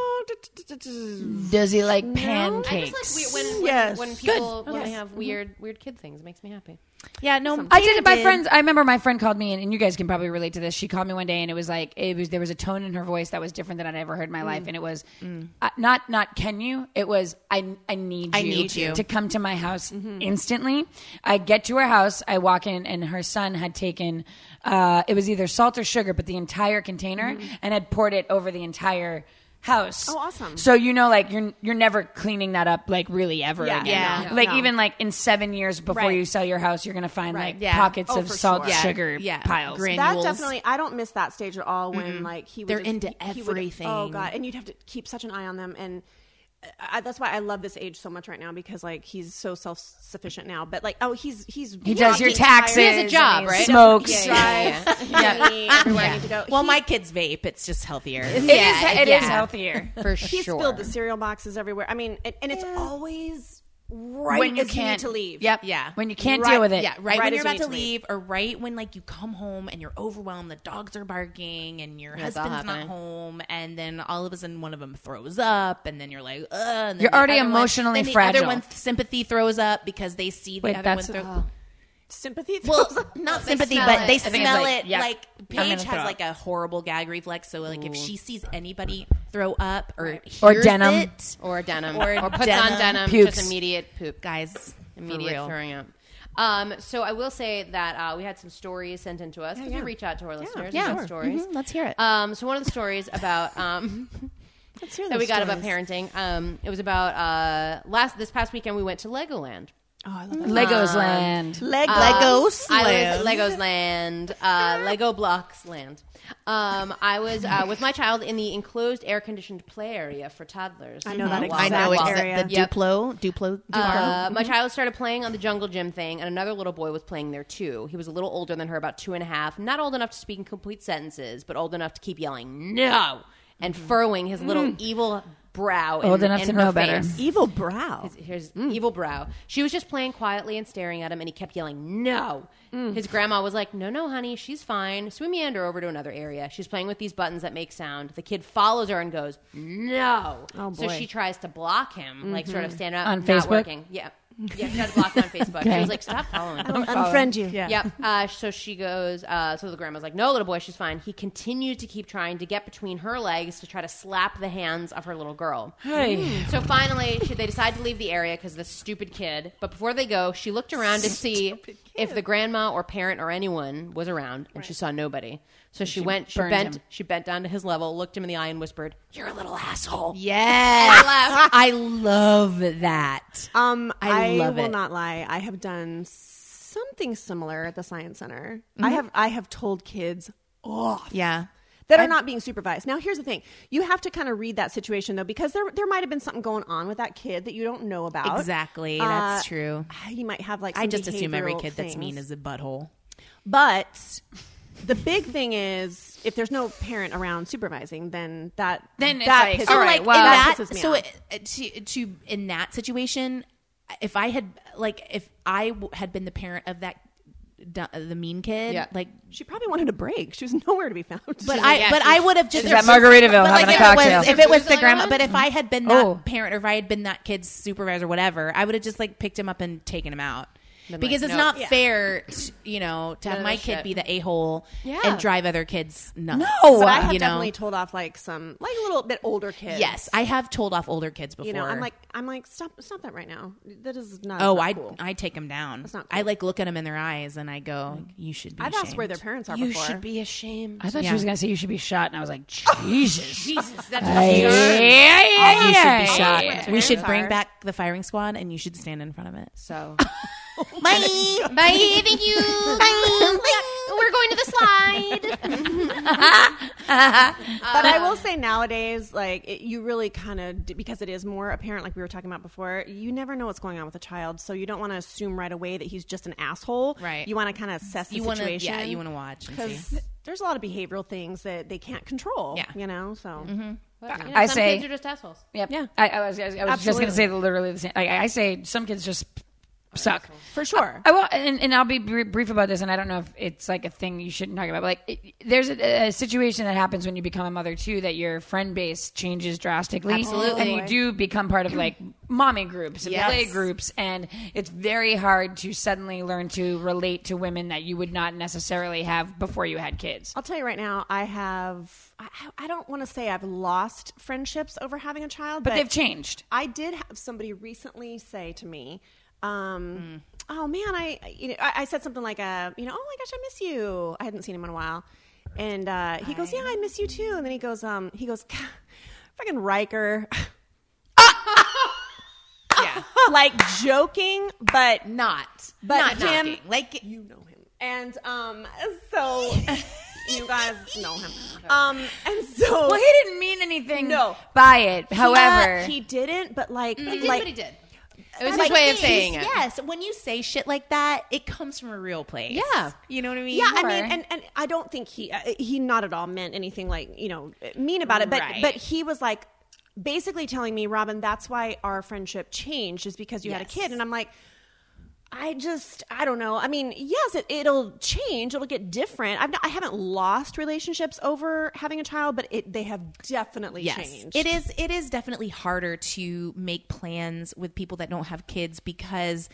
[SPEAKER 2] Does he like
[SPEAKER 1] I
[SPEAKER 2] pancakes?
[SPEAKER 1] just like we, when, when,
[SPEAKER 3] Yes.
[SPEAKER 1] when people when
[SPEAKER 3] Okay.
[SPEAKER 1] they have weird weird kid things, it makes me happy.
[SPEAKER 4] Yeah, no.
[SPEAKER 2] I did it. My friends. I remember my friend called me, and, and you guys can probably relate to this. She called me one day, and it was like it was there was a tone in her voice that was different than I'd ever heard in my life, and it was uh, not not can you? It was I I need you
[SPEAKER 4] I need you.
[SPEAKER 2] to come to my house instantly. I get to her house, I walk in, and her son had taken uh, it was either salt or sugar, but the entire container, and had poured it over the entire house.
[SPEAKER 3] Oh, awesome.
[SPEAKER 2] So you know, like you're you're never cleaning that up, like really ever
[SPEAKER 3] Yeah.
[SPEAKER 2] again.
[SPEAKER 4] Yeah.
[SPEAKER 2] Like even like in seven years before
[SPEAKER 3] Right.
[SPEAKER 2] you sell your house, you're gonna find
[SPEAKER 4] Right.
[SPEAKER 2] like
[SPEAKER 4] Yeah.
[SPEAKER 2] pockets
[SPEAKER 3] Oh,
[SPEAKER 2] of
[SPEAKER 3] for
[SPEAKER 2] salt,
[SPEAKER 3] sure.
[SPEAKER 4] Yeah.
[SPEAKER 2] sugar
[SPEAKER 4] Yeah.
[SPEAKER 2] piles.
[SPEAKER 4] Gran-
[SPEAKER 3] That
[SPEAKER 4] Granules.
[SPEAKER 3] definitely, I don't miss that stage at all. When like he, would
[SPEAKER 4] They're
[SPEAKER 3] just-
[SPEAKER 4] into
[SPEAKER 3] he- he would- oh
[SPEAKER 4] everything.
[SPEAKER 3] god, and you'd have to keep such an eye on them, and uh, I, I- that's why I love this age so much right now because like he's so self sufficient now. But like, oh, he's he's
[SPEAKER 2] He does your taxes.
[SPEAKER 1] He has a
[SPEAKER 2] and
[SPEAKER 1] job,
[SPEAKER 2] he
[SPEAKER 1] right?
[SPEAKER 2] Smokes.
[SPEAKER 3] He
[SPEAKER 1] Yeah, yeah, yeah,
[SPEAKER 3] drives money everywhere I need to go.
[SPEAKER 4] Well,
[SPEAKER 3] He-
[SPEAKER 4] my kids vape. It's just healthier.
[SPEAKER 2] It is-
[SPEAKER 1] Yeah,
[SPEAKER 2] it is
[SPEAKER 1] yeah.
[SPEAKER 2] healthier.
[SPEAKER 1] For
[SPEAKER 3] he
[SPEAKER 1] sure.
[SPEAKER 3] spilled the cereal boxes everywhere. I mean, and, and it's always right
[SPEAKER 2] when you
[SPEAKER 3] as you need
[SPEAKER 2] can't
[SPEAKER 3] to leave.
[SPEAKER 2] Yep.
[SPEAKER 4] Yeah.
[SPEAKER 2] When you can't
[SPEAKER 3] Right-
[SPEAKER 2] deal with it.
[SPEAKER 4] Yeah, right,
[SPEAKER 3] Right
[SPEAKER 4] when
[SPEAKER 3] as
[SPEAKER 4] you're
[SPEAKER 3] we
[SPEAKER 4] about
[SPEAKER 3] need
[SPEAKER 4] to
[SPEAKER 3] to leave.
[SPEAKER 4] leave, or right when like you come home and you're overwhelmed, the dogs are barking and your
[SPEAKER 1] it's all
[SPEAKER 4] husband's not
[SPEAKER 1] happening.
[SPEAKER 4] home, and then all of a sudden one of them throws up, and then you're like, ugh. and then
[SPEAKER 2] You're
[SPEAKER 4] the
[SPEAKER 2] already
[SPEAKER 4] other one-
[SPEAKER 2] emotionally
[SPEAKER 4] then the
[SPEAKER 2] fragile.
[SPEAKER 4] Other one sympathy throws up because they see the
[SPEAKER 2] Wait,
[SPEAKER 4] other
[SPEAKER 2] that's-
[SPEAKER 4] one throw.
[SPEAKER 2] oh.
[SPEAKER 3] Sympathy.
[SPEAKER 4] Well, uh,
[SPEAKER 3] throws-
[SPEAKER 4] not
[SPEAKER 1] They
[SPEAKER 4] sympathy,
[SPEAKER 1] smell
[SPEAKER 4] but
[SPEAKER 1] it. I
[SPEAKER 4] they
[SPEAKER 1] think it's
[SPEAKER 4] smell
[SPEAKER 2] like,
[SPEAKER 4] it.
[SPEAKER 2] yep,
[SPEAKER 4] Like
[SPEAKER 2] I'm gonna
[SPEAKER 4] Paige
[SPEAKER 2] throw
[SPEAKER 4] has
[SPEAKER 2] up.
[SPEAKER 4] like a horrible gag reflex, so like if she sees anybody throw up or
[SPEAKER 2] Or
[SPEAKER 4] hears
[SPEAKER 2] denim.
[SPEAKER 4] it,
[SPEAKER 1] or denim or,
[SPEAKER 4] Or
[SPEAKER 1] puts on
[SPEAKER 4] denim.
[SPEAKER 1] denim
[SPEAKER 2] Pukes.
[SPEAKER 1] just immediate poop
[SPEAKER 4] guys,
[SPEAKER 1] immediate
[SPEAKER 4] for real.
[SPEAKER 1] throwing up um, so I will say that uh, we had some stories sent in to us because we reach out to our listeners
[SPEAKER 4] Yeah.
[SPEAKER 1] and get
[SPEAKER 4] Sure.
[SPEAKER 1] stories.
[SPEAKER 3] Mm-hmm.
[SPEAKER 4] Mhm. Let's hear it.
[SPEAKER 3] Uh,
[SPEAKER 1] Um, so one of the stories about um, that we got about parenting, um, it was about uh, last this past weekend we went to Legoland.
[SPEAKER 2] Legos land.
[SPEAKER 3] Leg
[SPEAKER 4] um, Legos.
[SPEAKER 1] I was Legos Land, uh, Lego Blocks Land. Um, I was uh, with my child in the enclosed air-conditioned play area for toddlers.
[SPEAKER 3] I know that
[SPEAKER 1] Wow.
[SPEAKER 4] I know
[SPEAKER 3] Wow.
[SPEAKER 4] it's
[SPEAKER 3] Area.
[SPEAKER 4] the
[SPEAKER 1] Yep.
[SPEAKER 4] Duplo, Duplo, Duplo.
[SPEAKER 1] Uh,
[SPEAKER 2] Mm-hmm.
[SPEAKER 1] my child started playing on the jungle gym thing, and another little boy was playing there too. He was a little older than her, about two and a half, not old enough to speak in complete sentences, but old enough to keep yelling "no" and furrowing his little evil brow.
[SPEAKER 2] Mm-hmm. Mm. Old
[SPEAKER 1] in-
[SPEAKER 2] enough
[SPEAKER 1] in
[SPEAKER 2] to
[SPEAKER 1] her
[SPEAKER 2] know better.
[SPEAKER 1] face.
[SPEAKER 3] evil brow.
[SPEAKER 1] Here's evil brow. She was just playing quietly and staring at him, and he kept yelling, No. His grandma was like, No, no, honey, she's fine. So we meander over to another area. She's playing with these buttons that make sound. The kid follows her and goes, No.
[SPEAKER 3] Oh,
[SPEAKER 1] so
[SPEAKER 3] boy.
[SPEAKER 1] she tries to block him, like sort of stand up.
[SPEAKER 2] On
[SPEAKER 1] not
[SPEAKER 2] Facebook?
[SPEAKER 1] Working. Yeah. Yeah, she tried to block him on Facebook. She
[SPEAKER 2] Okay.
[SPEAKER 1] was like, Stop following him.
[SPEAKER 3] Unfriend Um, you.
[SPEAKER 4] Yeah.
[SPEAKER 1] Yep. Uh, so she goes. Uh, so the grandma's like, "No, little boy, she's fine." He continued to keep trying to get between her legs to try to slap the hands of her little girl. Hey. So finally, she, they decide to leave the area because this stupid kid. But before they go, she looked around to see if the grandma or parent or anyone was around, and she saw nobody. So she, went. She
[SPEAKER 2] burned
[SPEAKER 1] bent.
[SPEAKER 2] him.
[SPEAKER 1] She bent down to his level, looked him in the eye, and whispered, "You're a little asshole."
[SPEAKER 4] Yes.
[SPEAKER 1] laughed.
[SPEAKER 4] I love that.
[SPEAKER 3] Um,
[SPEAKER 4] I
[SPEAKER 3] I,
[SPEAKER 4] love
[SPEAKER 3] will
[SPEAKER 4] it.
[SPEAKER 3] not lie. I have done something similar at the science center. I have I have told kids off.
[SPEAKER 4] Yeah.
[SPEAKER 3] That are not being supervised. Now, here's the thing: you have to kind of read that situation though, because there there might have been something going on with that kid that you don't know about. Uh,
[SPEAKER 4] Exactly. That's true.
[SPEAKER 3] He might have like. Some
[SPEAKER 4] I just assume every
[SPEAKER 3] behavioral
[SPEAKER 4] kid that's mean
[SPEAKER 3] things.
[SPEAKER 4] is a butthole.
[SPEAKER 3] But the big thing is if there's no parent around supervising, then that
[SPEAKER 2] Then it's
[SPEAKER 3] that
[SPEAKER 2] like,
[SPEAKER 3] pisses-
[SPEAKER 2] all right,
[SPEAKER 4] in
[SPEAKER 2] well-
[SPEAKER 3] that
[SPEAKER 4] that,
[SPEAKER 3] pisses me
[SPEAKER 4] so
[SPEAKER 3] off.
[SPEAKER 4] it- to to in that situation, if I had like if I w- had been the parent of that du- the mean kid,
[SPEAKER 1] Yeah.
[SPEAKER 4] like.
[SPEAKER 3] she probably wanted a break. She was nowhere to be found.
[SPEAKER 4] But I,
[SPEAKER 1] yeah,
[SPEAKER 4] but I would have just
[SPEAKER 2] She's at Margaritaville
[SPEAKER 4] But,
[SPEAKER 2] having a
[SPEAKER 4] if it was-
[SPEAKER 2] cocktail.
[SPEAKER 4] if it was the
[SPEAKER 1] Booze
[SPEAKER 4] grandma,
[SPEAKER 1] on?
[SPEAKER 4] but if I had been that
[SPEAKER 2] Oh.
[SPEAKER 4] parent, or if I had been that kid's supervisor, whatever, I would have just like picked him up and taken him out because
[SPEAKER 1] like, no.
[SPEAKER 4] it's not fair, to, you know, to have
[SPEAKER 1] of
[SPEAKER 4] my
[SPEAKER 1] this
[SPEAKER 4] kid
[SPEAKER 1] shit.
[SPEAKER 4] be the a hole
[SPEAKER 1] Yeah.
[SPEAKER 4] and drive other kids nuts.
[SPEAKER 2] No.
[SPEAKER 3] But I have
[SPEAKER 4] you know?
[SPEAKER 3] definitely told off like some like a little bit older kids.
[SPEAKER 4] Yes, I have told off older kids before.
[SPEAKER 3] You know, I'm like I'm like stop stop that right now. That is not.
[SPEAKER 4] oh,
[SPEAKER 3] not
[SPEAKER 4] I
[SPEAKER 3] cool.
[SPEAKER 4] I take them down.
[SPEAKER 3] not Mm-hmm.
[SPEAKER 4] I like look at them in their eyes and I go, "You should be."
[SPEAKER 3] I've asked where their
[SPEAKER 4] ashamed."
[SPEAKER 3] parents are
[SPEAKER 1] You
[SPEAKER 3] before.
[SPEAKER 1] should be ashamed.
[SPEAKER 2] I thought
[SPEAKER 4] Yeah.
[SPEAKER 2] she was gonna say you should be shot, and I was like, Jesus.
[SPEAKER 1] Jesus, that's
[SPEAKER 2] yeah,
[SPEAKER 1] absurd.
[SPEAKER 2] yeah,
[SPEAKER 4] You
[SPEAKER 2] yeah.
[SPEAKER 4] should be
[SPEAKER 1] Yeah.
[SPEAKER 4] shot.
[SPEAKER 1] Yeah.
[SPEAKER 4] We should
[SPEAKER 1] Parents
[SPEAKER 4] bring
[SPEAKER 1] are.
[SPEAKER 4] back the firing squad, and you should stand in front of it.
[SPEAKER 1] So.
[SPEAKER 4] Bye.
[SPEAKER 1] Bye. Thank you. We're going to the slide.
[SPEAKER 3] but I
[SPEAKER 4] Uh,
[SPEAKER 3] will say nowadays, like it, you really kind of because it is more apparent, like we were talking about before. You never know what's going on with a child, so you don't want to assume right away that he's just an asshole.
[SPEAKER 4] Right.
[SPEAKER 3] You want to kind of assess the
[SPEAKER 4] you want to,
[SPEAKER 3] situation.
[SPEAKER 4] yeah, you want to watch and see.
[SPEAKER 3] because there's a lot of behavioral things that they can't control.
[SPEAKER 4] Yeah. Mm-hmm.
[SPEAKER 3] You know, so
[SPEAKER 1] But, you know,
[SPEAKER 2] I
[SPEAKER 1] some
[SPEAKER 2] say-
[SPEAKER 1] kids are just assholes.
[SPEAKER 2] Yep. Yeah. I, I was, I was just going to
[SPEAKER 3] Absolutely.
[SPEAKER 2] say the, literally the same. Like, I I say some kids just suck.
[SPEAKER 3] for sure.
[SPEAKER 2] I will, and, and I'll be br- brief about this. And I don't know if it's like a thing you shouldn't talk about. But like, it, there's a, a situation that happens when you become a mother too, that your friend base changes drastically.
[SPEAKER 1] Absolutely.
[SPEAKER 2] and you do become part of like mommy groups and
[SPEAKER 4] Yes.
[SPEAKER 2] play groups, and it's very hard to suddenly learn to relate to women that you would not necessarily have before you had kids.
[SPEAKER 3] I'll tell you right now, I have. I, I don't want to say I've lost friendships over having a child, but,
[SPEAKER 2] But they've changed.
[SPEAKER 3] I did have somebody recently say to me, um, "Oh man, I I- you know I, I said something like a you know oh my gosh I miss you I hadn't seen him in a while," and uh, he goes yeah I miss you too, and then he goes um he goes fucking Riker.
[SPEAKER 4] Yeah.
[SPEAKER 3] like joking, but
[SPEAKER 4] Not.
[SPEAKER 3] But
[SPEAKER 4] not
[SPEAKER 3] him-
[SPEAKER 4] knocking. Like,
[SPEAKER 3] you know him. And um, so you guys know him. Um, and so
[SPEAKER 2] Well, he didn't mean anything
[SPEAKER 3] No.
[SPEAKER 2] by it. However,
[SPEAKER 3] he didn't, but like,
[SPEAKER 4] he did
[SPEAKER 3] like
[SPEAKER 4] what he did.
[SPEAKER 1] It was
[SPEAKER 4] Like,
[SPEAKER 1] his way of
[SPEAKER 4] he's-
[SPEAKER 1] saying it.
[SPEAKER 4] Yes, when you say shit like that, it comes from a real place.
[SPEAKER 1] Yeah.
[SPEAKER 4] you know what I mean.
[SPEAKER 3] yeah, I mean, and, and I don't think he uh, he not at all meant anything like you know mean about it, but
[SPEAKER 4] Right.
[SPEAKER 3] but he was like basically telling me, Robin, that's why our friendship changed is because you had a
[SPEAKER 4] Yes.
[SPEAKER 3] kid, and I'm like. I just, I don't know. I mean, yes, it, it'll change. It'll get different. I've not, I haven't lost relationships over having a child, but it, they have definitely changed.
[SPEAKER 4] It is it is definitely harder to make plans with people that don't have kids because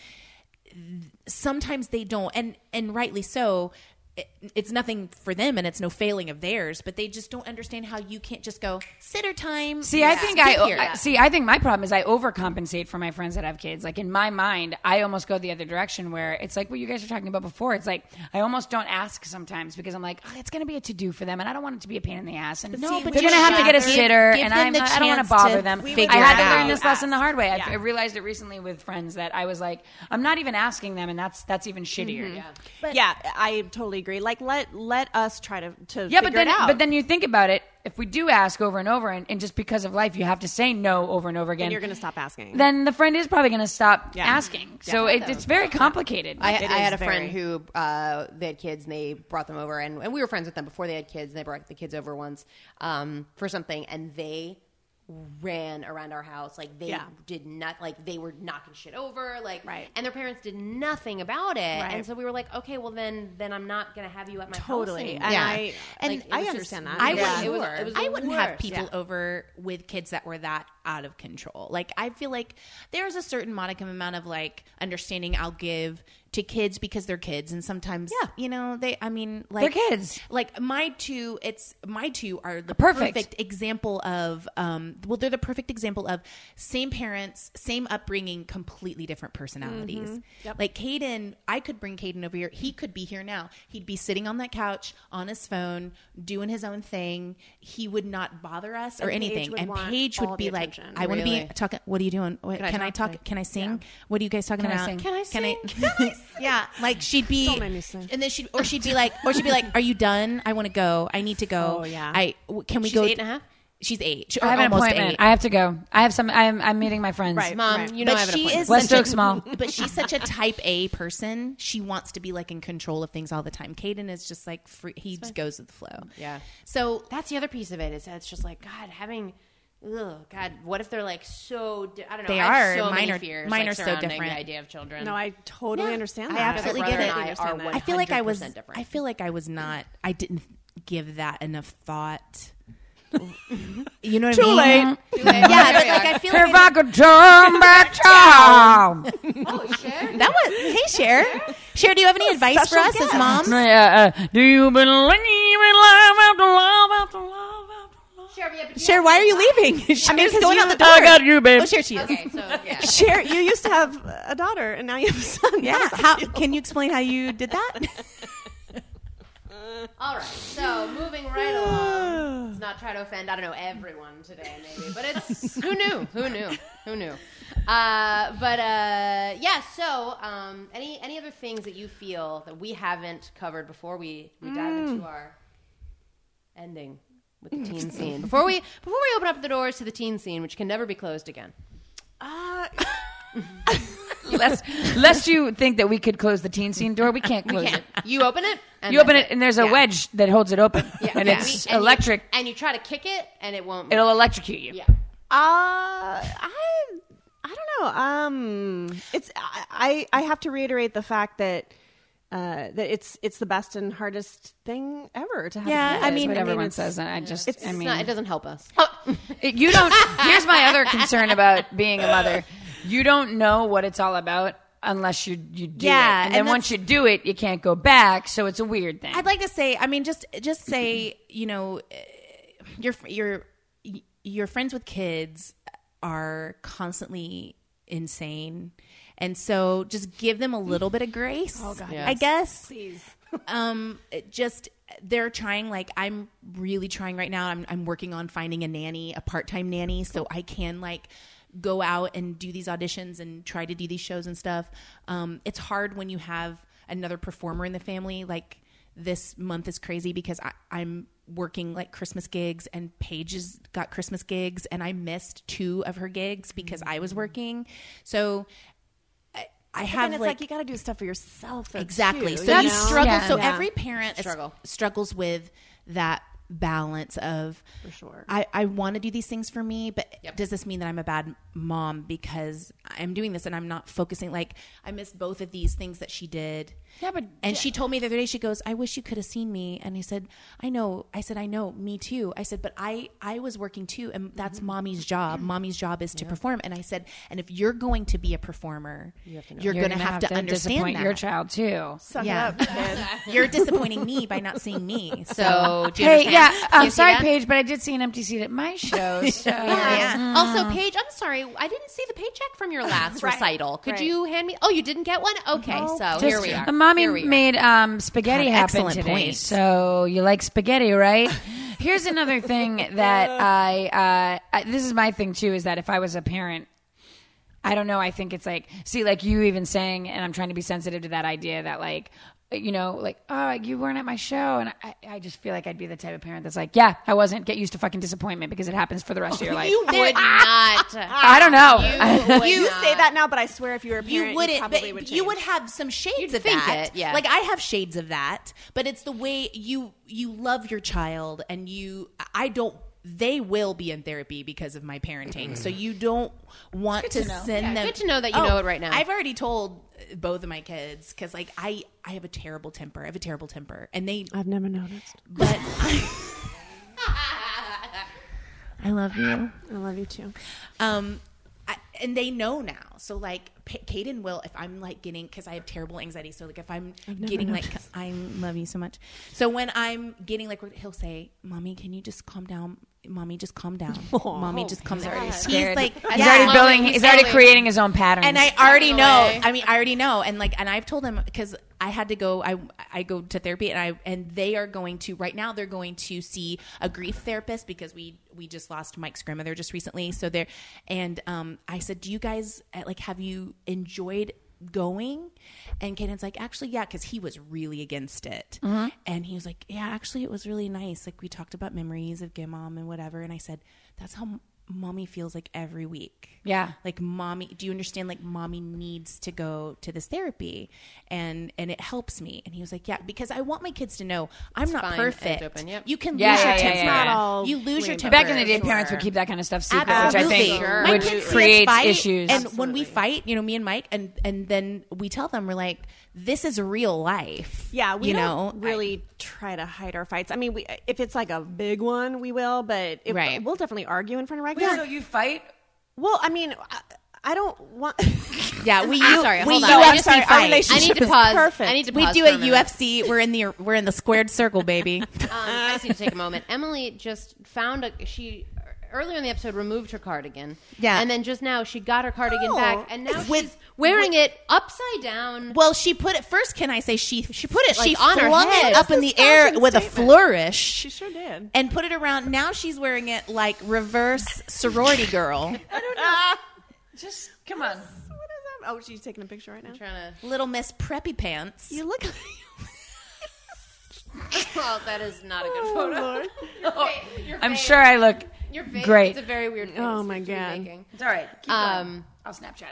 [SPEAKER 4] sometimes they don't and and rightly so It- it's nothing for them and it's no failing of theirs but they just don't understand how you can't just go sitter time
[SPEAKER 2] See, I think I, I- see. I think my problem is I overcompensate for my friends that have kids. Like in my mind, I almost go the other direction where it's like what you guys were talking about before. It's like I almost don't ask sometimes because I'm like, oh, it's going to be a to do for them, and I don't want it to be a pain in the ass. And
[SPEAKER 4] No, but
[SPEAKER 2] they're
[SPEAKER 4] you
[SPEAKER 2] going to have to
[SPEAKER 4] should
[SPEAKER 2] get a
[SPEAKER 4] give-
[SPEAKER 2] sitter,
[SPEAKER 4] give
[SPEAKER 2] and
[SPEAKER 4] them
[SPEAKER 2] I'm
[SPEAKER 4] the
[SPEAKER 2] not, I don't want
[SPEAKER 4] chance
[SPEAKER 2] to bother
[SPEAKER 4] to
[SPEAKER 2] them.
[SPEAKER 4] figure
[SPEAKER 2] I had
[SPEAKER 4] it
[SPEAKER 2] to learn
[SPEAKER 4] out.
[SPEAKER 2] this lesson the hard way. I, I realized it recently with friends that I was like, I'm not even asking them, and that's that's even shittier. Yeah.
[SPEAKER 4] Mm-hmm.
[SPEAKER 3] yeah, I totally agree. Like let let us try to to
[SPEAKER 2] Yeah,
[SPEAKER 3] figure
[SPEAKER 2] but then
[SPEAKER 3] it out.
[SPEAKER 2] but then you think about it. If we do ask over and over, and, and just because of life, you have to say no over and over again.
[SPEAKER 3] And you're gonna stop asking.
[SPEAKER 2] then the friend is probably going to stop
[SPEAKER 3] Yeah.
[SPEAKER 2] asking. So it, it's very complicated.
[SPEAKER 1] I, I had a
[SPEAKER 3] is
[SPEAKER 1] friend who uh, they had kids and they brought them over and, and we were friends with them before they had kids and they brought the kids over once um, for something and they ran around our house like they
[SPEAKER 3] Yeah.
[SPEAKER 1] did not like they were knocking shit over like
[SPEAKER 3] Right.
[SPEAKER 1] and their parents did nothing about it and
[SPEAKER 3] Right.
[SPEAKER 1] so we were like okay well then then I'm not gonna have you at my
[SPEAKER 3] Totally.
[SPEAKER 1] house
[SPEAKER 3] And
[SPEAKER 1] anymore.
[SPEAKER 4] Yeah.
[SPEAKER 3] I
[SPEAKER 4] And
[SPEAKER 3] like, it
[SPEAKER 1] I
[SPEAKER 3] was just-
[SPEAKER 1] understand that.
[SPEAKER 4] I
[SPEAKER 1] Yeah.
[SPEAKER 4] wouldn't.
[SPEAKER 1] It was- it was the
[SPEAKER 4] I wouldn't have
[SPEAKER 1] worst.
[SPEAKER 4] people
[SPEAKER 3] Yeah.
[SPEAKER 4] over with kids that were that out of control. Like I feel like there's a certain modicum amount of like understanding I'll give to kids because they're kids, and sometimes
[SPEAKER 2] Yeah.
[SPEAKER 4] you know they. I mean, like
[SPEAKER 2] They're kids.
[SPEAKER 4] Like my two, it's my two are the
[SPEAKER 2] Perfect.
[SPEAKER 4] perfect. example of. Um, well, they're the perfect example of same parents, same upbringing, completely different personalities. Like Caden, I could bring Caden over here. He could be here now. He'd be sitting on that couch on his phone, doing his own thing. He would not bother us or
[SPEAKER 3] And Paige
[SPEAKER 4] anything.
[SPEAKER 3] would
[SPEAKER 4] and
[SPEAKER 3] want
[SPEAKER 4] Paige
[SPEAKER 3] all
[SPEAKER 4] would be
[SPEAKER 3] the
[SPEAKER 4] like,
[SPEAKER 3] attention.
[SPEAKER 4] "I want to
[SPEAKER 1] Really?
[SPEAKER 4] be talking. What are you doing? What, can, I talk? Can I sing? What are you guys talking
[SPEAKER 2] I
[SPEAKER 4] about?
[SPEAKER 2] sing?
[SPEAKER 4] Can I sing? yeah, like she'd be.
[SPEAKER 3] Don't make me sing.
[SPEAKER 4] And then she or she'd be like, or she'd be like, "Are you done? I want to go. I need to go.
[SPEAKER 3] Oh, yeah.
[SPEAKER 4] I w- can we
[SPEAKER 1] She's
[SPEAKER 4] go?
[SPEAKER 1] eight and a half?
[SPEAKER 4] She's eight. She-
[SPEAKER 2] I have an
[SPEAKER 4] almost
[SPEAKER 2] appointment.
[SPEAKER 4] eight.
[SPEAKER 2] I have to go. I have some. I'm, I'm meeting my friends.
[SPEAKER 3] Right.
[SPEAKER 1] mom
[SPEAKER 3] Right.
[SPEAKER 1] you know I have an
[SPEAKER 4] she
[SPEAKER 1] appointment.
[SPEAKER 4] is
[SPEAKER 2] West
[SPEAKER 4] such
[SPEAKER 2] Oak
[SPEAKER 4] a,
[SPEAKER 2] small.
[SPEAKER 4] But she's such a type A person. She wants to be like in control of things all the time. Caden is just like free, he just goes with the flow.
[SPEAKER 1] Yeah.
[SPEAKER 4] So
[SPEAKER 1] that's the other piece of it is that it's just like God having. Ugh, God, what if they're like so? Di- I don't know.
[SPEAKER 4] They
[SPEAKER 1] I have
[SPEAKER 4] are.
[SPEAKER 1] so
[SPEAKER 4] Mine
[SPEAKER 1] many
[SPEAKER 4] are-
[SPEAKER 1] fears,
[SPEAKER 4] mine
[SPEAKER 1] like,
[SPEAKER 4] are so
[SPEAKER 1] surrounding
[SPEAKER 4] different.
[SPEAKER 1] The idea of children.
[SPEAKER 3] no, I totally understand
[SPEAKER 4] I
[SPEAKER 3] that.
[SPEAKER 4] absolutely
[SPEAKER 1] My
[SPEAKER 4] get
[SPEAKER 1] brother
[SPEAKER 4] it.
[SPEAKER 1] and I are
[SPEAKER 4] I feel like I was.
[SPEAKER 1] 100% different.
[SPEAKER 4] I feel like I was not. I didn't give that enough thought. you know what I mean?
[SPEAKER 2] late.
[SPEAKER 4] Yeah, but like I feel like
[SPEAKER 2] If I could turn back time.
[SPEAKER 4] that was. Hey, Cher. Cher, do you have any advice for us as moms?
[SPEAKER 2] Yeah, uh, do you believe in love after love after love after love?
[SPEAKER 4] Cher, why are you leaving? She's going out the door.
[SPEAKER 2] I got you, babe.
[SPEAKER 4] Oh, Cher, she is.
[SPEAKER 1] Okay, so yeah.
[SPEAKER 3] Share, you used to have a daughter, and now you have a son.
[SPEAKER 4] Yeah. How
[SPEAKER 3] uh,
[SPEAKER 4] can you explain how you did that?
[SPEAKER 1] All right. So moving right along. Let's not try to offend. I don't know everyone today, maybe, but it's who knew? Who knew? Who knew? Uh, but uh, yeah. So um, any any other Mm. things that you feel that we haven't covered before we we dive into our ending with the teen scene before we before we open up the doors to the teen scene, which can never be closed again.
[SPEAKER 2] lest, lest you think that we could close the teen scene door, we can't close
[SPEAKER 1] Can't.
[SPEAKER 2] it.
[SPEAKER 1] You open it. And
[SPEAKER 2] You open
[SPEAKER 1] that's
[SPEAKER 2] it, and there's a
[SPEAKER 1] Yeah.
[SPEAKER 2] wedge that holds it open,
[SPEAKER 1] Yeah.
[SPEAKER 2] and
[SPEAKER 1] Yeah.
[SPEAKER 2] it's
[SPEAKER 1] We- and you-
[SPEAKER 2] electric.
[SPEAKER 1] and you try to kick it, and it won't.
[SPEAKER 2] It'll electrocute you.
[SPEAKER 1] yeah.
[SPEAKER 3] Uh, I I don't know. Um, it's I I I have to reiterate the fact that uh that it's it's the best and hardest thing ever to have.
[SPEAKER 2] Yeah,
[SPEAKER 3] kids.
[SPEAKER 2] I mean, what
[SPEAKER 3] I
[SPEAKER 2] everyone
[SPEAKER 3] it's-
[SPEAKER 2] says, and I just,
[SPEAKER 3] It's-
[SPEAKER 2] I
[SPEAKER 1] It's
[SPEAKER 2] mean,
[SPEAKER 1] not, it doesn't help us.
[SPEAKER 2] It- you don't here's my other concern about being a mother you don't know what it's all about unless you you do
[SPEAKER 4] Yeah,
[SPEAKER 2] it and,
[SPEAKER 4] and
[SPEAKER 2] then
[SPEAKER 4] that's-
[SPEAKER 2] once you do it you can't go back so it's a weird thing
[SPEAKER 4] I'd like to say, I mean, just just say, you know, eh, your your your friends with kids are constantly insane, and so just give them a little bit of grace. Oh God, I guess. Please, um, it just they're trying. Like I'm really trying right now. I'm I'm working on finding a nanny, a part time nanny, so I can like go out and do these auditions and try to do these shows and stuff. Um, it's hard when you have another performer in the family, like this month is crazy because I, I'm working like Christmas gigs and Paige's got Christmas gigs and I missed two of her gigs because I
[SPEAKER 3] Mm.
[SPEAKER 4] was working. So I, I
[SPEAKER 3] And
[SPEAKER 4] have
[SPEAKER 3] it's like,
[SPEAKER 4] like,
[SPEAKER 3] you got to do stuff for yourself. though,
[SPEAKER 4] exactly.
[SPEAKER 3] too,
[SPEAKER 4] so you
[SPEAKER 3] know?
[SPEAKER 4] struggle.
[SPEAKER 2] Yeah.
[SPEAKER 4] So
[SPEAKER 3] Yeah.
[SPEAKER 4] every parent is-
[SPEAKER 1] Struggle.
[SPEAKER 4] struggles with that balance of for
[SPEAKER 3] sure.
[SPEAKER 4] I, I want to do these things for me, but does this mean that I'm a bad mom because I'm doing this and I'm not focusing? Like I missed both of these things that she did.
[SPEAKER 2] Yeah, but-
[SPEAKER 4] and she told me the other day, she goes, "I wish you could have seen me." And I said, "I know." I said, "I know." Me too. I said, "But I I was working too, and that's mommy's job. Mommy's job is to perform." And I said, "And if you're going to be a performer, you are
[SPEAKER 2] You're
[SPEAKER 4] going to have to understand
[SPEAKER 2] disappoint
[SPEAKER 4] that.
[SPEAKER 2] your child too
[SPEAKER 3] Suck it
[SPEAKER 4] Yeah.
[SPEAKER 3] up, kid.
[SPEAKER 4] You're disappointing me by not seeing me. So do you
[SPEAKER 2] hey
[SPEAKER 4] understand?
[SPEAKER 2] yeah i'm
[SPEAKER 1] You see
[SPEAKER 2] sorry
[SPEAKER 1] that?
[SPEAKER 2] paige but i did see an empty seat at my show so
[SPEAKER 4] Mm.
[SPEAKER 1] Yeah. Also, Paige, I'm sorry, I didn't see the paycheck from your last recital. Could you hand me? Oh, you didn't get one. Okay, so here we are.
[SPEAKER 2] Uh, Mommy
[SPEAKER 1] Here we are.
[SPEAKER 2] made um, spaghetti
[SPEAKER 4] God,
[SPEAKER 2] happen
[SPEAKER 4] excellent
[SPEAKER 2] today.
[SPEAKER 4] point.
[SPEAKER 2] So you like spaghetti, right? Here's another thing that I, uh, I. This is my thing too. Is that if I was a parent, I don't know. I think it's like see, like you even saying, and I'm trying to be sensitive to that idea that like. You know, like, oh, you weren't at my show. And I, I just feel like I'd be the type of parent that's like, yeah, I wasn't. Get used to fucking disappointment because it happens for the rest of your life.
[SPEAKER 1] would not.
[SPEAKER 2] I don't know.
[SPEAKER 3] you say that now, but I swear, if you were a parent,
[SPEAKER 4] you wouldn't,
[SPEAKER 3] probably
[SPEAKER 4] but
[SPEAKER 3] would
[SPEAKER 4] you would
[SPEAKER 3] change.
[SPEAKER 4] have some shades
[SPEAKER 1] You'd
[SPEAKER 4] of
[SPEAKER 1] think
[SPEAKER 4] that.
[SPEAKER 1] it, yeah.
[SPEAKER 4] Like I have shades of that, but it's the way you you love your child, and you I don't. They will be in therapy because of my parenting, so you don't want to, send them. Oh,
[SPEAKER 1] good to know that you know it right now.
[SPEAKER 4] I've already told uh, both of my kids because, like, I I have a terrible temper. I have a terrible temper, and they
[SPEAKER 3] I've never noticed.
[SPEAKER 4] but I love you.
[SPEAKER 3] I love you too.
[SPEAKER 4] Um, I, and they know now. So like, P- Caden will if I'm like getting because I have terrible anxiety. So like if I'm getting like I love you so much. So when I'm getting like he'll say, "Mommy, can you just calm down? Mommy, just calm down. Mommy, just calm down." He's like,
[SPEAKER 2] he's
[SPEAKER 4] yeah.
[SPEAKER 2] already building,
[SPEAKER 1] Slowly,
[SPEAKER 2] he's already
[SPEAKER 1] slowly.
[SPEAKER 2] creating his own patterns.
[SPEAKER 4] and I already
[SPEAKER 1] away.
[SPEAKER 4] know. I mean, I already know. And like, and I've told them because I had to go. I I go to therapy, and I and they are going to right now. They're going to see a grief therapist because we we just lost Mike's grandmother just recently. So they're and um, I said, do you guys uh, like have you enjoyed? going and Caden's like actually yeah because he was really against it and he was like yeah actually it was really nice like we talked about memories of Gimom and whatever and I said that's how m- mommy feels like every week
[SPEAKER 2] Yeah.
[SPEAKER 4] like mommy do you understand like mommy needs to go to this therapy and and it helps me and he was like yeah because i want my kids to know i'm not
[SPEAKER 1] fine and
[SPEAKER 4] perfect
[SPEAKER 1] open, yep.
[SPEAKER 4] you can
[SPEAKER 2] Yeah,
[SPEAKER 4] lose
[SPEAKER 2] yeah,
[SPEAKER 4] your
[SPEAKER 2] yeah,
[SPEAKER 4] temper
[SPEAKER 2] yeah, yeah. It's not
[SPEAKER 3] all
[SPEAKER 4] you lose your
[SPEAKER 3] rainbow.
[SPEAKER 4] temper
[SPEAKER 2] Back in the day,
[SPEAKER 1] Sure.
[SPEAKER 2] parents would keep that kind of stuff secret, which
[SPEAKER 4] Absolutely.
[SPEAKER 2] I think
[SPEAKER 1] Sure.
[SPEAKER 4] My
[SPEAKER 2] would
[SPEAKER 4] kids see us
[SPEAKER 2] create
[SPEAKER 4] fight,
[SPEAKER 2] issues.
[SPEAKER 4] And when we fight, you know, me and Mike, and and then we tell them we're like, "This is real life."
[SPEAKER 3] Yeah, we
[SPEAKER 4] you
[SPEAKER 3] don't
[SPEAKER 4] know,
[SPEAKER 3] really try to hide our fights. I mean, we, if it's like a big one, we will, but if,
[SPEAKER 4] Right.
[SPEAKER 3] we'll definitely argue in front of regular.
[SPEAKER 2] so you fight.
[SPEAKER 3] Well, I mean, I, I don't want.
[SPEAKER 4] Yeah, we.
[SPEAKER 1] I'm sorry,
[SPEAKER 4] we
[SPEAKER 1] hold on. No,
[SPEAKER 4] UFC
[SPEAKER 1] I'm sorry, our
[SPEAKER 4] fight.
[SPEAKER 1] I need
[SPEAKER 3] relationship
[SPEAKER 1] to
[SPEAKER 3] is
[SPEAKER 1] pause.
[SPEAKER 3] perfect.
[SPEAKER 1] I need to
[SPEAKER 4] we
[SPEAKER 1] pause
[SPEAKER 4] do
[SPEAKER 1] for
[SPEAKER 4] a,
[SPEAKER 1] a minute.
[SPEAKER 4] UFC. We're in the we're in the squared circle, baby.
[SPEAKER 1] Um, I just need to take a moment. Emily just found a she earlier in the episode removed her cardigan.
[SPEAKER 4] Yeah.
[SPEAKER 1] and then just now she got her cardigan
[SPEAKER 3] Oh.
[SPEAKER 1] back, and now
[SPEAKER 4] With-
[SPEAKER 1] she's wearing it upside down.
[SPEAKER 4] Well, she put it first. Can I say she? She put it.
[SPEAKER 1] Like,
[SPEAKER 4] she
[SPEAKER 1] on her
[SPEAKER 4] flung
[SPEAKER 1] head.
[SPEAKER 4] it up in the air
[SPEAKER 3] fashion
[SPEAKER 4] with a
[SPEAKER 3] statement.
[SPEAKER 4] flourish.
[SPEAKER 3] she sure did.
[SPEAKER 4] and put it around. Now she's wearing it like reverse sorority girl,
[SPEAKER 2] Just come on.
[SPEAKER 3] What is that? Oh, she's taking a picture right now.
[SPEAKER 1] trying to
[SPEAKER 4] little Miss Preppy Pants.
[SPEAKER 3] You look.
[SPEAKER 1] Oh, that is not a good
[SPEAKER 3] Oh,
[SPEAKER 1] photo. Oh, Your
[SPEAKER 2] I'm
[SPEAKER 1] face-
[SPEAKER 2] sure I look
[SPEAKER 1] your face,
[SPEAKER 2] great.
[SPEAKER 1] It's a very weird. Face
[SPEAKER 3] Oh, my
[SPEAKER 1] that you're
[SPEAKER 3] God.
[SPEAKER 1] making.
[SPEAKER 2] It's all right.
[SPEAKER 1] Um,
[SPEAKER 2] I'll Snapchat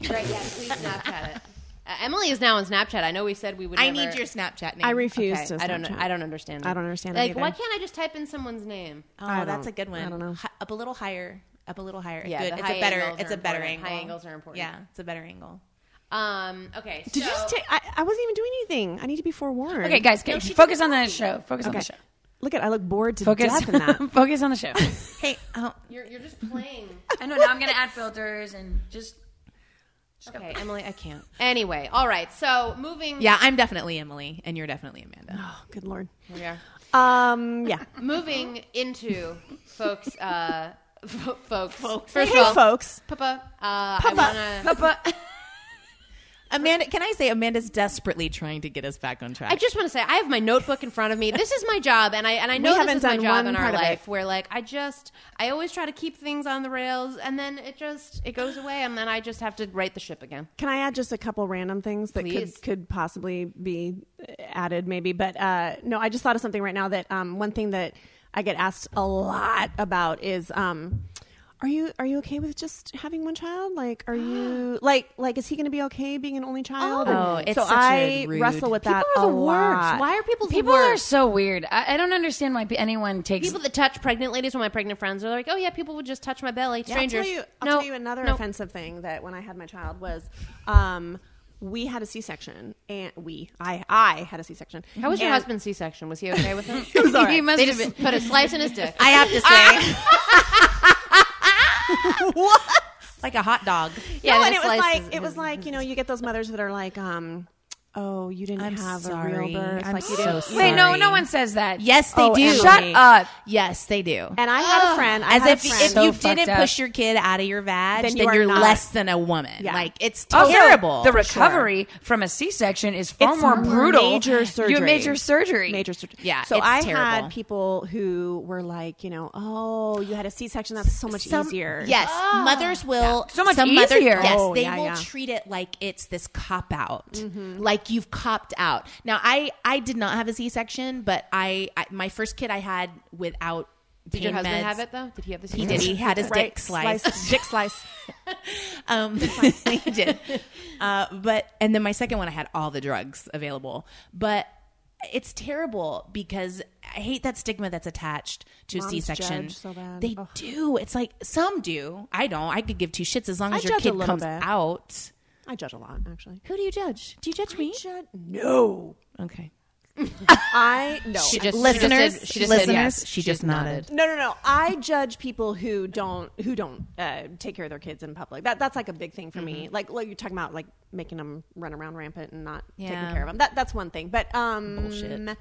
[SPEAKER 2] it.
[SPEAKER 1] right, yeah, please Snapchat it. Uh, Emily is now on Snapchat. I know we said we would.
[SPEAKER 4] I
[SPEAKER 1] never-
[SPEAKER 4] need your Snapchat name.
[SPEAKER 3] I refuse to.
[SPEAKER 1] I don't.
[SPEAKER 3] Snapchat.
[SPEAKER 1] I don't understand.
[SPEAKER 3] I
[SPEAKER 1] it.
[SPEAKER 3] don't understand it
[SPEAKER 1] Like, why
[SPEAKER 3] either.
[SPEAKER 1] can't I just type in someone's name?
[SPEAKER 4] Oh,
[SPEAKER 3] I
[SPEAKER 4] that's a
[SPEAKER 3] don't-
[SPEAKER 4] good one.
[SPEAKER 3] I don't know.
[SPEAKER 4] Hi- up a little higher. Up a little higher.
[SPEAKER 1] Yeah,
[SPEAKER 4] good.
[SPEAKER 1] the
[SPEAKER 4] It's
[SPEAKER 1] high
[SPEAKER 4] a better.
[SPEAKER 1] angles
[SPEAKER 4] It's
[SPEAKER 1] are
[SPEAKER 4] a better
[SPEAKER 1] important.
[SPEAKER 4] angle.
[SPEAKER 1] High angles are important.
[SPEAKER 4] Yeah, it's a better angle.
[SPEAKER 1] Um. Okay.
[SPEAKER 3] Did
[SPEAKER 1] so,
[SPEAKER 3] you just take? I, I wasn't even doing anything. I need to be forewarned.
[SPEAKER 2] Okay, guys, okay, focus on the show. Focus on
[SPEAKER 3] Okay.
[SPEAKER 2] the show.
[SPEAKER 3] Look at. I look bored to
[SPEAKER 2] Focus.
[SPEAKER 3] death in that.
[SPEAKER 2] focus on the show.
[SPEAKER 4] Hey, oh,
[SPEAKER 1] You're, you're just playing.
[SPEAKER 2] I know. Now I'm gonna add filters and just.
[SPEAKER 1] okay, Emily. I can't. Anyway. All right. So moving.
[SPEAKER 4] yeah, I'm definitely Emily, and you're definitely Amanda.
[SPEAKER 3] Oh, good lord.
[SPEAKER 1] We are.
[SPEAKER 3] Um. Yeah.
[SPEAKER 1] moving into folks uh fo- folks folks first
[SPEAKER 3] hey,
[SPEAKER 1] of all
[SPEAKER 3] folks.
[SPEAKER 1] papa uh
[SPEAKER 3] Papa.
[SPEAKER 1] i want to
[SPEAKER 4] Amanda, can I say Amanda's desperately trying to get us back on track?
[SPEAKER 1] I just want to say I have my notebook in front of me. This is my job, and I and I know
[SPEAKER 3] haven't
[SPEAKER 1] this is my
[SPEAKER 3] done
[SPEAKER 1] job
[SPEAKER 3] one
[SPEAKER 1] in our
[SPEAKER 3] part of it.
[SPEAKER 1] life where like I just I always try to keep things on the rails, and then it just it goes away, and then I just have to right the ship again.
[SPEAKER 3] Can I add just a couple random things that
[SPEAKER 1] Please.
[SPEAKER 3] could, could possibly be added, maybe? But uh, no, I just thought of something right now that um, one thing that I get asked a lot about is. Um, are you are you okay with just having one child? Like, are you like like is he going to be okay being an only child?
[SPEAKER 4] Oh,
[SPEAKER 3] And
[SPEAKER 4] it's
[SPEAKER 3] so
[SPEAKER 4] such a
[SPEAKER 3] I
[SPEAKER 4] rude-
[SPEAKER 3] wrestle with that
[SPEAKER 1] people are
[SPEAKER 3] a
[SPEAKER 1] the
[SPEAKER 3] lot.
[SPEAKER 1] worst. Why are people the
[SPEAKER 2] People are
[SPEAKER 1] worst?
[SPEAKER 2] so weird. I, I don't understand why pe- anyone takes.
[SPEAKER 1] people that touch pregnant ladies? When my pregnant friends are like, oh yeah, people would just touch my belly. Strangers.
[SPEAKER 3] I'll tell you, I'll
[SPEAKER 1] no,
[SPEAKER 3] tell you another
[SPEAKER 1] no.
[SPEAKER 3] offensive thing that when I had my child was, um, we had a C-section and we, I, I had a C-section.
[SPEAKER 1] How was your
[SPEAKER 3] And-
[SPEAKER 1] husband's C-section? Was he okay with it?
[SPEAKER 2] He must
[SPEAKER 1] They
[SPEAKER 2] have
[SPEAKER 1] just put a slice in his dick.
[SPEAKER 4] I have to say, what? Like a hot dog.
[SPEAKER 1] Yeah,
[SPEAKER 3] no,
[SPEAKER 1] they
[SPEAKER 3] and it
[SPEAKER 1] just
[SPEAKER 3] was
[SPEAKER 1] sliced
[SPEAKER 3] like
[SPEAKER 1] his-
[SPEAKER 3] it was like you know you get those mothers that are like, um, oh, you didn't
[SPEAKER 4] I'm
[SPEAKER 3] have a
[SPEAKER 4] sorry.
[SPEAKER 3] real birth,
[SPEAKER 4] I'm
[SPEAKER 3] like
[SPEAKER 4] so
[SPEAKER 3] you didn't.
[SPEAKER 4] sorry.
[SPEAKER 2] Wait, no,
[SPEAKER 4] Sorry.
[SPEAKER 2] no one says that.
[SPEAKER 4] Yes, they
[SPEAKER 3] Oh,
[SPEAKER 4] do.
[SPEAKER 3] Emily.
[SPEAKER 2] Shut up.
[SPEAKER 4] Yes, they do.
[SPEAKER 3] And I had a friend. I
[SPEAKER 4] As
[SPEAKER 3] had
[SPEAKER 4] if
[SPEAKER 3] a
[SPEAKER 4] if
[SPEAKER 3] friend.
[SPEAKER 2] So
[SPEAKER 4] you
[SPEAKER 2] fucked
[SPEAKER 4] didn't
[SPEAKER 2] up.
[SPEAKER 4] push your kid out of your vag,
[SPEAKER 3] Then
[SPEAKER 4] then,
[SPEAKER 3] you
[SPEAKER 4] you
[SPEAKER 3] are
[SPEAKER 4] are
[SPEAKER 3] not.
[SPEAKER 4] less than a woman.
[SPEAKER 3] Yeah.
[SPEAKER 4] Like it's
[SPEAKER 2] Also,
[SPEAKER 4] terrible.
[SPEAKER 2] Oh, the
[SPEAKER 4] for sure.
[SPEAKER 2] recovery from a C-section is far
[SPEAKER 4] It's
[SPEAKER 2] more brutal.
[SPEAKER 3] Major surgery.
[SPEAKER 2] You major surgery.
[SPEAKER 3] Major surgery.
[SPEAKER 4] Yeah,
[SPEAKER 3] So
[SPEAKER 4] it's
[SPEAKER 3] I
[SPEAKER 4] terrible.
[SPEAKER 3] had people who were like, you know, oh, you had a C-section. That's so much
[SPEAKER 4] Some-
[SPEAKER 3] easier.
[SPEAKER 4] Yes,
[SPEAKER 1] Ah.
[SPEAKER 4] mothers will.
[SPEAKER 2] So much
[SPEAKER 4] some mother-
[SPEAKER 2] easier.
[SPEAKER 4] yes,
[SPEAKER 3] Oh,
[SPEAKER 4] they
[SPEAKER 3] yeah,
[SPEAKER 4] will
[SPEAKER 3] yeah. Mm-hmm.
[SPEAKER 4] treat it like it's this cop out, like you've copped out. Now, I I did not have a C section, but I, I my first kid I had without.
[SPEAKER 1] Did your
[SPEAKER 4] pain
[SPEAKER 1] husband
[SPEAKER 4] meds.
[SPEAKER 1] have it though? Did he have this?
[SPEAKER 4] He did. He had his
[SPEAKER 3] Right?
[SPEAKER 4] dick sliced.
[SPEAKER 3] dick slice.
[SPEAKER 4] Um, he did. Uh, but and then my second one, I had all the drugs available. But it's terrible because I hate that stigma that's attached to
[SPEAKER 3] Moms
[SPEAKER 4] C section.
[SPEAKER 3] judge so bad.
[SPEAKER 4] They
[SPEAKER 3] Ugh.
[SPEAKER 4] do. It's like some do. I don't. I could give two shits as long
[SPEAKER 3] I
[SPEAKER 4] as your
[SPEAKER 3] judge a
[SPEAKER 4] kid
[SPEAKER 3] little
[SPEAKER 4] comes
[SPEAKER 3] bit.
[SPEAKER 4] out.
[SPEAKER 3] I judge a lot, actually.
[SPEAKER 4] Who do you judge? Do you judge me?
[SPEAKER 3] Jud- No,
[SPEAKER 4] okay.
[SPEAKER 3] I no.
[SPEAKER 1] She just She just
[SPEAKER 4] listeners,
[SPEAKER 1] said, she just
[SPEAKER 4] listeners,
[SPEAKER 1] Said yes.
[SPEAKER 4] she just nodded.
[SPEAKER 3] No, no, no. I judge people who don't who don't uh, take care of their kids in public. That that's like a big thing for me.
[SPEAKER 4] Mm-hmm.
[SPEAKER 3] Like, like you're talking about like making them run around rampant and not
[SPEAKER 4] Yeah.
[SPEAKER 3] taking care of them. That that's one thing. But um,
[SPEAKER 4] Bullshit.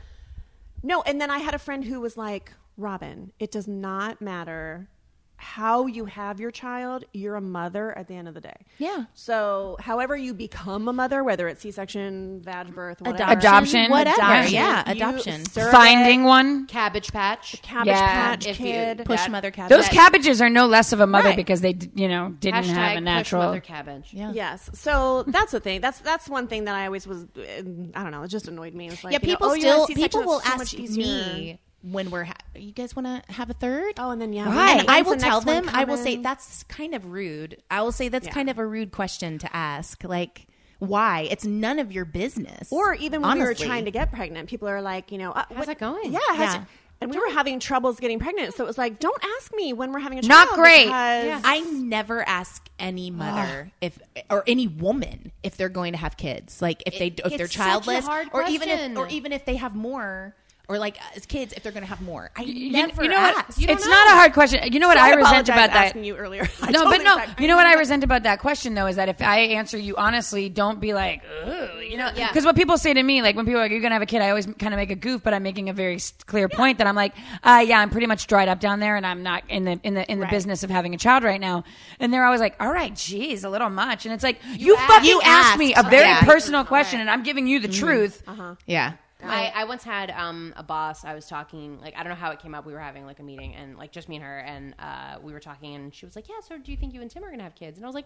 [SPEAKER 3] No, and then I had a friend who was like, Robin, it does not matter how you have your child. You're a mother at the end of the day.
[SPEAKER 4] Yeah.
[SPEAKER 3] So, however you become a mother, whether it's C-section, vag birth, whatever,
[SPEAKER 2] Adoption.
[SPEAKER 4] whatever.
[SPEAKER 2] Adoption.
[SPEAKER 4] Yeah,
[SPEAKER 3] you-
[SPEAKER 4] adoption.
[SPEAKER 3] surrogate,
[SPEAKER 2] Finding one.
[SPEAKER 1] Cabbage patch.
[SPEAKER 3] cabbage
[SPEAKER 2] Yeah.
[SPEAKER 3] patch
[SPEAKER 1] If you-
[SPEAKER 3] kid.
[SPEAKER 4] Push
[SPEAKER 1] That-
[SPEAKER 4] mother cabinet.
[SPEAKER 2] Those cabbages are no less of a mother
[SPEAKER 3] Right.
[SPEAKER 2] because they, d- you know, didn't
[SPEAKER 1] Hashtag
[SPEAKER 2] have a
[SPEAKER 1] push
[SPEAKER 2] natural.
[SPEAKER 1] mother cabbage.
[SPEAKER 4] Yeah.
[SPEAKER 3] Yes. So that's the thing. That's that's one thing that I always was. uh, I don't know. It just annoyed me. It was like,
[SPEAKER 4] yeah,
[SPEAKER 3] you know,
[SPEAKER 4] people
[SPEAKER 3] oh, you had a
[SPEAKER 4] still
[SPEAKER 3] C-section,
[SPEAKER 4] people will
[SPEAKER 3] it's so
[SPEAKER 4] ask
[SPEAKER 3] much easier.
[SPEAKER 4] me when we're ha- you guys want to have a third?
[SPEAKER 3] Oh, and then, yeah,
[SPEAKER 4] Right.
[SPEAKER 3] when's
[SPEAKER 4] I
[SPEAKER 3] the
[SPEAKER 4] will
[SPEAKER 3] next
[SPEAKER 4] tell
[SPEAKER 3] one
[SPEAKER 4] them. I will say
[SPEAKER 3] coming?
[SPEAKER 4] that's kind of rude. I will say that's
[SPEAKER 3] Yeah.
[SPEAKER 4] kind of a rude question to ask. Like why? It's none of your business.
[SPEAKER 3] Or even when we
[SPEAKER 4] Honestly.
[SPEAKER 3] were trying to get pregnant, people are like, you know, uh,
[SPEAKER 1] How's that going?
[SPEAKER 3] Yeah. how's
[SPEAKER 4] Yeah.
[SPEAKER 3] it- And we were having troubles getting pregnant, so it was like, don't ask me when we're having a
[SPEAKER 2] Not
[SPEAKER 3] child.
[SPEAKER 2] great.
[SPEAKER 3] because-
[SPEAKER 4] I never ask any mother if or any woman if they're going to have kids. Like if they if they're
[SPEAKER 1] it's such a
[SPEAKER 4] childless
[SPEAKER 1] hard
[SPEAKER 4] or even if
[SPEAKER 1] question.
[SPEAKER 4] or even if they have more or like as kids if they're going to have more. I
[SPEAKER 2] You-
[SPEAKER 4] never
[SPEAKER 2] you know
[SPEAKER 4] ask.
[SPEAKER 2] what? It's not a hard question. You know what I, resent
[SPEAKER 3] apologize
[SPEAKER 2] about that?
[SPEAKER 3] asking you earlier. I
[SPEAKER 2] no, but
[SPEAKER 3] totally
[SPEAKER 2] no.
[SPEAKER 3] forgot.
[SPEAKER 2] You know what I resent about that question though is that if I answer you honestly, don't be like, Ugh, you know,
[SPEAKER 1] Yeah.
[SPEAKER 2] because what people say to me, like when people are like, "You're gonna have a kid," I always kind of make a goof, but I'm making a very s- clear point that I'm like, uh, "Yeah, I'm pretty much dried up down there, and I'm not in the in the in the business of having a child right now." And they're always like, "All right, geez, a little much," and it's like you,
[SPEAKER 1] asked-
[SPEAKER 2] fucking
[SPEAKER 1] you
[SPEAKER 2] asked,
[SPEAKER 4] asked.
[SPEAKER 2] me a very
[SPEAKER 4] Yeah. Uh-huh.
[SPEAKER 2] personal question, and I'm giving you the truth.
[SPEAKER 4] Yeah.
[SPEAKER 1] I, I once had um, a boss. I was talking like I don't know how it came up. We were having like a meeting and like just me and her, and uh, we were talking, and she was like, "Yeah, so do you think you and Tim are gonna have kids?" And I was like,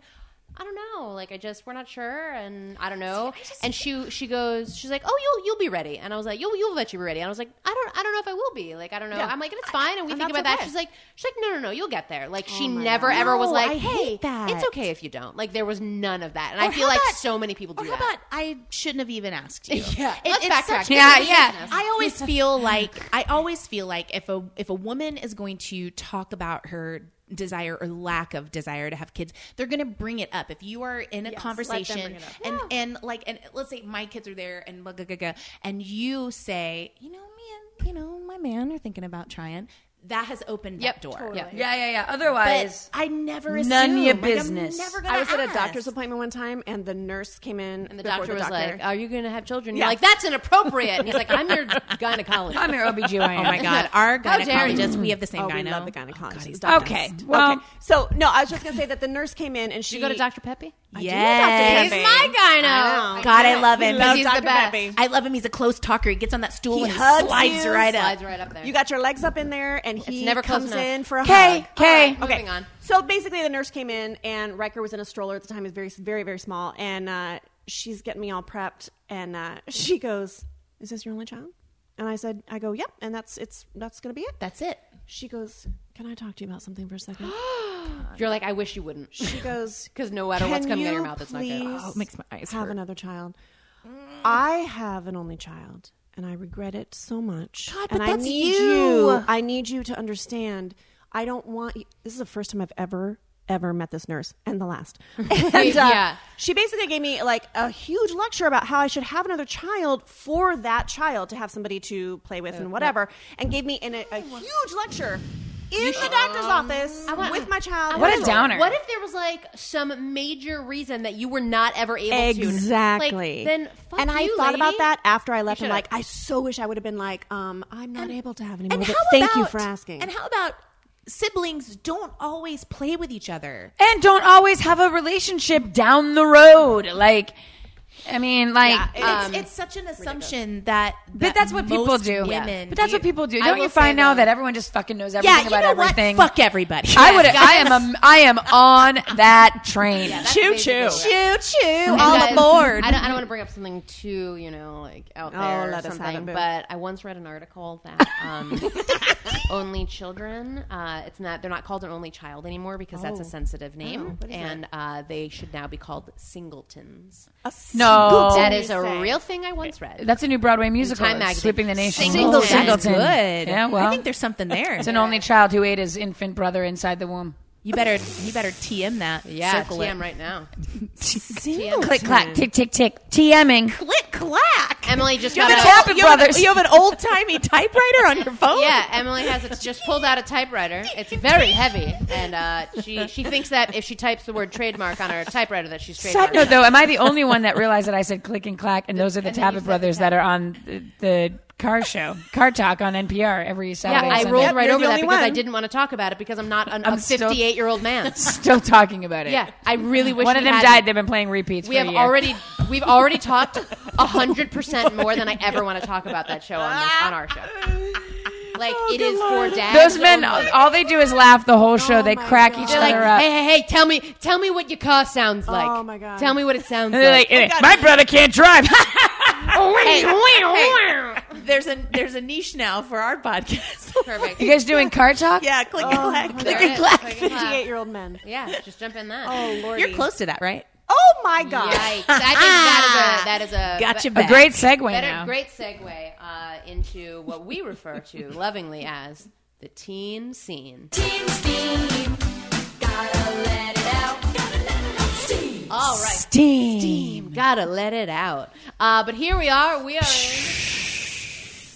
[SPEAKER 1] I don't know. Like I just we're not sure, and I don't know. and she she goes, she's like, oh, you'll you'll be ready. And I was like, you'll you'll bet you be ready. And I was like, I don't I don't know if I will be. Like I don't know. I'm like, it's fine. And we
[SPEAKER 3] I'm
[SPEAKER 1] think
[SPEAKER 3] not
[SPEAKER 1] about that.
[SPEAKER 3] surprised.
[SPEAKER 1] She's like, she's like, no no no, you'll get there. Like she never ever was
[SPEAKER 3] No,
[SPEAKER 1] like,
[SPEAKER 3] I
[SPEAKER 1] hey,
[SPEAKER 3] hate that.
[SPEAKER 1] it's okay if you don't. Like there was none of that. And I
[SPEAKER 4] Or
[SPEAKER 1] feel
[SPEAKER 4] how
[SPEAKER 1] like
[SPEAKER 4] about-
[SPEAKER 1] so many people do
[SPEAKER 4] Or Oh, how
[SPEAKER 1] that.
[SPEAKER 4] about I shouldn't have even asked you?
[SPEAKER 1] Yeah.
[SPEAKER 4] It-
[SPEAKER 1] Let's
[SPEAKER 4] it's
[SPEAKER 1] backtrack.
[SPEAKER 4] such-
[SPEAKER 1] Yeah, yeah.
[SPEAKER 4] I always feel like I always feel like if a if a woman is going to talk about her desire or lack of desire to have kids, they're going to bring it up. If you are in a
[SPEAKER 3] bring
[SPEAKER 4] conversation
[SPEAKER 3] it up.
[SPEAKER 4] and and like and let's say my kids are there and blah, blah, blah, blah, and you say, you know, me and you know my man are thinking about trying. That has opened that door.
[SPEAKER 1] Yeah.
[SPEAKER 2] Yeah, yeah, yeah.
[SPEAKER 4] But
[SPEAKER 2] Otherwise,
[SPEAKER 4] I never assume.
[SPEAKER 2] None of your
[SPEAKER 4] Like, I'm
[SPEAKER 2] business.
[SPEAKER 4] never gonna
[SPEAKER 3] I was at a
[SPEAKER 4] ask.
[SPEAKER 3] doctor's appointment one time, and the nurse came in,
[SPEAKER 1] And the
[SPEAKER 3] before
[SPEAKER 1] doctor was like, "Are you going to have children?" And
[SPEAKER 3] Yeah.
[SPEAKER 1] You're like, "That's inappropriate." And he's like, "I'm your gynecologist."
[SPEAKER 2] I'm your OBGYN.
[SPEAKER 4] Oh my god, our
[SPEAKER 1] How dare you.
[SPEAKER 4] gynecologist. We have the same
[SPEAKER 3] "Oh,
[SPEAKER 4] gyno.
[SPEAKER 3] we love the gynecologist."
[SPEAKER 4] Oh,
[SPEAKER 3] doctor.
[SPEAKER 2] Okay, well-
[SPEAKER 3] So no, I was just gonna say that the nurse came in, and she
[SPEAKER 1] you go to Dr. Peppy? He's
[SPEAKER 4] yes.
[SPEAKER 1] my
[SPEAKER 3] I
[SPEAKER 1] gyno.
[SPEAKER 3] know.
[SPEAKER 4] God, I love him.
[SPEAKER 3] Love
[SPEAKER 4] He's
[SPEAKER 3] Dr.
[SPEAKER 4] the best.
[SPEAKER 3] Pepe.
[SPEAKER 4] I love him. He's a close talker. He gets on that stool
[SPEAKER 3] He
[SPEAKER 4] and he
[SPEAKER 3] hugs
[SPEAKER 4] slides
[SPEAKER 3] you.
[SPEAKER 4] right up.
[SPEAKER 1] Slides right up there.
[SPEAKER 3] You got your legs up in there, and he
[SPEAKER 1] never close
[SPEAKER 3] comes
[SPEAKER 1] enough.
[SPEAKER 3] in for a
[SPEAKER 2] Okay,
[SPEAKER 3] hug.
[SPEAKER 2] okay.
[SPEAKER 1] All right, moving on.
[SPEAKER 3] So basically, the nurse came in, and Riker was in a stroller at the time. He was very, very, very small, and uh, she's getting me all prepped, and uh, she goes, "Is this your only child?" And I said, "I go, yep." And that's it's that's gonna be it.
[SPEAKER 4] That's it.
[SPEAKER 3] She goes, "Can I talk to you about something for a second?
[SPEAKER 1] You're like, I wish you wouldn't.
[SPEAKER 3] She goes,
[SPEAKER 1] 'Cause no matter what's
[SPEAKER 3] "Can
[SPEAKER 1] coming out of your
[SPEAKER 3] you
[SPEAKER 1] mouth, it's not good."
[SPEAKER 3] please
[SPEAKER 4] Oh, it makes my eyes
[SPEAKER 3] Have
[SPEAKER 4] hurt.
[SPEAKER 3] another child.
[SPEAKER 1] Mm.
[SPEAKER 3] I have an only child, and I regret it so much.
[SPEAKER 4] God,
[SPEAKER 3] and
[SPEAKER 4] but
[SPEAKER 3] I
[SPEAKER 4] that's
[SPEAKER 3] need
[SPEAKER 4] you.
[SPEAKER 3] I need you to understand. I don't want. You. This is the first time I've ever ever met this nurse, and the last. And uh,
[SPEAKER 1] yeah.
[SPEAKER 3] she basically gave me like a huge lecture about how I should have another child for that child to have somebody to play with
[SPEAKER 1] Uh,
[SPEAKER 3] and whatever, and gave me an, a, a huge lecture. In the doctor's office
[SPEAKER 1] Oh. want-
[SPEAKER 3] with my child.
[SPEAKER 2] What a
[SPEAKER 3] Sure.
[SPEAKER 2] downer.
[SPEAKER 1] What if there was like some major reason that you were not ever able to
[SPEAKER 3] Exactly.
[SPEAKER 1] Like, then fuck
[SPEAKER 3] and I
[SPEAKER 1] you,
[SPEAKER 3] thought about
[SPEAKER 1] lady.
[SPEAKER 3] that after I left.
[SPEAKER 1] You
[SPEAKER 3] I'm
[SPEAKER 1] should've.
[SPEAKER 3] like, I so wish I would have been like, um, I'm not able to have any more.
[SPEAKER 4] And
[SPEAKER 3] But
[SPEAKER 4] how
[SPEAKER 3] thank
[SPEAKER 4] about,
[SPEAKER 3] you for asking.
[SPEAKER 4] And how about siblings don't always play with each other?
[SPEAKER 2] and don't always have a relationship down the road. Like, I mean, like,
[SPEAKER 4] Uh, it's, it's such an assumption that,
[SPEAKER 2] but that's what people
[SPEAKER 4] most
[SPEAKER 2] do.
[SPEAKER 4] Women,
[SPEAKER 2] but that's what people do. Don't
[SPEAKER 1] will
[SPEAKER 2] you find
[SPEAKER 1] say,
[SPEAKER 2] now
[SPEAKER 1] though-
[SPEAKER 2] that everyone just fucking knows everything
[SPEAKER 4] Yeah, you
[SPEAKER 2] about
[SPEAKER 4] know
[SPEAKER 2] everything?
[SPEAKER 4] what? Fuck everybody.
[SPEAKER 2] I would. I am. A, I am on that train.
[SPEAKER 3] choo choo.
[SPEAKER 4] choo choo
[SPEAKER 1] You
[SPEAKER 4] all
[SPEAKER 1] guys,
[SPEAKER 4] aboard.
[SPEAKER 1] I don't, I don't want to bring up something too, you know, like out
[SPEAKER 3] Oh,
[SPEAKER 1] there or
[SPEAKER 3] let us have
[SPEAKER 1] something.
[SPEAKER 3] it, boo.
[SPEAKER 1] But I once read an article that um, only children. Uh, it's not. They're not called an only child anymore because that's a sensitive name, and uh, they should now be called singletons.
[SPEAKER 2] No,
[SPEAKER 1] that is a real thing I once read.
[SPEAKER 2] That's a new Broadway musical.
[SPEAKER 1] Time
[SPEAKER 2] It's
[SPEAKER 1] magazine.
[SPEAKER 2] sweeping the nation.
[SPEAKER 1] Singleton.
[SPEAKER 2] Singleton.
[SPEAKER 4] That's good.
[SPEAKER 2] Yeah, well,
[SPEAKER 4] I think there's something there.
[SPEAKER 2] it's an only child who ate his infant brother inside the womb.
[SPEAKER 4] you better you better TM that.
[SPEAKER 1] yeah,
[SPEAKER 4] Circle
[SPEAKER 1] TM
[SPEAKER 4] it.
[SPEAKER 1] right now.
[SPEAKER 4] Mm.
[SPEAKER 2] Click clack, tick tick tick, TMing.
[SPEAKER 4] Click clack.
[SPEAKER 1] Emily just
[SPEAKER 4] You
[SPEAKER 1] got
[SPEAKER 4] have,
[SPEAKER 1] a,
[SPEAKER 2] Tappet
[SPEAKER 4] an old, uh, you, have an,
[SPEAKER 2] Brothers.
[SPEAKER 4] you have an old timey typewriter on your phone.
[SPEAKER 1] Yeah, Emily has it, just pulled out a typewriter. It's very heavy, and uh, she she thinks that if she types the word trademark on her typewriter, that she's trademarked.
[SPEAKER 2] Side note, though, am I the only one that realized that I said click and clack, and those are the
[SPEAKER 1] then you
[SPEAKER 2] Tabit
[SPEAKER 1] said
[SPEAKER 2] brothers
[SPEAKER 1] the
[SPEAKER 2] that are on the, the car show, Car Talk on NPR every
[SPEAKER 1] Yeah,
[SPEAKER 2] Saturday. and
[SPEAKER 1] I
[SPEAKER 2] Sunday.
[SPEAKER 1] rolled right
[SPEAKER 3] you're
[SPEAKER 1] over
[SPEAKER 3] the
[SPEAKER 1] that
[SPEAKER 3] only
[SPEAKER 1] because I
[SPEAKER 3] one.
[SPEAKER 1] didn't want to talk about it because I'm not an, a
[SPEAKER 2] I'm still-
[SPEAKER 1] 58 year old man.
[SPEAKER 2] Still talking about it.
[SPEAKER 1] yeah, I really wish
[SPEAKER 2] one of
[SPEAKER 1] we
[SPEAKER 2] them
[SPEAKER 1] hadn't.
[SPEAKER 2] died. They've been playing repeats.
[SPEAKER 1] We
[SPEAKER 2] for a
[SPEAKER 1] have
[SPEAKER 2] year.
[SPEAKER 1] already we've already talked hundred percent more than I ever want to talk about that show on this, on our show. Like it is for dads.
[SPEAKER 2] Oh, Those men,
[SPEAKER 1] only.
[SPEAKER 2] all they do is laugh the whole show. they crack each
[SPEAKER 1] They're
[SPEAKER 2] other
[SPEAKER 1] like,
[SPEAKER 2] up.
[SPEAKER 1] hey, hey, hey, tell me, tell me what your car sounds like.
[SPEAKER 3] Oh, my God.
[SPEAKER 1] Tell me what it sounds
[SPEAKER 2] And they're like, "Eh, my brother can't drive.
[SPEAKER 4] There's a there's a niche now for our podcast.
[SPEAKER 1] Perfect.
[SPEAKER 2] you guys doing car talk?
[SPEAKER 4] yeah, click
[SPEAKER 2] Oh,
[SPEAKER 4] and clack. Click
[SPEAKER 1] There it
[SPEAKER 4] and
[SPEAKER 1] is.
[SPEAKER 4] clack.
[SPEAKER 1] Click and clack.
[SPEAKER 3] 58 year old men.
[SPEAKER 1] Yeah, just jump in that.
[SPEAKER 3] Oh lord.
[SPEAKER 4] You're close to that, right?
[SPEAKER 3] Oh my god.
[SPEAKER 1] Yikes! I think that is a that is a
[SPEAKER 4] Gotcha.
[SPEAKER 2] A
[SPEAKER 4] Back.
[SPEAKER 2] great segue
[SPEAKER 1] better
[SPEAKER 2] now.
[SPEAKER 1] great segue uh, into what we refer to lovingly as the teen scene.
[SPEAKER 6] Team Steam. Gotta let it out. Gotta let it out. Steam.
[SPEAKER 1] All right,
[SPEAKER 2] Steam.
[SPEAKER 1] team, gotta let it out. Uh, but here we are. We are in.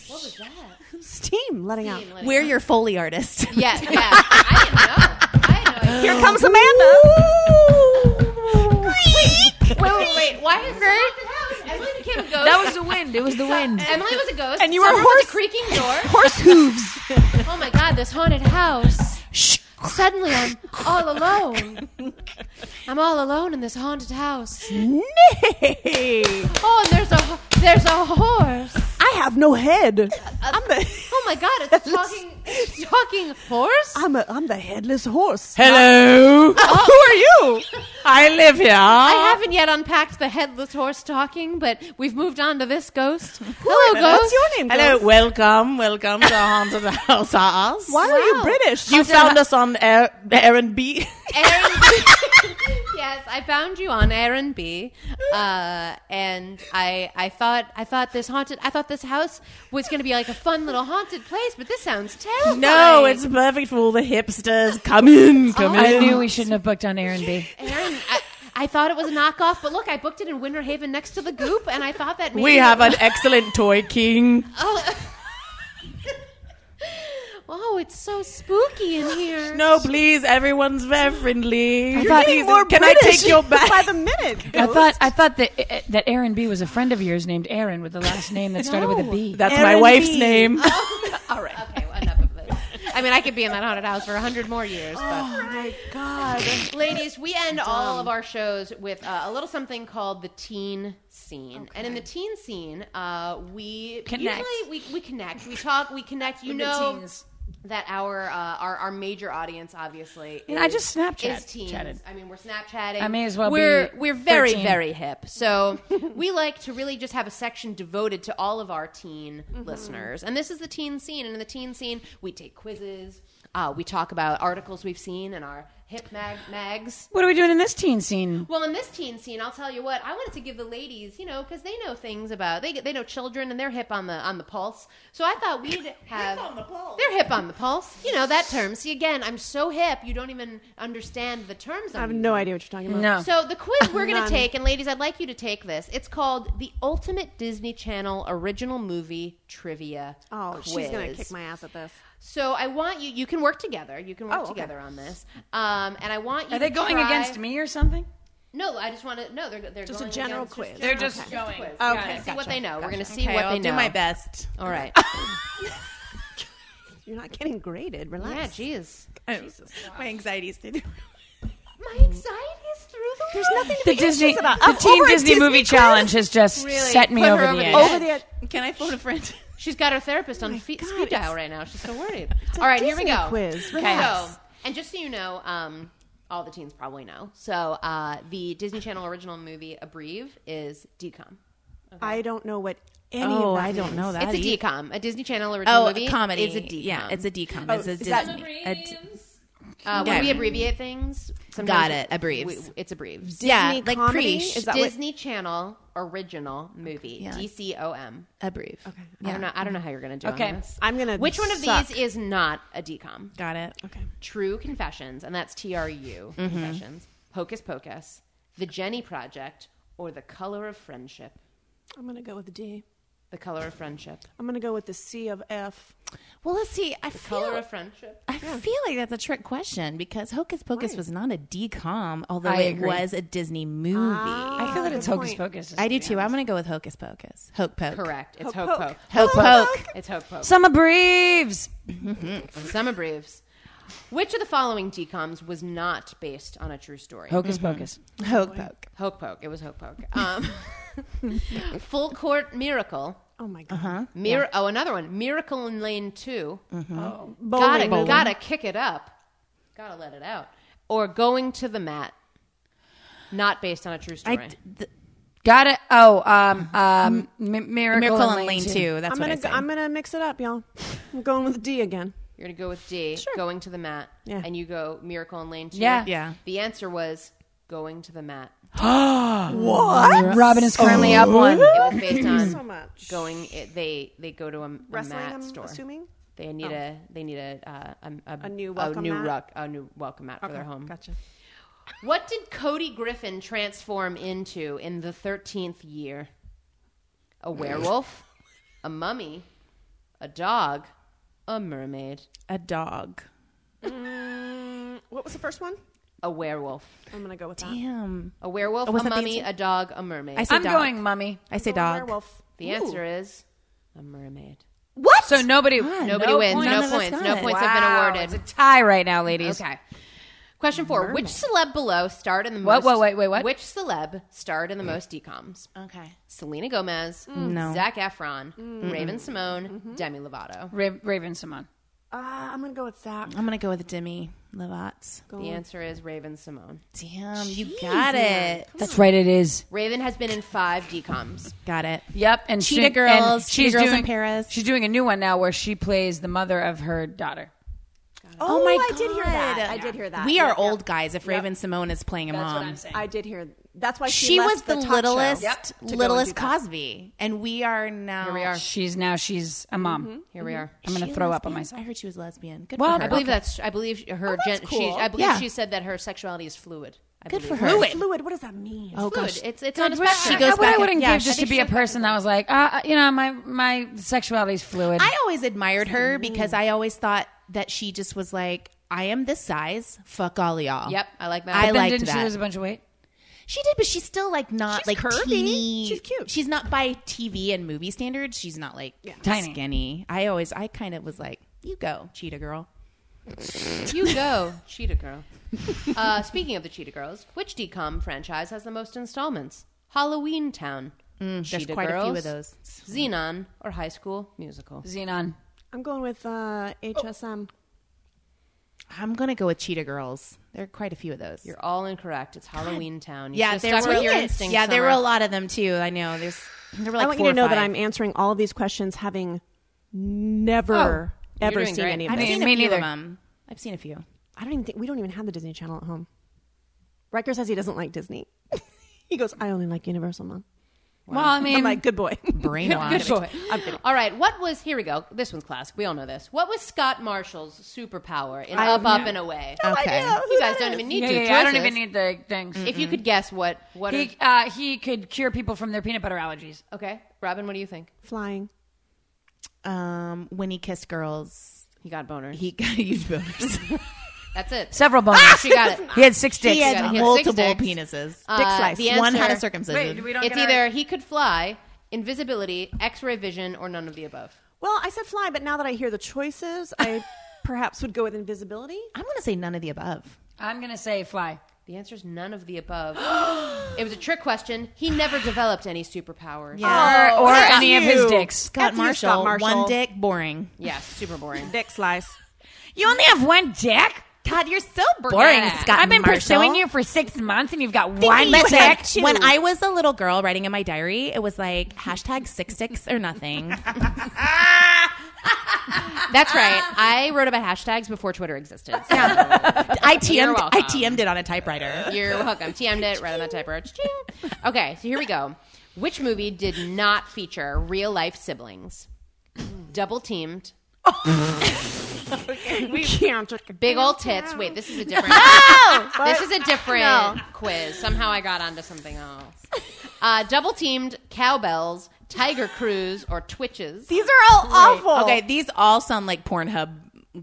[SPEAKER 1] What was that?
[SPEAKER 3] Steam letting out.
[SPEAKER 1] Team, let it
[SPEAKER 4] We're your foley artist.
[SPEAKER 1] out. yeah, yeah. I didn't know. I had no idea.
[SPEAKER 3] Here comes Amanda.
[SPEAKER 1] Wait, wait, wait. Why is that? Emily became a ghost.
[SPEAKER 2] That was the wind. It was the wind.
[SPEAKER 1] Emily was a ghost.
[SPEAKER 3] And you were
[SPEAKER 1] Summer
[SPEAKER 3] horse-
[SPEAKER 1] was a creaking door.
[SPEAKER 3] Horse hooves.
[SPEAKER 1] Oh my god, this haunted house. Suddenly I'm all alone. I'm all alone in this haunted house.
[SPEAKER 3] Nay.
[SPEAKER 1] Oh, and there's a there's a horse.
[SPEAKER 3] I have no head. I'm the.
[SPEAKER 1] Oh my god, it's a talking, it's a talking horse.
[SPEAKER 7] I'm, a, I'm the headless horse.
[SPEAKER 2] Hello.
[SPEAKER 3] Oh,
[SPEAKER 2] Who
[SPEAKER 7] Oh.
[SPEAKER 2] are you? I live here.
[SPEAKER 1] I haven't yet unpacked the headless horse talking, but we've moved on to this ghost. Hello, ghost.
[SPEAKER 7] What's your name?
[SPEAKER 2] Hello.
[SPEAKER 7] girls?
[SPEAKER 2] Welcome. Welcome to Haunted House. House.
[SPEAKER 7] Why are you British?
[SPEAKER 2] You found us on Air, Airbnb.
[SPEAKER 1] Aaron yes, I found you on Aaron B. Uh, and I I thought I thought this haunted I thought this house was gonna be like a fun little haunted place, but this sounds terrifying.
[SPEAKER 2] no, it's perfect for all the hipsters. Come
[SPEAKER 7] Oh,
[SPEAKER 2] in. Come
[SPEAKER 1] I
[SPEAKER 2] in.
[SPEAKER 1] Yeah.
[SPEAKER 2] I
[SPEAKER 1] knew
[SPEAKER 2] knew
[SPEAKER 1] we
[SPEAKER 2] we shouldn't have booked on Airbnb.
[SPEAKER 1] Aaron I, I thought it was a knockoff, but look, I booked it in Winter Haven next to the goop, and I thought that maybe
[SPEAKER 2] We have an excellent toy king.
[SPEAKER 1] Oh, oh, it's so spooky in here.
[SPEAKER 2] No, please. Everyone's very friendly.
[SPEAKER 7] Getting more
[SPEAKER 2] Can I
[SPEAKER 7] British
[SPEAKER 2] take your bag?
[SPEAKER 7] by the minute?
[SPEAKER 2] I
[SPEAKER 7] girls.
[SPEAKER 2] thought eh,
[SPEAKER 8] I thought that uh, that Aaron B was a friend of yours named Aaron with the last name that started with a B.
[SPEAKER 2] that's my
[SPEAKER 7] Airbnb.
[SPEAKER 2] wife's name.
[SPEAKER 1] All right. Okay, well, enough of this. I mean, I could be in that haunted house for a hundred more years. But.
[SPEAKER 7] Oh my god!
[SPEAKER 1] Ladies, we end all of our shows with uh, a little something called the teen scene. And in the teen scene, uh, we
[SPEAKER 8] Connect.
[SPEAKER 1] usually we, we connect. We talk, we connect. You know that our, uh, our our major audience obviously is,
[SPEAKER 8] I just Snapchat
[SPEAKER 1] is teens.
[SPEAKER 8] chatted.
[SPEAKER 1] I mean, we're Snapchatting.
[SPEAKER 8] I may as well be
[SPEAKER 1] We're we're very
[SPEAKER 8] 13.
[SPEAKER 1] very hip. So, we like to really just have a section devoted to all of our teen
[SPEAKER 8] Mm-hmm.
[SPEAKER 1] listeners. And this is the teen scene, and in the teen scene, we take quizzes. Uh, we talk about articles we've seen in our hip mag- mags.
[SPEAKER 8] What are we doing in this teen scene?
[SPEAKER 1] Well, in this teen scene, I'll tell you what I wanted to give the ladies, you know, because they know things about they they know children and they're hip on the on the pulse. So I thought we'd have hip on the pulse. they're hip on the pulse. You know that term. See, again, I'm so hip, you don't even understand the terms.
[SPEAKER 3] I have no idea what you're talking about.
[SPEAKER 8] No.
[SPEAKER 1] So the quiz we're going to take, and ladies, I'd like you to take this. It's called the Ultimate Disney Channel Original Movie Trivia.
[SPEAKER 3] Oh, she's gonna
[SPEAKER 1] Quiz.
[SPEAKER 3] kick my ass at this.
[SPEAKER 1] So I want you. You can work together. You can work
[SPEAKER 3] Oh, okay.
[SPEAKER 1] together on this. Um, and I want you.
[SPEAKER 8] Are they
[SPEAKER 1] to
[SPEAKER 8] going
[SPEAKER 1] try-
[SPEAKER 8] against me or something?
[SPEAKER 1] No, I just want to. No, they're they're
[SPEAKER 3] Just a
[SPEAKER 1] going
[SPEAKER 3] general
[SPEAKER 1] against-
[SPEAKER 3] quiz.
[SPEAKER 8] They're just going.
[SPEAKER 1] quiz.
[SPEAKER 8] Got
[SPEAKER 1] We're
[SPEAKER 8] it,
[SPEAKER 1] gonna see
[SPEAKER 8] gotcha,
[SPEAKER 1] what they know. We're
[SPEAKER 8] gotcha.
[SPEAKER 1] gonna see what
[SPEAKER 4] I'll
[SPEAKER 1] they
[SPEAKER 4] do
[SPEAKER 1] know.
[SPEAKER 4] my best.
[SPEAKER 1] All right.
[SPEAKER 3] You're not getting graded.
[SPEAKER 1] yeah.
[SPEAKER 3] Relax.
[SPEAKER 1] Jeez.
[SPEAKER 3] Oh,
[SPEAKER 4] My anxiety's through.
[SPEAKER 1] My anxiety is through the.
[SPEAKER 3] There's nothing to
[SPEAKER 8] The
[SPEAKER 3] be
[SPEAKER 8] Disney,
[SPEAKER 3] anxious about.
[SPEAKER 8] the
[SPEAKER 3] I'm
[SPEAKER 8] Teen
[SPEAKER 3] over a
[SPEAKER 8] Disney, movie
[SPEAKER 3] quiz.
[SPEAKER 8] challenge has just
[SPEAKER 1] Really
[SPEAKER 8] set me
[SPEAKER 1] put her
[SPEAKER 8] over,
[SPEAKER 1] over
[SPEAKER 8] the
[SPEAKER 1] the
[SPEAKER 8] edge.
[SPEAKER 1] edge.
[SPEAKER 3] Over the
[SPEAKER 4] Can I phone a friend?
[SPEAKER 1] She's got her therapist on feet,
[SPEAKER 3] Oh God,
[SPEAKER 1] speed dial
[SPEAKER 3] it's-
[SPEAKER 1] right now. She's so worried. All right, here we
[SPEAKER 3] Disney
[SPEAKER 1] go.
[SPEAKER 3] quiz.
[SPEAKER 1] So,
[SPEAKER 3] Relax.
[SPEAKER 1] and just so you know, um, all the teens probably know. So, uh, the Disney Channel original movie Abreve is DCOM.
[SPEAKER 3] I don't know what any.
[SPEAKER 4] Oh,
[SPEAKER 3] of that
[SPEAKER 4] I don't
[SPEAKER 3] means.
[SPEAKER 4] know that.
[SPEAKER 1] It's a
[SPEAKER 4] either.
[SPEAKER 1] DCOM, a Disney Channel original
[SPEAKER 4] Oh,
[SPEAKER 1] movie.
[SPEAKER 4] a comedy.
[SPEAKER 1] It's a DCOM.
[SPEAKER 4] Yeah, it's a decom.
[SPEAKER 2] Oh,
[SPEAKER 4] it's a
[SPEAKER 3] is that-
[SPEAKER 4] Disney. a d-
[SPEAKER 1] Uh, when
[SPEAKER 4] Okay.
[SPEAKER 1] we abbreviate things, sometimes
[SPEAKER 4] Got it, abbreves.
[SPEAKER 1] we- It's abbreves.
[SPEAKER 3] Disney
[SPEAKER 4] yeah, like
[SPEAKER 3] comedy?
[SPEAKER 4] Preach.
[SPEAKER 3] Is that what?
[SPEAKER 1] Disney Channel original movie.
[SPEAKER 4] Yeah.
[SPEAKER 1] DCOM.
[SPEAKER 4] a brief. Okay.
[SPEAKER 1] I don't know. I don't know how you're going to do okay.
[SPEAKER 8] Okay.
[SPEAKER 1] on this.
[SPEAKER 3] I'm gonna.
[SPEAKER 1] Which one of
[SPEAKER 3] suck.
[SPEAKER 1] these is not a decom?
[SPEAKER 4] Got it.
[SPEAKER 3] Okay.
[SPEAKER 1] True Confessions, and that's TRU Confessions. Hocus Pocus, The Jenny Project, or The Color of Friendship.
[SPEAKER 3] I'm gonna go with the D.
[SPEAKER 1] The Color of Friendship.
[SPEAKER 3] I'm gonna go with the C of F.
[SPEAKER 4] Well, let's see. I feel,
[SPEAKER 1] Color of Friendship.
[SPEAKER 4] I feel like that's a trick question because Hocus Pocus was not a decom, although
[SPEAKER 8] I
[SPEAKER 4] it
[SPEAKER 8] agree.
[SPEAKER 4] was a Disney movie.
[SPEAKER 3] Ah,
[SPEAKER 8] I feel that it's hocus
[SPEAKER 3] point.
[SPEAKER 8] pocus.
[SPEAKER 4] I do too. I'm going to go with Hocus Pocus. Hoke Poke.
[SPEAKER 1] Correct. It's
[SPEAKER 3] Hoke
[SPEAKER 1] Hoke Poke.
[SPEAKER 3] Poke.
[SPEAKER 4] Hoke Poke.
[SPEAKER 1] It's Hoke Poke.
[SPEAKER 8] Summer Breves.
[SPEAKER 1] Summer Breves. Which of the following decoms was not based on a true story?
[SPEAKER 8] Hocus
[SPEAKER 2] Mm-hmm.
[SPEAKER 8] pocus.
[SPEAKER 4] Hoke Poke.
[SPEAKER 1] Hoke Poke. It was Hoke Poke. Um, Full Court Miracle.
[SPEAKER 3] Oh my
[SPEAKER 4] Uh-huh.
[SPEAKER 3] god.
[SPEAKER 1] Mir- Oh, another one. Miracle in Lane 2.
[SPEAKER 3] Mm-hmm. Bowling
[SPEAKER 1] Gotta,
[SPEAKER 3] movie.
[SPEAKER 1] gotta kick it up. Gotta let it out. Or Going to the Mat. Not based on a true story.
[SPEAKER 4] I, the,
[SPEAKER 8] Got it. Oh, um,
[SPEAKER 2] Mm-hmm.
[SPEAKER 8] um, m- miracle,
[SPEAKER 4] Miracle
[SPEAKER 8] in
[SPEAKER 4] in Lane 2. That's
[SPEAKER 3] I'm
[SPEAKER 4] what
[SPEAKER 3] gonna.
[SPEAKER 4] I
[SPEAKER 3] go-
[SPEAKER 4] said.
[SPEAKER 3] I'm gonna mix it up, y'all. I'm going with the D again.
[SPEAKER 1] You're going to go with D, Going to the Mat.
[SPEAKER 3] Yeah.
[SPEAKER 1] And you go Miracle in Lane 2.
[SPEAKER 8] Yeah.
[SPEAKER 4] Yeah.
[SPEAKER 1] The answer was Going to the Mat.
[SPEAKER 8] Robin is currently up one.
[SPEAKER 1] It was based on
[SPEAKER 3] So much.
[SPEAKER 1] going it, they they go to a, a
[SPEAKER 3] Wrestling.
[SPEAKER 1] mat
[SPEAKER 3] I'm
[SPEAKER 1] store
[SPEAKER 3] assuming.
[SPEAKER 1] they need a they need a uh, a,
[SPEAKER 3] Oh. A new welcome
[SPEAKER 1] new
[SPEAKER 3] mat?
[SPEAKER 1] ruck- a new welcome mat for their home
[SPEAKER 3] Gotcha.
[SPEAKER 1] what did cody griffin transform into in the 13th year a werewolf a mummy a dog a mermaid
[SPEAKER 4] a dog.
[SPEAKER 3] Mm, What was the first one?
[SPEAKER 1] a werewolf
[SPEAKER 3] I'm gonna go with that.
[SPEAKER 4] Damn.
[SPEAKER 1] a werewolf
[SPEAKER 4] Oh, was
[SPEAKER 1] a
[SPEAKER 4] that the
[SPEAKER 1] mummy
[SPEAKER 4] answer?
[SPEAKER 1] a dog a mermaid
[SPEAKER 4] I say
[SPEAKER 8] I'm
[SPEAKER 4] dog.
[SPEAKER 8] going mummy.
[SPEAKER 4] I say
[SPEAKER 3] Go
[SPEAKER 4] dog.
[SPEAKER 3] Werewolf.
[SPEAKER 1] the answer is a mermaid
[SPEAKER 8] What? So nobody.
[SPEAKER 1] nobody wins
[SPEAKER 4] None
[SPEAKER 1] no
[SPEAKER 4] of us
[SPEAKER 1] points
[SPEAKER 4] got
[SPEAKER 1] no
[SPEAKER 4] it.
[SPEAKER 1] points
[SPEAKER 8] Wow.
[SPEAKER 1] have been awarded
[SPEAKER 8] It's a tie right now, ladies.
[SPEAKER 1] Okay. Question four: Which celeb below starred in the most?
[SPEAKER 2] What, what, wait, wait, what?
[SPEAKER 1] Which celeb starred in the most decoms?
[SPEAKER 4] Okay.
[SPEAKER 1] Selena Gomez,
[SPEAKER 4] Mm. No. Mm. Mm-hmm.
[SPEAKER 1] Zach Efron, Raven Simone, Demi Lovato.
[SPEAKER 2] Ra- Raven Simone.
[SPEAKER 3] Uh, I'm gonna go with Zach.
[SPEAKER 4] I'm gonna go with Demi Lovato.
[SPEAKER 1] The answer is Raven Simone.
[SPEAKER 4] Damn, you got it.
[SPEAKER 2] That's right. It is.
[SPEAKER 1] Raven has been in five decoms.
[SPEAKER 4] Got it.
[SPEAKER 2] Yep. And
[SPEAKER 4] Cheetah
[SPEAKER 2] she,
[SPEAKER 4] Girls,
[SPEAKER 2] And
[SPEAKER 4] Cheetah
[SPEAKER 2] she's
[SPEAKER 4] Girls in
[SPEAKER 2] doing
[SPEAKER 4] Paris.
[SPEAKER 2] She's doing a new one now where she plays the mother of her daughter.
[SPEAKER 3] Oh, my I did hear that. I did hear that.
[SPEAKER 4] We
[SPEAKER 3] Yep,
[SPEAKER 4] are
[SPEAKER 3] yep.
[SPEAKER 4] old guys if Raven Simone is playing a mom.
[SPEAKER 3] I did hear. That's why she,
[SPEAKER 4] She
[SPEAKER 3] left
[SPEAKER 4] was the,
[SPEAKER 3] talk show
[SPEAKER 4] littlest,
[SPEAKER 3] to go and
[SPEAKER 4] littlest
[SPEAKER 3] do that.
[SPEAKER 4] Cosby, and we are now. Here we are.
[SPEAKER 2] She's now she's a mom.
[SPEAKER 1] Here we are.
[SPEAKER 2] I'm gonna throw up on myself.
[SPEAKER 4] I heard she was lesbian. Good
[SPEAKER 2] Well,
[SPEAKER 4] for
[SPEAKER 1] I
[SPEAKER 4] her.
[SPEAKER 1] believe that's. I believe
[SPEAKER 4] Oh,
[SPEAKER 1] her.
[SPEAKER 3] that's
[SPEAKER 1] gen- uh, she,
[SPEAKER 3] cool.
[SPEAKER 1] I believe
[SPEAKER 4] Yeah.
[SPEAKER 1] she said that her sexuality is fluid. I
[SPEAKER 4] Good for
[SPEAKER 1] believe.
[SPEAKER 4] her.
[SPEAKER 3] Fluid. What does that mean?
[SPEAKER 4] Oh
[SPEAKER 1] Fluid.
[SPEAKER 4] gosh,
[SPEAKER 1] It's it's on a
[SPEAKER 2] Well,
[SPEAKER 1] spectrum.
[SPEAKER 2] I- what I
[SPEAKER 4] back
[SPEAKER 2] wouldn't
[SPEAKER 4] and- yeah,
[SPEAKER 2] give just
[SPEAKER 4] I
[SPEAKER 2] to be a person that was like, uh, uh, you know, my my sexuality's fluid.
[SPEAKER 4] I always admired her because I always thought that she just was like, I am this size. Fuck all y'all.
[SPEAKER 1] Yep, I like that.
[SPEAKER 4] I
[SPEAKER 2] then
[SPEAKER 4] liked
[SPEAKER 2] didn't
[SPEAKER 4] that.
[SPEAKER 2] she lose a bunch of weight?
[SPEAKER 4] She did, but she's still like not
[SPEAKER 3] She's
[SPEAKER 4] like
[SPEAKER 3] curvy.
[SPEAKER 4] teeny-
[SPEAKER 3] She's cute.
[SPEAKER 4] She's not by TV and movie standards. She's not like
[SPEAKER 2] Tiny.
[SPEAKER 4] skinny. I always, I kind of was like, you go, cheetah girl.
[SPEAKER 1] You go, Cheetah Girl. Uh, speaking of the Cheetah Girls, which DCOM franchise has the most installments? Halloween Town,
[SPEAKER 4] Mm, There's
[SPEAKER 1] Cheetah
[SPEAKER 4] quite
[SPEAKER 1] Girls,
[SPEAKER 4] a few of those.
[SPEAKER 1] Xenon, or High School Musical.
[SPEAKER 2] Xenon.
[SPEAKER 3] I'm going with uh, HSM.
[SPEAKER 4] I'm gonna go with cheetah girls. There are quite a few of those.
[SPEAKER 1] You're all incorrect. It's Halloween Town. You
[SPEAKER 4] yeah,
[SPEAKER 1] should've
[SPEAKER 4] there
[SPEAKER 1] stuck
[SPEAKER 4] were
[SPEAKER 1] with your instincts.
[SPEAKER 4] yeah, there were
[SPEAKER 1] Summer.
[SPEAKER 4] a lot of them too. I know. There's there were like
[SPEAKER 3] I want you
[SPEAKER 4] four
[SPEAKER 3] to know
[SPEAKER 4] or
[SPEAKER 3] that
[SPEAKER 4] five.
[SPEAKER 3] I'm answering all of these questions having never
[SPEAKER 4] Oh.
[SPEAKER 3] ever
[SPEAKER 1] doing
[SPEAKER 3] seen
[SPEAKER 1] great.
[SPEAKER 3] any of
[SPEAKER 4] I've
[SPEAKER 3] this.
[SPEAKER 4] seen a
[SPEAKER 2] me
[SPEAKER 4] few
[SPEAKER 2] neither.
[SPEAKER 4] of them. I've seen a few.
[SPEAKER 3] I don't even think we don't even have the Disney Channel at home. Riker says he doesn't like Disney. he goes, I only like Universal, Mom.
[SPEAKER 2] Well, I
[SPEAKER 3] I'm
[SPEAKER 2] mean,
[SPEAKER 3] like, good boy.
[SPEAKER 4] Brainwashed.
[SPEAKER 1] All right, what was here we go. This one's classic. We all know this. What was Scott Marshall's superpower in Up, Up, and Away?
[SPEAKER 4] okay.
[SPEAKER 1] You guys don't even need
[SPEAKER 2] yeah,
[SPEAKER 1] to.
[SPEAKER 2] yeah, yeah, I don't
[SPEAKER 1] Choices.
[SPEAKER 2] even need the things.
[SPEAKER 1] If you could guess what what
[SPEAKER 2] He uh, he could cure people from their peanut butter allergies.
[SPEAKER 1] are, okay, Robin, what do you think?
[SPEAKER 3] Flying.
[SPEAKER 4] Um, when he kissed girls,
[SPEAKER 1] He got boner.
[SPEAKER 4] he got huge boners.
[SPEAKER 1] That's it.
[SPEAKER 2] Several boners.
[SPEAKER 1] she got it.
[SPEAKER 2] Ah! He had six dicks.
[SPEAKER 4] he
[SPEAKER 1] Yeah,
[SPEAKER 4] had
[SPEAKER 1] he had
[SPEAKER 4] multiple
[SPEAKER 1] six dicks.
[SPEAKER 4] penises.
[SPEAKER 1] Uh,
[SPEAKER 4] Dick
[SPEAKER 1] slice. the
[SPEAKER 4] One
[SPEAKER 1] answer-
[SPEAKER 4] had a circumcision.
[SPEAKER 2] Wait, we don't
[SPEAKER 1] It's
[SPEAKER 2] get
[SPEAKER 1] either he could fly, invisibility, X-ray vision, or none of the above.
[SPEAKER 3] Well, I said fly, but now that I hear the choices, I perhaps would go with invisibility.
[SPEAKER 4] I'm gonna say none of the above.
[SPEAKER 2] Our, I'm gonna say fly.
[SPEAKER 1] The answer is none of the above. it was a trick question. He never developed any superpowers.
[SPEAKER 4] Yeah.
[SPEAKER 2] or any of his dicks.
[SPEAKER 4] Scott
[SPEAKER 3] F you,
[SPEAKER 4] Marshall,
[SPEAKER 3] Scott Marshall.
[SPEAKER 4] one dick, boring.
[SPEAKER 1] Yeah, super boring.
[SPEAKER 3] Dick slice.
[SPEAKER 2] You only have one dick.
[SPEAKER 4] God, you're so boring, Scott.
[SPEAKER 2] I've been
[SPEAKER 4] Marshall.
[SPEAKER 2] pursuing you for six months, and you've got one
[SPEAKER 4] Listen,
[SPEAKER 2] dick.
[SPEAKER 4] when I was a little girl writing in my diary, it was like hashtag six dicks or nothing.
[SPEAKER 1] That's right. I wrote about hashtags before Twitter existed. So
[SPEAKER 4] I
[SPEAKER 1] You're
[SPEAKER 4] TM'd,
[SPEAKER 1] welcome.
[SPEAKER 4] I TM'd it on a typewriter.
[SPEAKER 1] You're welcome. TM'd it right on that typewriter. Cha-ching. Okay, so here we go. Which movie did not feature real life siblings? Double teamed.
[SPEAKER 3] We can't.
[SPEAKER 1] Big old tits. Wait, this is a different. this is a different quiz. Somehow I got onto something else. Uh, double teamed cowbells, tiger crews, or twitches.
[SPEAKER 3] These are all awful.
[SPEAKER 4] Okay, these all sound like Pornhub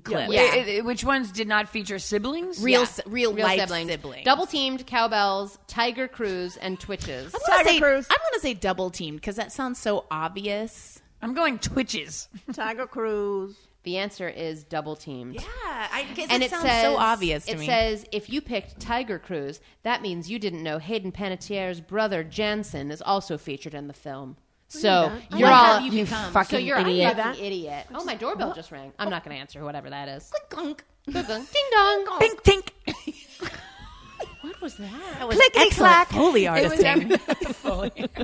[SPEAKER 4] clips.
[SPEAKER 1] Yeah.
[SPEAKER 2] I- I- which ones did not feature siblings?
[SPEAKER 4] Real, s real,
[SPEAKER 1] Real
[SPEAKER 4] life
[SPEAKER 1] siblings.
[SPEAKER 4] siblings.
[SPEAKER 1] Double teamed cowbells, tiger crews, and twitches.
[SPEAKER 4] I'm gonna
[SPEAKER 3] Tiger
[SPEAKER 4] say-
[SPEAKER 3] Cruz.
[SPEAKER 4] I'm gonna say double teamed because that sounds so obvious.
[SPEAKER 2] I'm going twitches.
[SPEAKER 3] Tiger Cruise.
[SPEAKER 1] The answer is double teamed.
[SPEAKER 4] Yeah, I,
[SPEAKER 1] and it,
[SPEAKER 4] it, sounds
[SPEAKER 1] says
[SPEAKER 4] so obvious to
[SPEAKER 1] it
[SPEAKER 4] me.
[SPEAKER 1] says if you picked Tiger Cruise, that means you didn't know Hayden Panettiere's brother Jansen is also featured in the film. So you're
[SPEAKER 4] like how
[SPEAKER 1] all
[SPEAKER 4] you can come.
[SPEAKER 1] fucking so you're
[SPEAKER 3] idiot.
[SPEAKER 1] a fucking idiot. Oh, my doorbell just rang. I'm not going to answer whatever that is. Ding dong.
[SPEAKER 2] Tink tink.
[SPEAKER 1] What was that?
[SPEAKER 4] clickety clack. Holy artisting.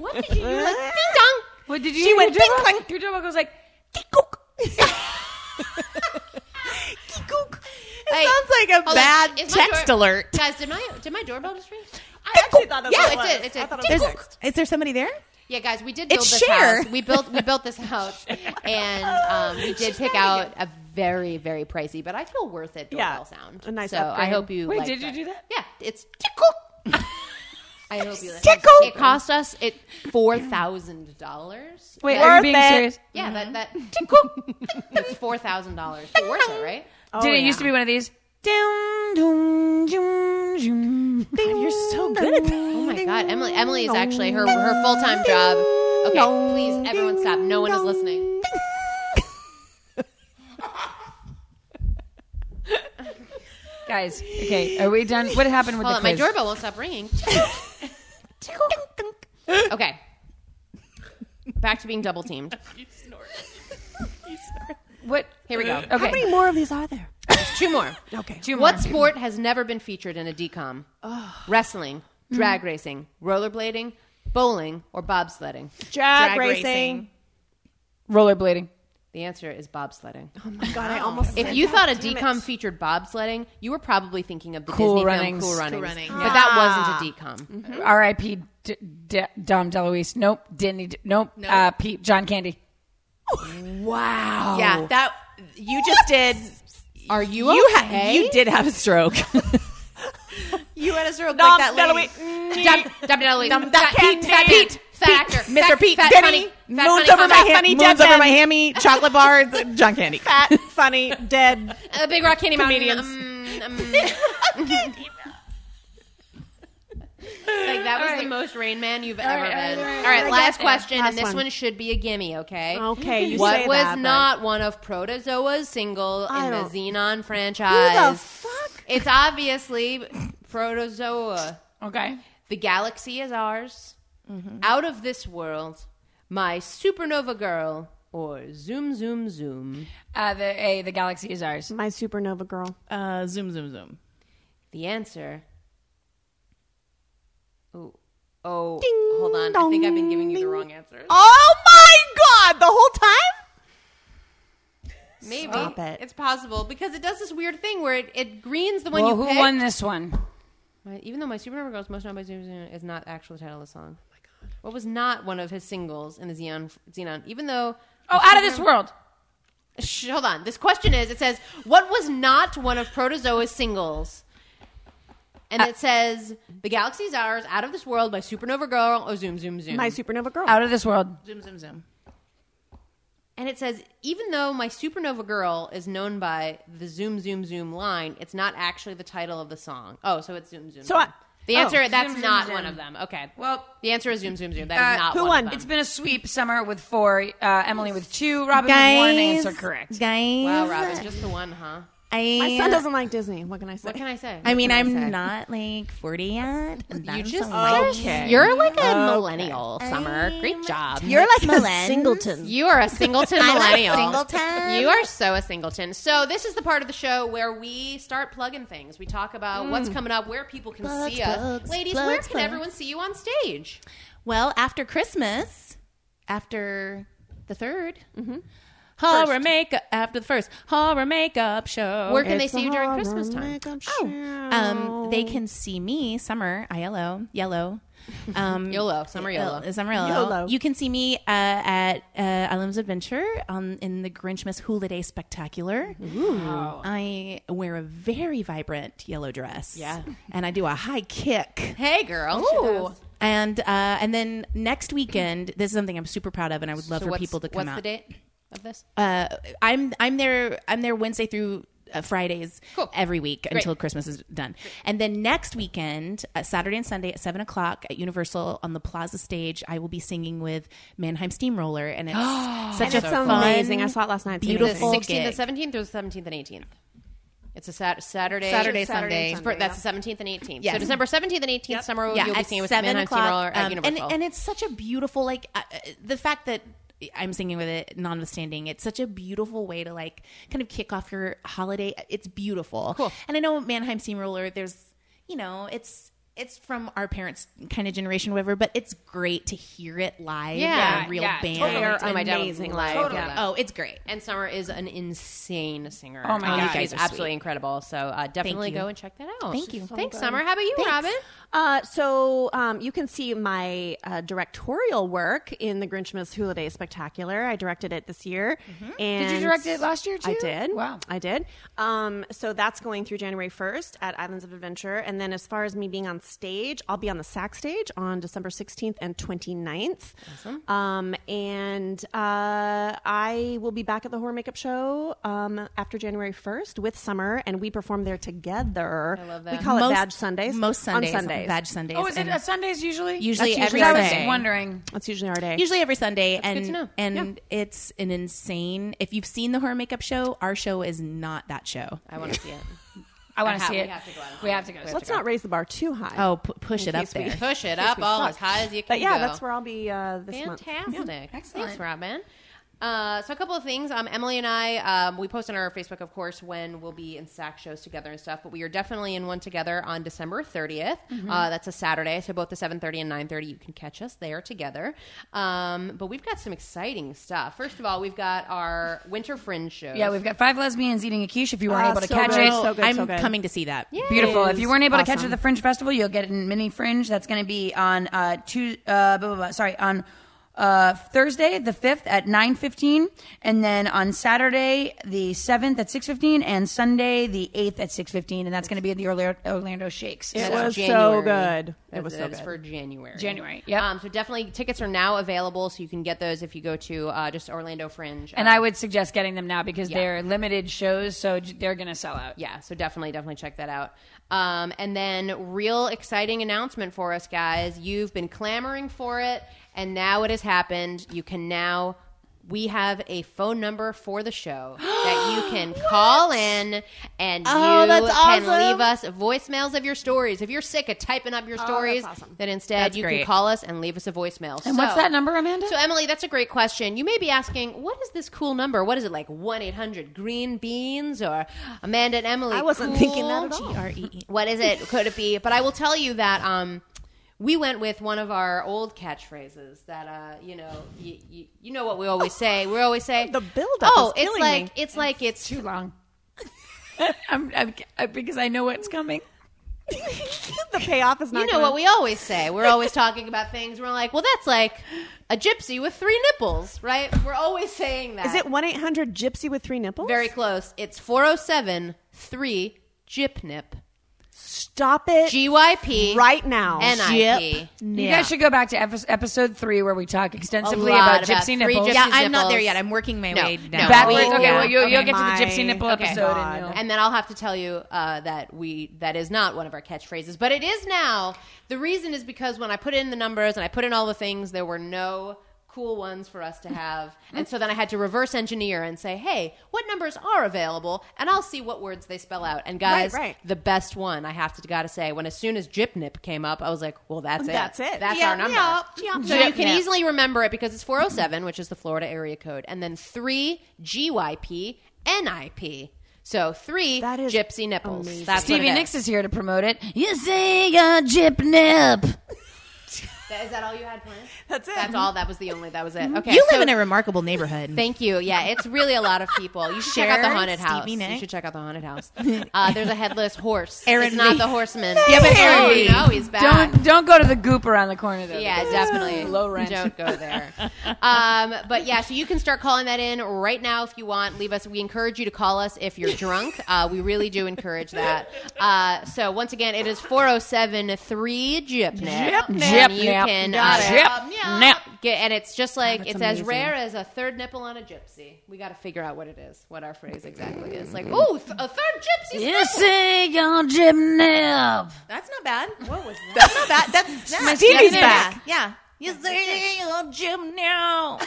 [SPEAKER 1] What did you? You're like ding dong.
[SPEAKER 2] What did you? She went tink clink. Your doorbell goes like. "Kikook."
[SPEAKER 4] It sounds like a
[SPEAKER 1] hold on.
[SPEAKER 4] bad
[SPEAKER 1] Is my
[SPEAKER 4] text
[SPEAKER 1] door-
[SPEAKER 4] alert.
[SPEAKER 1] Guys, did my did my doorbell just ring?
[SPEAKER 3] I actually thought that's
[SPEAKER 4] Yeah,
[SPEAKER 3] what
[SPEAKER 1] it did, it did.
[SPEAKER 3] I thought
[SPEAKER 4] There's-
[SPEAKER 3] was text.
[SPEAKER 4] is there somebody there?
[SPEAKER 1] Yeah, guys, we did build
[SPEAKER 4] It's
[SPEAKER 1] this
[SPEAKER 4] Cher.
[SPEAKER 1] house. We built we built this house, and um, we did pick out a very very pricey, but I feel worth it doorbell
[SPEAKER 3] Yeah,
[SPEAKER 1] sound.
[SPEAKER 3] a nice
[SPEAKER 1] so I
[SPEAKER 3] upgrade.
[SPEAKER 1] hope you.
[SPEAKER 2] Wait,
[SPEAKER 1] like
[SPEAKER 2] did you do that?
[SPEAKER 1] Yeah, it's tickle. I hope you. like
[SPEAKER 4] Tickle.
[SPEAKER 1] It cost us it four thousand dollars.
[SPEAKER 2] Wait, are you being
[SPEAKER 3] it.
[SPEAKER 2] serious?
[SPEAKER 1] Yeah, that that tickle. That's four thousand dollars. Worth it, right?
[SPEAKER 2] Did it used to be one of these? Dum, dum, dum, dum.
[SPEAKER 4] You're so good at that.
[SPEAKER 1] Oh my god, Emily! Emily is actually her her full time job. Okay, please, everyone, stop. No one is listening.
[SPEAKER 2] Guys, okay, are we done? What happened with
[SPEAKER 1] Hold
[SPEAKER 2] the
[SPEAKER 1] on, my
[SPEAKER 2] quiz?
[SPEAKER 1] doorbell won't stop ringing. okay. Back to being double teamed.
[SPEAKER 2] what?
[SPEAKER 1] Here we go.
[SPEAKER 2] Okay.
[SPEAKER 7] How many more of these are there?
[SPEAKER 1] Two more.
[SPEAKER 7] Okay.
[SPEAKER 2] Two more.
[SPEAKER 1] What sport has never been featured in a decom? Wrestling, drag racing, rollerblading, bowling, or bobsledding?
[SPEAKER 3] Drag,
[SPEAKER 4] Drag
[SPEAKER 3] racing.
[SPEAKER 4] racing.
[SPEAKER 2] rollerblading?
[SPEAKER 1] The answer is bobsledding.
[SPEAKER 3] Oh my god, I almost.
[SPEAKER 1] If you thought a decom featured bobsledding, you were probably thinking of the
[SPEAKER 2] Cool
[SPEAKER 1] Disney
[SPEAKER 2] Runnings. Mm-hmm.
[SPEAKER 1] film Cool Runnings.
[SPEAKER 4] Runnings.
[SPEAKER 1] But that wasn't a decom.
[SPEAKER 2] R.I.P. D- D- Dom DeLuise. Nope. Denny. D- nope. Uh, Pete. John Candy.
[SPEAKER 4] Yeah, that you just did.
[SPEAKER 1] Are you,
[SPEAKER 4] You ha-
[SPEAKER 1] okay?
[SPEAKER 4] you did have a stroke.
[SPEAKER 1] You had a zero click
[SPEAKER 4] Dom
[SPEAKER 1] that lady. Mm-hmm. Dum- dum- dum- dum-
[SPEAKER 4] that
[SPEAKER 1] fat Pete,
[SPEAKER 4] Pete,
[SPEAKER 1] fat
[SPEAKER 4] Pete,
[SPEAKER 1] Pete, fat actor,
[SPEAKER 4] Mr.
[SPEAKER 1] fat-
[SPEAKER 4] Pete,
[SPEAKER 1] fat
[SPEAKER 4] Denny,
[SPEAKER 1] funny, fat
[SPEAKER 4] moons
[SPEAKER 1] funny,
[SPEAKER 4] over my
[SPEAKER 1] fat
[SPEAKER 4] hand,
[SPEAKER 1] funny,
[SPEAKER 4] moons
[SPEAKER 1] dead
[SPEAKER 4] over
[SPEAKER 1] man.
[SPEAKER 4] my hammy, chocolate bar, John Candy.
[SPEAKER 3] fat, funny, dead.
[SPEAKER 1] A big rock candy mountain.
[SPEAKER 3] Comedians.
[SPEAKER 1] Um, um. like that was the most Rain Man you've ever been. All right, last question,
[SPEAKER 3] Last
[SPEAKER 1] and this
[SPEAKER 3] one.
[SPEAKER 1] one. should be a gimme, okay?
[SPEAKER 3] Okay, you
[SPEAKER 1] What
[SPEAKER 3] say
[SPEAKER 1] was
[SPEAKER 3] that, but-
[SPEAKER 1] not one of Protozoa's single
[SPEAKER 3] I
[SPEAKER 1] in the
[SPEAKER 3] don't-
[SPEAKER 1] Xenon
[SPEAKER 3] Who the
[SPEAKER 1] franchise?
[SPEAKER 3] fuck?
[SPEAKER 1] It's obviously Protozoa.
[SPEAKER 2] Okay.
[SPEAKER 1] The galaxy is ours.
[SPEAKER 3] Mm-hmm.
[SPEAKER 1] Out of this world, my supernova girl, or zoom, zoom, zoom.
[SPEAKER 2] Uh, the A. The galaxy is ours.
[SPEAKER 3] My supernova girl.
[SPEAKER 4] Uh, zoom, zoom, zoom.
[SPEAKER 1] The answer. Ooh. Oh, hold on. I think I've been giving you the wrong answers.
[SPEAKER 3] Oh my god, the whole time?
[SPEAKER 1] Maybe
[SPEAKER 3] Stop it.
[SPEAKER 1] it's possible because it does this weird thing where it, it greens the one
[SPEAKER 2] Well,
[SPEAKER 1] you
[SPEAKER 2] who
[SPEAKER 1] picked.
[SPEAKER 2] won this one?
[SPEAKER 1] My- even though my supernova girl is most known by zoom, zoom is not actually the title of the song. Oh my god! What was not one of his singles in the Xenon? Xenon, even though
[SPEAKER 2] Oh, out of this world.
[SPEAKER 1] Shh, hold on. This question is it says, What was not one of Protozoa's singles? And it says, The galaxy's ours, out of this world by Supernova Girl or Zoom Zoom Zoom.
[SPEAKER 3] My supernova girl.
[SPEAKER 2] Out of this world.
[SPEAKER 4] Zoom, zoom, zoom.
[SPEAKER 1] and it says, Even though my Supernova Girl is known by the Zoom Zoom Zoom line, it's not actually the title of the song. Oh, so it's Zoom Zoom.
[SPEAKER 3] So
[SPEAKER 1] Zoom.
[SPEAKER 3] I- oh.
[SPEAKER 1] the answer that's not one of them. Okay.
[SPEAKER 2] Well-
[SPEAKER 1] the answer is Zoom Zoom Zoom. That is
[SPEAKER 2] Uh,
[SPEAKER 1] not
[SPEAKER 3] who
[SPEAKER 1] one.
[SPEAKER 3] won?
[SPEAKER 1] Of them.
[SPEAKER 2] It's been a sweep. Summer with four. Uh, Emily with two. Robin with one. Answer correct.
[SPEAKER 4] Guys,
[SPEAKER 1] wow, Robin, just the one, huh?
[SPEAKER 4] I,
[SPEAKER 3] My son doesn't like Disney. What can I say?
[SPEAKER 1] What can I say?
[SPEAKER 4] I mean,
[SPEAKER 1] What
[SPEAKER 4] I'm
[SPEAKER 1] can I say?
[SPEAKER 4] not like 40 yet.
[SPEAKER 1] You
[SPEAKER 4] and that's
[SPEAKER 1] just
[SPEAKER 4] a lot.
[SPEAKER 1] you're like a millennial, Summer. Great job.
[SPEAKER 4] You're like Milan.
[SPEAKER 1] You are a singleton millennial.
[SPEAKER 4] singleton.
[SPEAKER 1] You are so a singleton. So this is the part of the show where we start plugging things. We talk about what's coming up, where people can see us.
[SPEAKER 4] Mm. plugs,
[SPEAKER 1] Ladies,
[SPEAKER 4] plugs,
[SPEAKER 1] where can
[SPEAKER 4] plugs.
[SPEAKER 1] everyone see you on stage?
[SPEAKER 4] Well, after Christmas, after the 3rd horror makeup after the first horror makeup show.
[SPEAKER 1] Where can they see you during Christmas time?
[SPEAKER 4] Oh, um, they can see me, Summer ILO, yellow. Um,
[SPEAKER 1] YOLO, summer YOLO.
[SPEAKER 4] Summer yellow. You can see me uh, at uh, Islands Adventure on in the Grinchmas Holiday Spectacular. I wear a very vibrant yellow dress. Yeah, and I do a high kick.
[SPEAKER 1] Hey, girl.
[SPEAKER 4] And uh, and then next weekend, this is something I'm super proud of, and I would love
[SPEAKER 1] So
[SPEAKER 4] for
[SPEAKER 1] what's,
[SPEAKER 4] people to come
[SPEAKER 1] what's
[SPEAKER 4] out
[SPEAKER 1] the date of this?
[SPEAKER 4] uh, I'm I'm there I'm there Wednesday through uh, Fridays
[SPEAKER 1] Cool.
[SPEAKER 4] every week until Christmas is done, and then next weekend, uh, Saturday and Sunday at seven o'clock at Universal on the Plaza stage, I will be singing with Mannheim Steamroller, and it's such
[SPEAKER 3] And
[SPEAKER 4] a
[SPEAKER 3] it's
[SPEAKER 4] fun,
[SPEAKER 3] amazing. I saw it last night. It's
[SPEAKER 1] The
[SPEAKER 4] beautiful
[SPEAKER 1] 16th
[SPEAKER 4] gig.
[SPEAKER 1] and 17th or the 17th and 18th? It's a sat- Saturday.
[SPEAKER 4] Saturday, Sunday.
[SPEAKER 1] For- that's the 17th and 18th.
[SPEAKER 4] Yes.
[SPEAKER 1] So December 17th and 18th, summer
[SPEAKER 4] yeah,
[SPEAKER 1] you'll be
[SPEAKER 4] at
[SPEAKER 1] seeing with
[SPEAKER 4] seven
[SPEAKER 1] Manheim
[SPEAKER 4] o'clock,
[SPEAKER 1] Steamroller at
[SPEAKER 4] um,
[SPEAKER 1] Universal.
[SPEAKER 4] and and it's such a beautiful like uh, uh, the fact that. I'm singing with it, notwithstanding. It's such a beautiful way to like kind of kick off your holiday. It's beautiful. Cool. And I know Mannheim Steamroller. There's, you know, it's it's from our parents' kind of generation, whatever. But it's great to hear it live.
[SPEAKER 1] Yeah,
[SPEAKER 4] in a real
[SPEAKER 2] yeah,
[SPEAKER 4] band.
[SPEAKER 1] They are
[SPEAKER 3] Oh, my dad would
[SPEAKER 1] amazing
[SPEAKER 3] love
[SPEAKER 1] live.
[SPEAKER 3] Totally.
[SPEAKER 1] Yeah.
[SPEAKER 4] Oh, it's great.
[SPEAKER 1] And Summer is an insane singer.
[SPEAKER 2] Oh my
[SPEAKER 1] Um,
[SPEAKER 2] God.
[SPEAKER 1] she's
[SPEAKER 4] You guys are
[SPEAKER 1] absolutely incredible. So uh, definitely
[SPEAKER 4] you.
[SPEAKER 1] go and check that out.
[SPEAKER 4] Thank you. So
[SPEAKER 1] Thanks, Summer. How about you, Robin?
[SPEAKER 3] Uh, so um, you can see my uh, directorial work in the Grinchmas Holiday Spectacular. I directed it this year. And
[SPEAKER 2] Mm-hmm. Did you direct it last year,
[SPEAKER 3] I
[SPEAKER 2] too?
[SPEAKER 3] did.
[SPEAKER 2] Wow.
[SPEAKER 3] I did. Um, so that's going through January 1st at Islands of Adventure. And then as far as me being on stage, I'll be on the SAC stage on December 16th and 29th. Awesome. Um, and uh, I will be back at the Horror Makeup Show um, after January 1st with Summer, and we perform there together. I love that. We call it Badge Sundays.
[SPEAKER 4] Most Sundays.
[SPEAKER 3] On Sundays.
[SPEAKER 4] Badge Sundays.
[SPEAKER 2] Oh, is it
[SPEAKER 4] and
[SPEAKER 2] uh, Sundays usually?
[SPEAKER 4] Usually
[SPEAKER 2] That's
[SPEAKER 4] every
[SPEAKER 2] I was
[SPEAKER 4] Sunday.
[SPEAKER 2] wondering.
[SPEAKER 3] That's usually our day.
[SPEAKER 4] Usually every Sunday, and
[SPEAKER 1] to know.
[SPEAKER 4] and it's an insane. If you've seen the horror makeup show, our show is not that show.
[SPEAKER 1] I want to see it.
[SPEAKER 8] I want to
[SPEAKER 1] have-
[SPEAKER 8] see
[SPEAKER 1] we
[SPEAKER 8] it.
[SPEAKER 1] have to go out.
[SPEAKER 8] We have to go.
[SPEAKER 3] Let's not raise the bar too high.
[SPEAKER 4] Oh, pu- push it up
[SPEAKER 3] case we-
[SPEAKER 4] there.
[SPEAKER 1] Push it up all as high as you can.
[SPEAKER 3] But yeah,
[SPEAKER 1] go.
[SPEAKER 3] that's where I'll be uh, this month.
[SPEAKER 1] Fantastic. Excellent. Thanks, Robin. Uh, so a couple of things. Um, Emily and I, um, we post on our Facebook, of course, when we'll be in SAC shows together and stuff. But we are definitely in one together on December 30th.
[SPEAKER 3] Mm-hmm.
[SPEAKER 1] Uh, that's a Saturday, so both the 7:30 and 9:30, you can catch us there together. Um, but we've got some exciting stuff. First of all, we've got our Winter Fringe shows.
[SPEAKER 8] Yeah, we've got five lesbians eating a quiche. If you weren't
[SPEAKER 7] Ah,
[SPEAKER 8] able to
[SPEAKER 7] so
[SPEAKER 8] catch
[SPEAKER 7] good.
[SPEAKER 8] it,
[SPEAKER 7] So good,
[SPEAKER 4] I'm
[SPEAKER 7] so good.
[SPEAKER 4] coming to see that. Yeah.
[SPEAKER 8] beautiful. If you weren't able to catch it
[SPEAKER 3] awesome.
[SPEAKER 8] at the Fringe Festival, you'll get it in Mini Fringe. That's going to be on uh, two, uh, blah, blah, blah, sorry, on uh, Thursday the fifth at nine fifteen, and then on Saturday the seventh at six fifteen, and Sunday the eighth at six fifteen, and that's going to be at the Orla- Orlando Shakes.
[SPEAKER 3] It
[SPEAKER 8] So-
[SPEAKER 1] That's
[SPEAKER 3] was so
[SPEAKER 1] January.
[SPEAKER 3] good. It was so
[SPEAKER 1] That's- that's
[SPEAKER 3] good.
[SPEAKER 1] for January.
[SPEAKER 8] January, yep.
[SPEAKER 1] Um, so definitely, tickets are now available, so you can get those if you go to uh, just Orlando Fringe.
[SPEAKER 8] and
[SPEAKER 1] um,
[SPEAKER 8] I would suggest getting them now because
[SPEAKER 1] Yeah.
[SPEAKER 8] they're limited shows, so j- they're going to sell out.
[SPEAKER 1] yeah so definitely definitely check that out um, and then real exciting announcement for us guys you've been clamoring for it and now it has happened you can now we have a phone number for the show that you can call in and you
[SPEAKER 7] Oh, that's
[SPEAKER 1] can
[SPEAKER 7] awesome. Oh,
[SPEAKER 1] leave us voicemails of your stories. If you're sick of typing up your stories, then instead you can
[SPEAKER 4] great.
[SPEAKER 1] call us and leave us a voicemail.
[SPEAKER 8] And what's
[SPEAKER 1] So-
[SPEAKER 8] that number, Amanda?
[SPEAKER 1] so, Emily, that's a great question. You may be asking, what is this cool number? What is it like 1 800 Green Beans or Amanda and Emily?
[SPEAKER 3] I wasn't thinking that at all.
[SPEAKER 4] G R E E.
[SPEAKER 1] What is it? Could it be? But I will tell you that um, we went with one of our old catchphrases that, uh, you know, you, you, you know what we always say. We always say,
[SPEAKER 3] The buildup
[SPEAKER 1] Oh, it's
[SPEAKER 3] is killing
[SPEAKER 1] like,
[SPEAKER 3] me."
[SPEAKER 1] it's like, it's
[SPEAKER 8] too long. I'm, I'm, I- because I know what's coming.
[SPEAKER 3] the payoff is not.
[SPEAKER 1] You know
[SPEAKER 3] gonna-
[SPEAKER 1] what we always say. We're always talking about things. We're like, well, that's like a gypsy with three nipples, right? We're always saying that.
[SPEAKER 3] Is it one eight hundred Gypsy with three nipples?
[SPEAKER 1] Very close. It's 407 3 Gypnip.
[SPEAKER 3] Stop it
[SPEAKER 1] GYP.
[SPEAKER 3] right now.
[SPEAKER 1] NIP.
[SPEAKER 8] You guys should go back to epi- episode three where we talk extensively
[SPEAKER 1] A lot
[SPEAKER 8] about
[SPEAKER 1] about
[SPEAKER 8] gypsy
[SPEAKER 1] three
[SPEAKER 8] nipples.
[SPEAKER 1] gypsy-
[SPEAKER 4] Yeah, I'm not there
[SPEAKER 1] nipples.
[SPEAKER 4] yet. I'm working my
[SPEAKER 1] No,
[SPEAKER 4] way
[SPEAKER 1] no.
[SPEAKER 4] down.
[SPEAKER 8] Backwards.
[SPEAKER 1] Oh,
[SPEAKER 8] okay, well, you,
[SPEAKER 3] okay.
[SPEAKER 8] you'll get to the gypsy
[SPEAKER 3] My
[SPEAKER 8] nipple episode.
[SPEAKER 3] God.
[SPEAKER 8] And you'll-
[SPEAKER 1] And then I'll have to tell you uh, that we that is not one of our catchphrases, but it is now. The reason is because when I put in the numbers and I put in all the things, there were no cool ones for us to have,
[SPEAKER 3] Mm-hmm.
[SPEAKER 1] and so then I had to reverse engineer and say, "Hey, what numbers are available?" And I'll see what words they spell out. And guys,
[SPEAKER 3] Right, right.
[SPEAKER 1] the best one I have to gotta say when as soon as Gypnip came up, I was like, "Well, that's it.
[SPEAKER 3] That's it.
[SPEAKER 1] That's
[SPEAKER 3] Yeah,
[SPEAKER 1] our number."
[SPEAKER 3] yeah, yeah.
[SPEAKER 1] So you can
[SPEAKER 3] Gypnip.
[SPEAKER 1] easily remember it because it's 407, which is the Florida area code, and then 3 GYP NIP. So 3
[SPEAKER 3] That is
[SPEAKER 1] gypsy nipples.
[SPEAKER 3] amazing.
[SPEAKER 1] That's
[SPEAKER 8] Stevie
[SPEAKER 1] what it
[SPEAKER 8] Nicks
[SPEAKER 1] is.
[SPEAKER 8] is here to promote it. You say a gyp nip.
[SPEAKER 1] That- Is that all you had planned?
[SPEAKER 3] That's it. Mm-hmm.
[SPEAKER 1] That's all. That was the only. That was it. Okay.
[SPEAKER 4] You
[SPEAKER 1] so-
[SPEAKER 4] live in a remarkable neighborhood.
[SPEAKER 1] Thank you. Yeah, it's really a lot of people. You should check out the
[SPEAKER 4] Cher,
[SPEAKER 1] haunted house.
[SPEAKER 4] Stevie
[SPEAKER 1] You
[SPEAKER 4] Nicks.
[SPEAKER 1] should check out the haunted house. Uh, there's a headless horse.
[SPEAKER 4] Aaron
[SPEAKER 1] it's not
[SPEAKER 4] Lee.
[SPEAKER 1] the horseman.
[SPEAKER 4] Yeah, but
[SPEAKER 1] oh,
[SPEAKER 4] Aaron Lee.
[SPEAKER 1] no, he's back.
[SPEAKER 8] Don't don't go to the goop around the corner though.
[SPEAKER 1] Yeah, definitely.
[SPEAKER 8] Low rent.
[SPEAKER 1] Don't go there. um, but yeah, so you can start calling that in right now if you want. Leave us. We encourage you to call us if you're drunk. Uh, we really do encourage that. Uh, so once again, it is 407 3 Gypnap.
[SPEAKER 8] Gypnap.
[SPEAKER 1] And you
[SPEAKER 8] Gypnap.
[SPEAKER 1] can
[SPEAKER 8] Got it.
[SPEAKER 1] uh,
[SPEAKER 8] Gypnap.
[SPEAKER 1] Get, and it's just like, it's as rare as a third nipple on a gypsy. We got to figure out what it is, what our phrase exactly is.
[SPEAKER 8] Mm-hmm.
[SPEAKER 1] Like, ooh, th- a third gypsy.
[SPEAKER 8] You say a gyp nip.
[SPEAKER 4] That's not bad. What was that?
[SPEAKER 7] That's not bad. That's yeah.
[SPEAKER 3] Stevie's
[SPEAKER 7] Yeah.
[SPEAKER 3] back.
[SPEAKER 4] Yeah. You say little Jim now.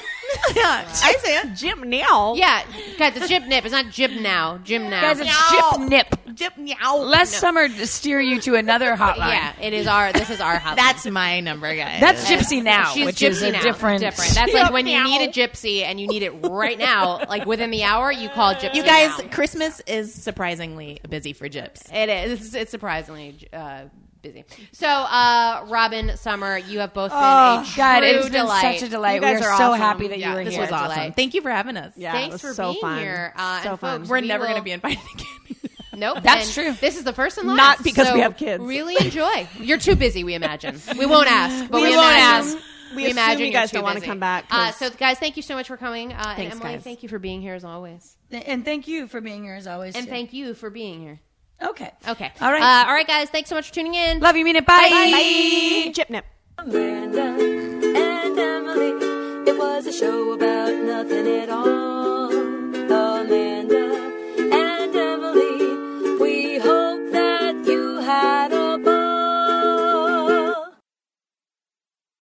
[SPEAKER 4] yeah.
[SPEAKER 7] I say it.
[SPEAKER 3] Jim now.
[SPEAKER 1] Yeah, guys, it's Gypnip. It's not Gyp now. Gyp now.
[SPEAKER 8] Guys, it's gyp nip.
[SPEAKER 7] Jip meow.
[SPEAKER 8] Last summer steer you to another hotline.
[SPEAKER 1] Yeah, it is our. This is our hotline.
[SPEAKER 4] That's my number, guys.
[SPEAKER 8] That's gypsy now,
[SPEAKER 1] She's
[SPEAKER 8] which
[SPEAKER 1] gypsy
[SPEAKER 8] is a
[SPEAKER 1] now.
[SPEAKER 8] different.
[SPEAKER 1] different. That's like when you need a gypsy and you need it right now, like within the hour, you call gypsy.
[SPEAKER 4] you guys.
[SPEAKER 1] now.
[SPEAKER 4] Christmas is surprisingly busy for gyps.
[SPEAKER 1] it is. It's, it's surprisingly uh, busy. So, uh, Robin Summer, you have both been a
[SPEAKER 8] Oh,
[SPEAKER 1] true
[SPEAKER 8] God, it has been
[SPEAKER 1] delight.
[SPEAKER 8] such a delight.
[SPEAKER 3] You
[SPEAKER 8] We are
[SPEAKER 3] guys
[SPEAKER 8] so
[SPEAKER 3] are awesome.
[SPEAKER 8] happy that
[SPEAKER 1] Yeah,
[SPEAKER 8] you were
[SPEAKER 1] this
[SPEAKER 8] here.
[SPEAKER 1] was awesome.
[SPEAKER 4] Awesome. Thank you for having us.
[SPEAKER 3] Yeah, it
[SPEAKER 1] Thanks
[SPEAKER 3] was
[SPEAKER 1] for
[SPEAKER 3] so
[SPEAKER 1] being
[SPEAKER 3] fun.
[SPEAKER 1] here. Uh,
[SPEAKER 3] so
[SPEAKER 1] and
[SPEAKER 3] fun.
[SPEAKER 1] folks,
[SPEAKER 4] We're
[SPEAKER 1] we
[SPEAKER 4] never
[SPEAKER 1] will-
[SPEAKER 4] going to be invited again.
[SPEAKER 1] Nope.
[SPEAKER 8] That's
[SPEAKER 1] and
[SPEAKER 8] true.
[SPEAKER 1] This is the first and last.
[SPEAKER 3] Not because
[SPEAKER 1] so
[SPEAKER 3] we have kids.
[SPEAKER 1] Really enjoy. You're too busy. We imagine. We won't ask. But we,
[SPEAKER 3] We won't
[SPEAKER 1] imagine-
[SPEAKER 3] ask. We assume you
[SPEAKER 1] you're
[SPEAKER 3] guys
[SPEAKER 1] too
[SPEAKER 3] don't wanna
[SPEAKER 1] busy.
[SPEAKER 3] come back
[SPEAKER 1] Uh,
[SPEAKER 3] 'cause-
[SPEAKER 1] so, guys, thank you so much for coming. Uh,
[SPEAKER 4] Thanks,
[SPEAKER 1] and Emily,
[SPEAKER 4] guys.
[SPEAKER 1] thank you for being here as always,
[SPEAKER 8] And thank you for being here as always.
[SPEAKER 1] and
[SPEAKER 8] too.
[SPEAKER 1] thank you for being here.
[SPEAKER 8] Okay.
[SPEAKER 1] Okay.
[SPEAKER 8] All right.
[SPEAKER 1] Uh, all right, guys. Thanks so much for tuning in.
[SPEAKER 8] Love you. Mean it. Bye.
[SPEAKER 3] Gypnip.
[SPEAKER 6] Amanda and Emily. It was a show about nothing at all.